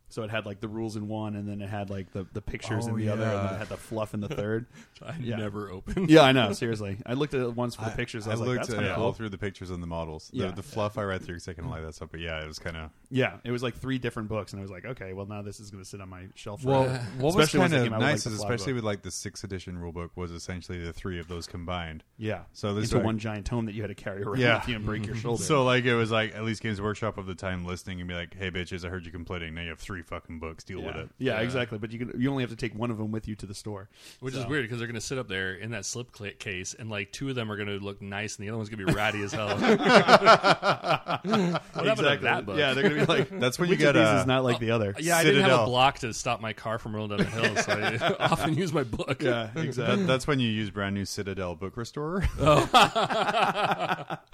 Speaker 2: So it had like the rules in one, and then it had like the, the pictures
Speaker 1: Oh,
Speaker 2: in the other, and then
Speaker 1: yeah.
Speaker 2: it had the fluff in the third.
Speaker 3: I
Speaker 2: Yeah.
Speaker 3: never opened.
Speaker 2: yeah, I know. Seriously, I looked at it once for the pictures. I,
Speaker 1: I
Speaker 2: was like,
Speaker 1: looked
Speaker 2: "That's kind
Speaker 1: uh,
Speaker 2: of cool."
Speaker 1: all through the pictures and the models. The,
Speaker 2: Yeah.
Speaker 1: the fluff I read through because I can light that stuff. But yeah, it was kind of
Speaker 2: Yeah, it was like three different books, and I was like, okay, well now this is going to sit on my shelf.
Speaker 1: Well,
Speaker 2: forever.
Speaker 1: what was
Speaker 2: Especially once
Speaker 1: kind of
Speaker 2: it came out with,
Speaker 1: nice
Speaker 2: like,
Speaker 1: is
Speaker 2: the fly
Speaker 1: especially
Speaker 2: book.
Speaker 1: with like the sixth edition rulebook was essentially the three of those combined.
Speaker 2: yeah,
Speaker 1: So this
Speaker 2: into
Speaker 1: way-
Speaker 2: one giant tome that you had to carry around
Speaker 1: Yeah.
Speaker 2: with you and break your shoulder.
Speaker 1: So like it was like at least Games Workshop of the time listening and be like, hey bitches, I heard you complaining. Now you have three fucking books. Deal
Speaker 2: yeah.
Speaker 1: with it.
Speaker 2: Yeah,
Speaker 3: Yeah.
Speaker 2: exactly. But you can you only have to take one of them with you to the store,
Speaker 3: Which is
Speaker 2: So-
Speaker 3: weird because they're going to sit up there in that slip cl- case, and like two of them are going to look nice, and the other one's going to be ratty as hell. what happened to
Speaker 2: Exactly.
Speaker 3: that book?
Speaker 2: Yeah, they're going to be like,
Speaker 1: That's when you
Speaker 2: which
Speaker 1: get
Speaker 2: of these
Speaker 1: uh,
Speaker 2: is not like the other.
Speaker 3: Yeah, I didn't have a
Speaker 1: Citadel.
Speaker 3: block to stop my car from rolling down the hill, so I often use my book.
Speaker 2: yeah, exactly.
Speaker 1: that, that's when you use brand new Citadel book restorer.
Speaker 3: Gosh,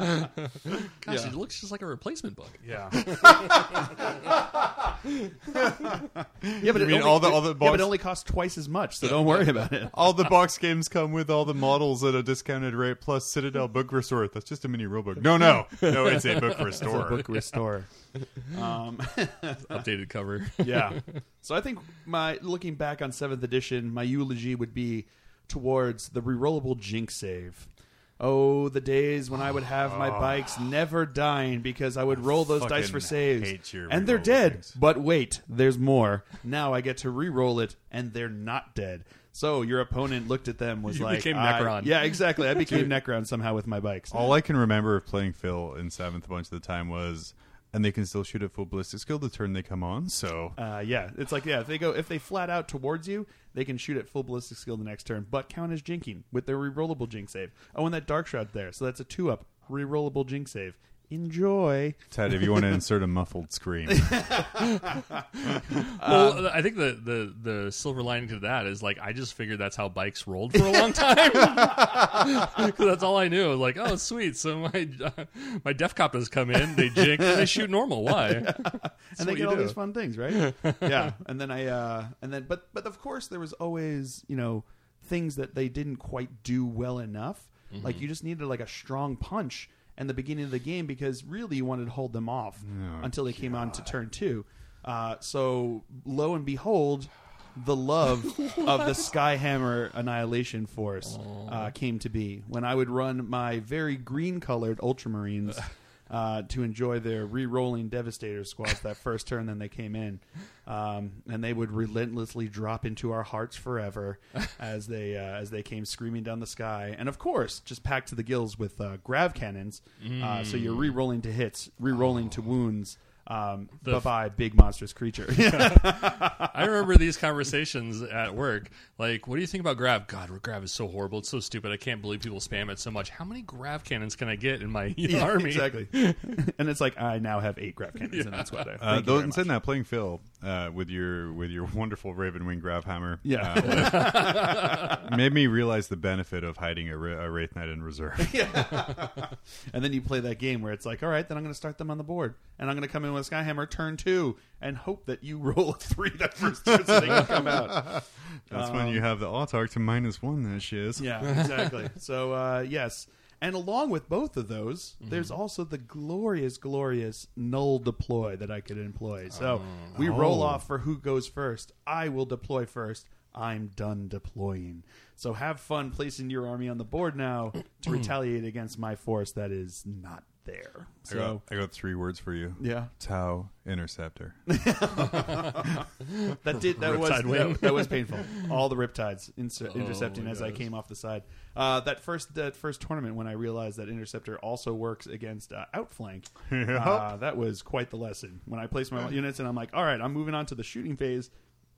Speaker 2: Yeah.
Speaker 3: it looks just like a replacement book.
Speaker 2: Yeah. yeah, but
Speaker 1: You
Speaker 2: it
Speaker 1: mean
Speaker 2: only,
Speaker 1: all the- all the
Speaker 2: yeah, but
Speaker 1: box-
Speaker 2: it only costs twice as much, so don't worry about it.
Speaker 1: all the box games come with all the models at a discounted rate plus Citadel book restorer. That's just a mini rulebook. No, no, no, it's a book
Speaker 2: It's
Speaker 1: restorer.
Speaker 2: a book restore. Um,
Speaker 3: Updated cover.
Speaker 2: yeah. So I think my looking back on seventh edition, my eulogy would be towards the rerollable jinx save. Oh, the days when I would have my bikes never dying because I would roll those dice
Speaker 1: Oh. fucking
Speaker 2: for saves.
Speaker 1: hate your
Speaker 2: and they're
Speaker 1: rerollable
Speaker 2: dead.
Speaker 1: jinx.
Speaker 2: But wait, there's more. Now I get to re-roll it and they're not dead. So your opponent looked at them was
Speaker 3: You
Speaker 2: like
Speaker 3: became
Speaker 2: I-
Speaker 3: Necron.
Speaker 2: Yeah, exactly. I became Necron somehow with my bikes.
Speaker 1: All I can remember of playing Phil in seventh a bunch of the time was, and they can still shoot at full ballistic skill the turn they come on. So
Speaker 2: Uh, yeah, it's like yeah, if they go if they flat out towards you, they can shoot at full ballistic skill the next turn, but count as jinking with their rerollable jink save. Oh, and that dark shroud there, so that's a two up rerollable jink save. Enjoy.
Speaker 1: Ted, if you want to insert a muffled scream,
Speaker 2: Um,
Speaker 3: well, I think the, the, the silver lining to that is like I just figured that's how bikes rolled for a long time. 'Cause that's all I knew. I was like, oh, sweet. So my my def coppers come in, they jink, and they shoot normal. Why?
Speaker 2: and they
Speaker 3: what
Speaker 2: get
Speaker 3: you
Speaker 2: all
Speaker 3: do.
Speaker 2: these fun things, right? yeah. And then I uh and then but but of course there was always, you know, things that they didn't quite do well enough. Like
Speaker 3: Mm-hmm.
Speaker 2: you just needed like a strong punch in the beginning of the game because really you wanted to hold them off
Speaker 3: Oh,
Speaker 2: until they came on to turn 2. Uh so lo and behold the love of the Skyhammer Annihilation Force uh, came to be when I would run my very green colored Ultramarines uh, to enjoy their re-rolling Devastator squads that first turn. Then they came in, um, and they would relentlessly drop into our hearts forever as they uh, as they came screaming down the sky. And of course, just packed to the gills with uh, grav cannons. Uh, so you're re-rolling to hits, re-rolling to wounds. Um, bye bye, big monstrous creature.
Speaker 3: I remember these conversations at work. Like, what do you think about Grav? God, Grav is so horrible. It's so stupid. I can't believe people spam it so much. How many Grav cannons can I get in my army?
Speaker 2: Exactly. Uh, and it's like I now have eight graph cannons in that squad.
Speaker 1: uh, those in saying that playing Phil, uh, with your with your wonderful Raven Wing grab hammer.
Speaker 2: Yeah.
Speaker 1: uh, made me realize the benefit of hiding a, Ra- a Wraith Knight in reserve.
Speaker 2: And then you play that game where it's like, all right, then I'm going to start them on the board, and I'm going to come in with Skyhammer turn two, and hope that you roll a three that first turn so they can come out.
Speaker 1: That's when you have the autark to minus one. That shiz.
Speaker 2: Um, Yeah, exactly. so uh, yes, and along with both of those,
Speaker 1: Mm-hmm.
Speaker 2: there's also the glorious, glorious null deploy that I could employ. So
Speaker 1: Oh.
Speaker 2: we roll off for who goes first. I will deploy first. I'm done deploying. So have fun placing your army on the board now to retaliate against my force that is not there.
Speaker 1: I, got,
Speaker 2: So
Speaker 1: I got three words for you.
Speaker 2: yeah.
Speaker 1: Tau interceptor.
Speaker 2: That did that was
Speaker 3: Riptide win.
Speaker 2: that, that was painful. All the riptides inter-
Speaker 1: Oh
Speaker 2: intercepting
Speaker 3: my
Speaker 2: as I
Speaker 3: gosh.
Speaker 2: came off the side. Uh, that first that first tournament when I realized that interceptor also works against uh, outflank. Uh, that was quite the lesson. When I placed my units and I'm like, all right, I'm moving on to the shooting phase,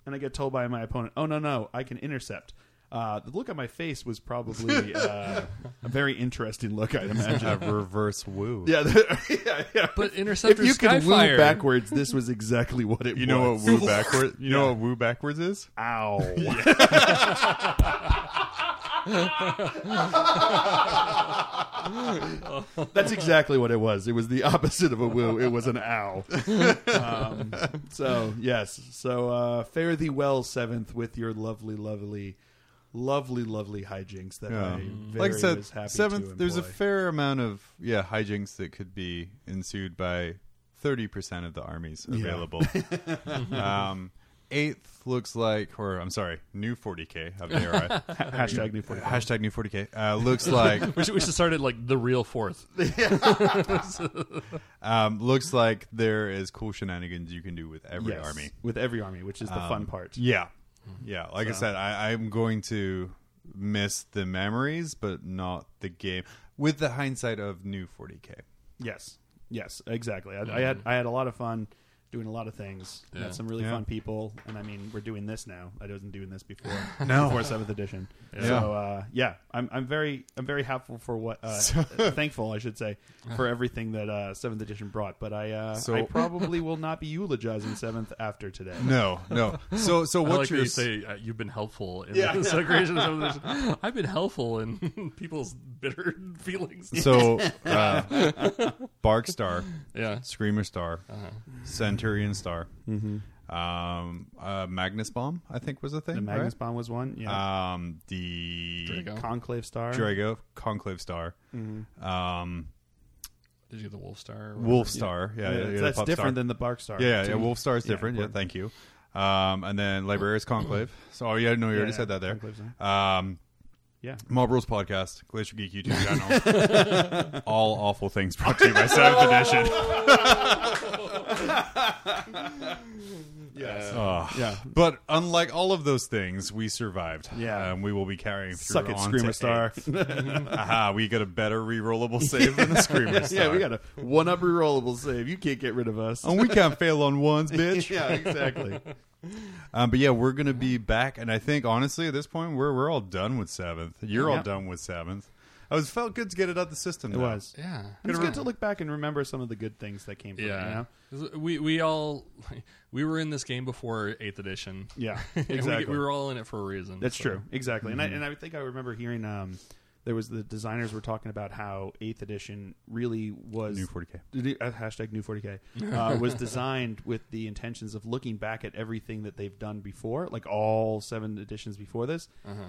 Speaker 2: and I get told by my opponent, oh no no, I can intercept. Uh, the look on my face was probably uh, a very interesting look, I'd imagine.
Speaker 1: a reverse woo.
Speaker 2: Yeah, the- yeah, yeah.
Speaker 3: But
Speaker 2: if
Speaker 3: Interceptor
Speaker 2: you could
Speaker 3: Skyfire-
Speaker 2: woo backwards, this was exactly what it
Speaker 1: You know
Speaker 2: was.
Speaker 1: what woo backward? You know what woo backwards is?
Speaker 2: Ow. That's exactly what it was. It was the opposite of a woo. It was an ow. Um, so, yes. So, uh, fare thee well, Seventh, with your lovely, lovely, lovely, lovely hijinks that I very
Speaker 1: like I
Speaker 2: was
Speaker 1: said,
Speaker 2: happy
Speaker 1: seventh.
Speaker 2: to
Speaker 1: there's a
Speaker 2: employ.
Speaker 1: fair amount of yeah hijinks that could be ensued by thirty percent of the armies available. um, eighth looks like, or I'm sorry, new 40k. How dare I?
Speaker 2: Hashtag new 40.
Speaker 1: Hashtag new 40k uh, looks like
Speaker 3: We should, we should start at like the real fourth.
Speaker 1: um, looks like there is cool shenanigans you can do with every
Speaker 2: Yes, Mm-hmm.
Speaker 1: army. Um,
Speaker 2: With every army, which is the fun part.
Speaker 1: Yeah, yeah. Like I said, I, I'm going to miss the memories, but not the game. With the hindsight of new 40k.
Speaker 2: Yes, yes, exactly. I, I had I had a lot of fun doing a lot of things. Met some really
Speaker 1: Mm-hmm. Yeah.
Speaker 2: fun people, and I mean, we're doing this now. I wasn't doing this before.
Speaker 1: No.
Speaker 2: before seventh edition.
Speaker 1: Yeah.
Speaker 2: So uh, yeah, I'm I'm very I'm very helpful for what uh, thankful I should say for everything that uh, seventh edition brought. But I uh,
Speaker 1: So-
Speaker 2: I probably will not be eulogizing seventh after today.
Speaker 1: No, no. So, so
Speaker 3: I
Speaker 1: what's
Speaker 3: like
Speaker 1: your
Speaker 3: when you say uh, you've been helpful in
Speaker 2: Yeah.
Speaker 3: the segregation of civilization. I've been helpful in people's bitter feelings.
Speaker 1: So, uh, Bark Star,
Speaker 3: Yeah.
Speaker 1: Screamer Star,
Speaker 3: Uh-huh.
Speaker 1: Centurion Star, um, uh, Magnus Bomb, I think was a thing.
Speaker 2: Mm-hmm. The Magnus
Speaker 1: right?
Speaker 2: Bomb was one. Yeah.
Speaker 1: Um, the
Speaker 3: Drago.
Speaker 2: Conclave Star.
Speaker 1: Drago, Conclave Star,
Speaker 2: Mm-hmm.
Speaker 1: um,
Speaker 3: Did you get the Wolf Star? or
Speaker 1: Wolf Star. Yeah,
Speaker 2: Yeah,
Speaker 1: yeah, yeah, the
Speaker 2: that's
Speaker 1: Pup
Speaker 2: different
Speaker 1: Star.
Speaker 2: than the Bark Star.
Speaker 1: Yeah, yeah,
Speaker 2: Two-
Speaker 1: yeah, Wolf Star is different. Yeah,
Speaker 2: important.
Speaker 1: thank you. Um, and then Librarius Conclave. So, oh, yeah, no, you already
Speaker 2: yeah,
Speaker 1: said that there.
Speaker 2: Conclave's
Speaker 1: Um,
Speaker 2: yeah.
Speaker 1: Mob Rules Podcast, Glacier Geek YouTube channel. All awful things brought to you by 7th Edition.
Speaker 2: Yes.
Speaker 1: Ugh.
Speaker 2: yeah.
Speaker 1: Ah. But unlike all of those things, we survived.
Speaker 2: Yeah.
Speaker 1: and we will be carrying. Through
Speaker 2: Suck it,
Speaker 1: on
Speaker 2: Screamer
Speaker 1: to
Speaker 2: Star.
Speaker 1: eighth. Aha! We got a better rerollable save than the Screamer Star.
Speaker 2: Yeah, we got a one up rerollable save. You can't get rid of us.
Speaker 1: And we can't fail on ones, Oh, bitch.
Speaker 2: yeah, exactly.
Speaker 1: Um, but yeah, we're gonna be back, and I think honestly, at this point, we're we're all done with seventh. You're all
Speaker 2: Yeah.
Speaker 1: done with seventh. I was felt good to get it out the system.
Speaker 2: It was.
Speaker 3: Yeah.
Speaker 2: It's good to look back and remember some of the good things that came from it. You
Speaker 3: Yeah.
Speaker 2: know?
Speaker 3: 'Cause We we all we were in this game before eighth edition.
Speaker 2: Yeah,
Speaker 3: And we-
Speaker 2: exactly.
Speaker 3: we, were all in it for a reason.
Speaker 2: That's
Speaker 3: so.
Speaker 2: true. Exactly. And I and I think I remember hearing um there was the designers were talking about how eighth edition really was
Speaker 1: New 40K.
Speaker 2: the- uh, hashtag new 40k uh, was designed with the intentions of looking back at everything that they've done before like all seven editions before this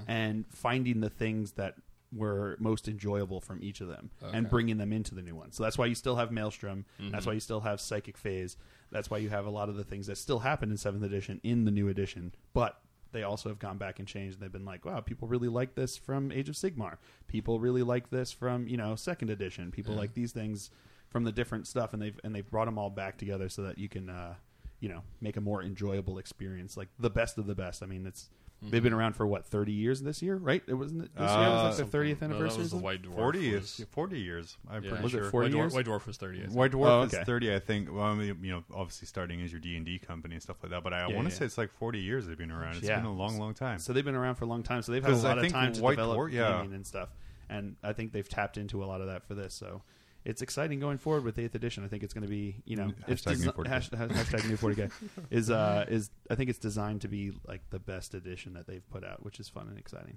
Speaker 2: and finding the things that were most enjoyable from each of them and bringing them into the new one so that's why you still have maelstrom that's why you still have psychic phase that's why you have a lot of the things that still happen in seventh edition in the new edition but they also have gone back and changed and they've been like wow people really like this from age of sigmar people really like this from you know second edition people like these things from the different stuff and they've and they've brought them all back together so that you can uh you know make a more enjoyable experience like the best of the best i mean it's
Speaker 3: Mm-hmm.
Speaker 2: they've been around for what 30 years this year right it wasn't it- this year
Speaker 1: Uh,
Speaker 2: was like the 30th
Speaker 3: Ah, No,
Speaker 2: anniversary
Speaker 3: that was the
Speaker 2: or
Speaker 3: White Dwarf.
Speaker 1: Forty
Speaker 3: was-
Speaker 1: is forty years. I'm
Speaker 3: yeah.
Speaker 1: pretty
Speaker 2: Was it
Speaker 1: sure.
Speaker 2: 40
Speaker 3: White Dwarf,
Speaker 2: years?
Speaker 3: White Dwarf was thirty. I think.
Speaker 1: White Dwarf
Speaker 2: Oh, okay.
Speaker 1: is thirty, I think. Well, I mean, you know, obviously starting as your D and D company and stuff like that. But I
Speaker 2: Yeah,
Speaker 1: want to
Speaker 2: yeah.
Speaker 1: say it's like forty years they've been around. It's
Speaker 2: Yeah.
Speaker 1: been a long, long time.
Speaker 2: something. so they've been around for a long time so they've had a
Speaker 1: 'Cause I
Speaker 2: lot of
Speaker 1: think
Speaker 2: time to
Speaker 1: White
Speaker 2: develop
Speaker 1: Dwarf- yeah.
Speaker 2: gaming and stuff and i think they've tapped into a lot of that for this so it's exciting going forward with eighth edition. I think it's going to be you know it's
Speaker 1: Hashtag new
Speaker 2: desi-
Speaker 1: 40K.
Speaker 2: hash- hash- hashtag new forty k is uh, is I think it's designed to be like the best edition that they've put out, which is fun and exciting.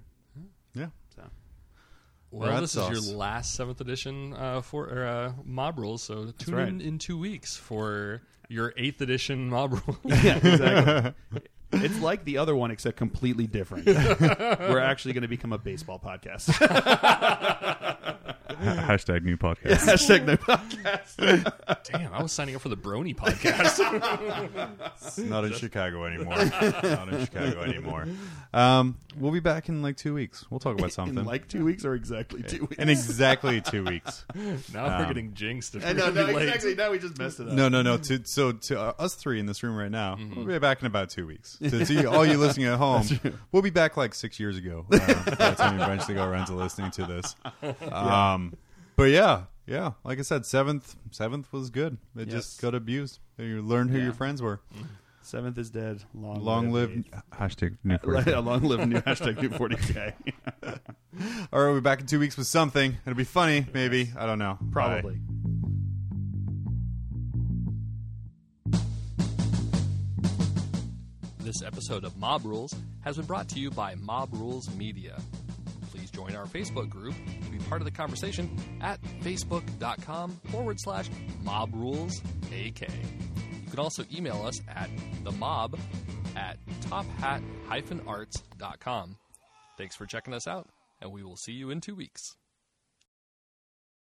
Speaker 1: Yeah.
Speaker 2: So
Speaker 3: Well,
Speaker 1: Rat
Speaker 3: this is
Speaker 1: sauce.
Speaker 3: your last seventh edition uh, for or, uh, mob rules, so tune
Speaker 2: right.
Speaker 3: in in two weeks for your eighth edition mob rules.
Speaker 2: yeah, exactly. It's like the other one, except completely different. We're actually going to become a baseball podcast.
Speaker 1: Hashtag new podcast.
Speaker 2: Hashtag no podcast.
Speaker 3: Damn, I was signing up for the Brony podcast.
Speaker 1: Not in Chicago anymore. Not in Chicago anymore. Um, we'll be back in like two weeks. We'll talk about something.
Speaker 2: In like two weeks or exactly two weeks.
Speaker 1: in exactly two weeks.
Speaker 3: now we're getting jinxed. If
Speaker 2: Um, I
Speaker 3: we're
Speaker 2: know,
Speaker 3: gonna
Speaker 2: no,
Speaker 3: be late.
Speaker 2: exactly. Now we just messed it up.
Speaker 1: No, no, no. To, so to uh, us three in this room right now,
Speaker 2: Mm-hmm.
Speaker 1: we'll be back in about two weeks. To, to you, all you listening at home, we'll be back like six years ago. Uh, by the time you eventually go around to listening to this. Um, but yeah, yeah. Like I said, seventh, seventh was good. It
Speaker 2: Yes.
Speaker 1: just got abused. You learned who
Speaker 2: Yeah. Mm-hmm.
Speaker 1: your friends were.
Speaker 2: Seventh is dead. Long,
Speaker 1: Long live
Speaker 2: eighth.
Speaker 1: hashtag new
Speaker 2: Right, a long live new hashtag new 40k.
Speaker 1: All right, we'll be back in two weeks with something. It'll be funny, maybe. I don't know. Bye.
Speaker 2: Probably.
Speaker 3: This episode of Mob Rules has been brought to you by Mob Rules Media. Please join our Facebook group to be part of the conversation at facebook.com forward slash mob rules AK. You can also email us at the mob at tophat arts.com. Thanks for checking us out, and we will see you in two weeks.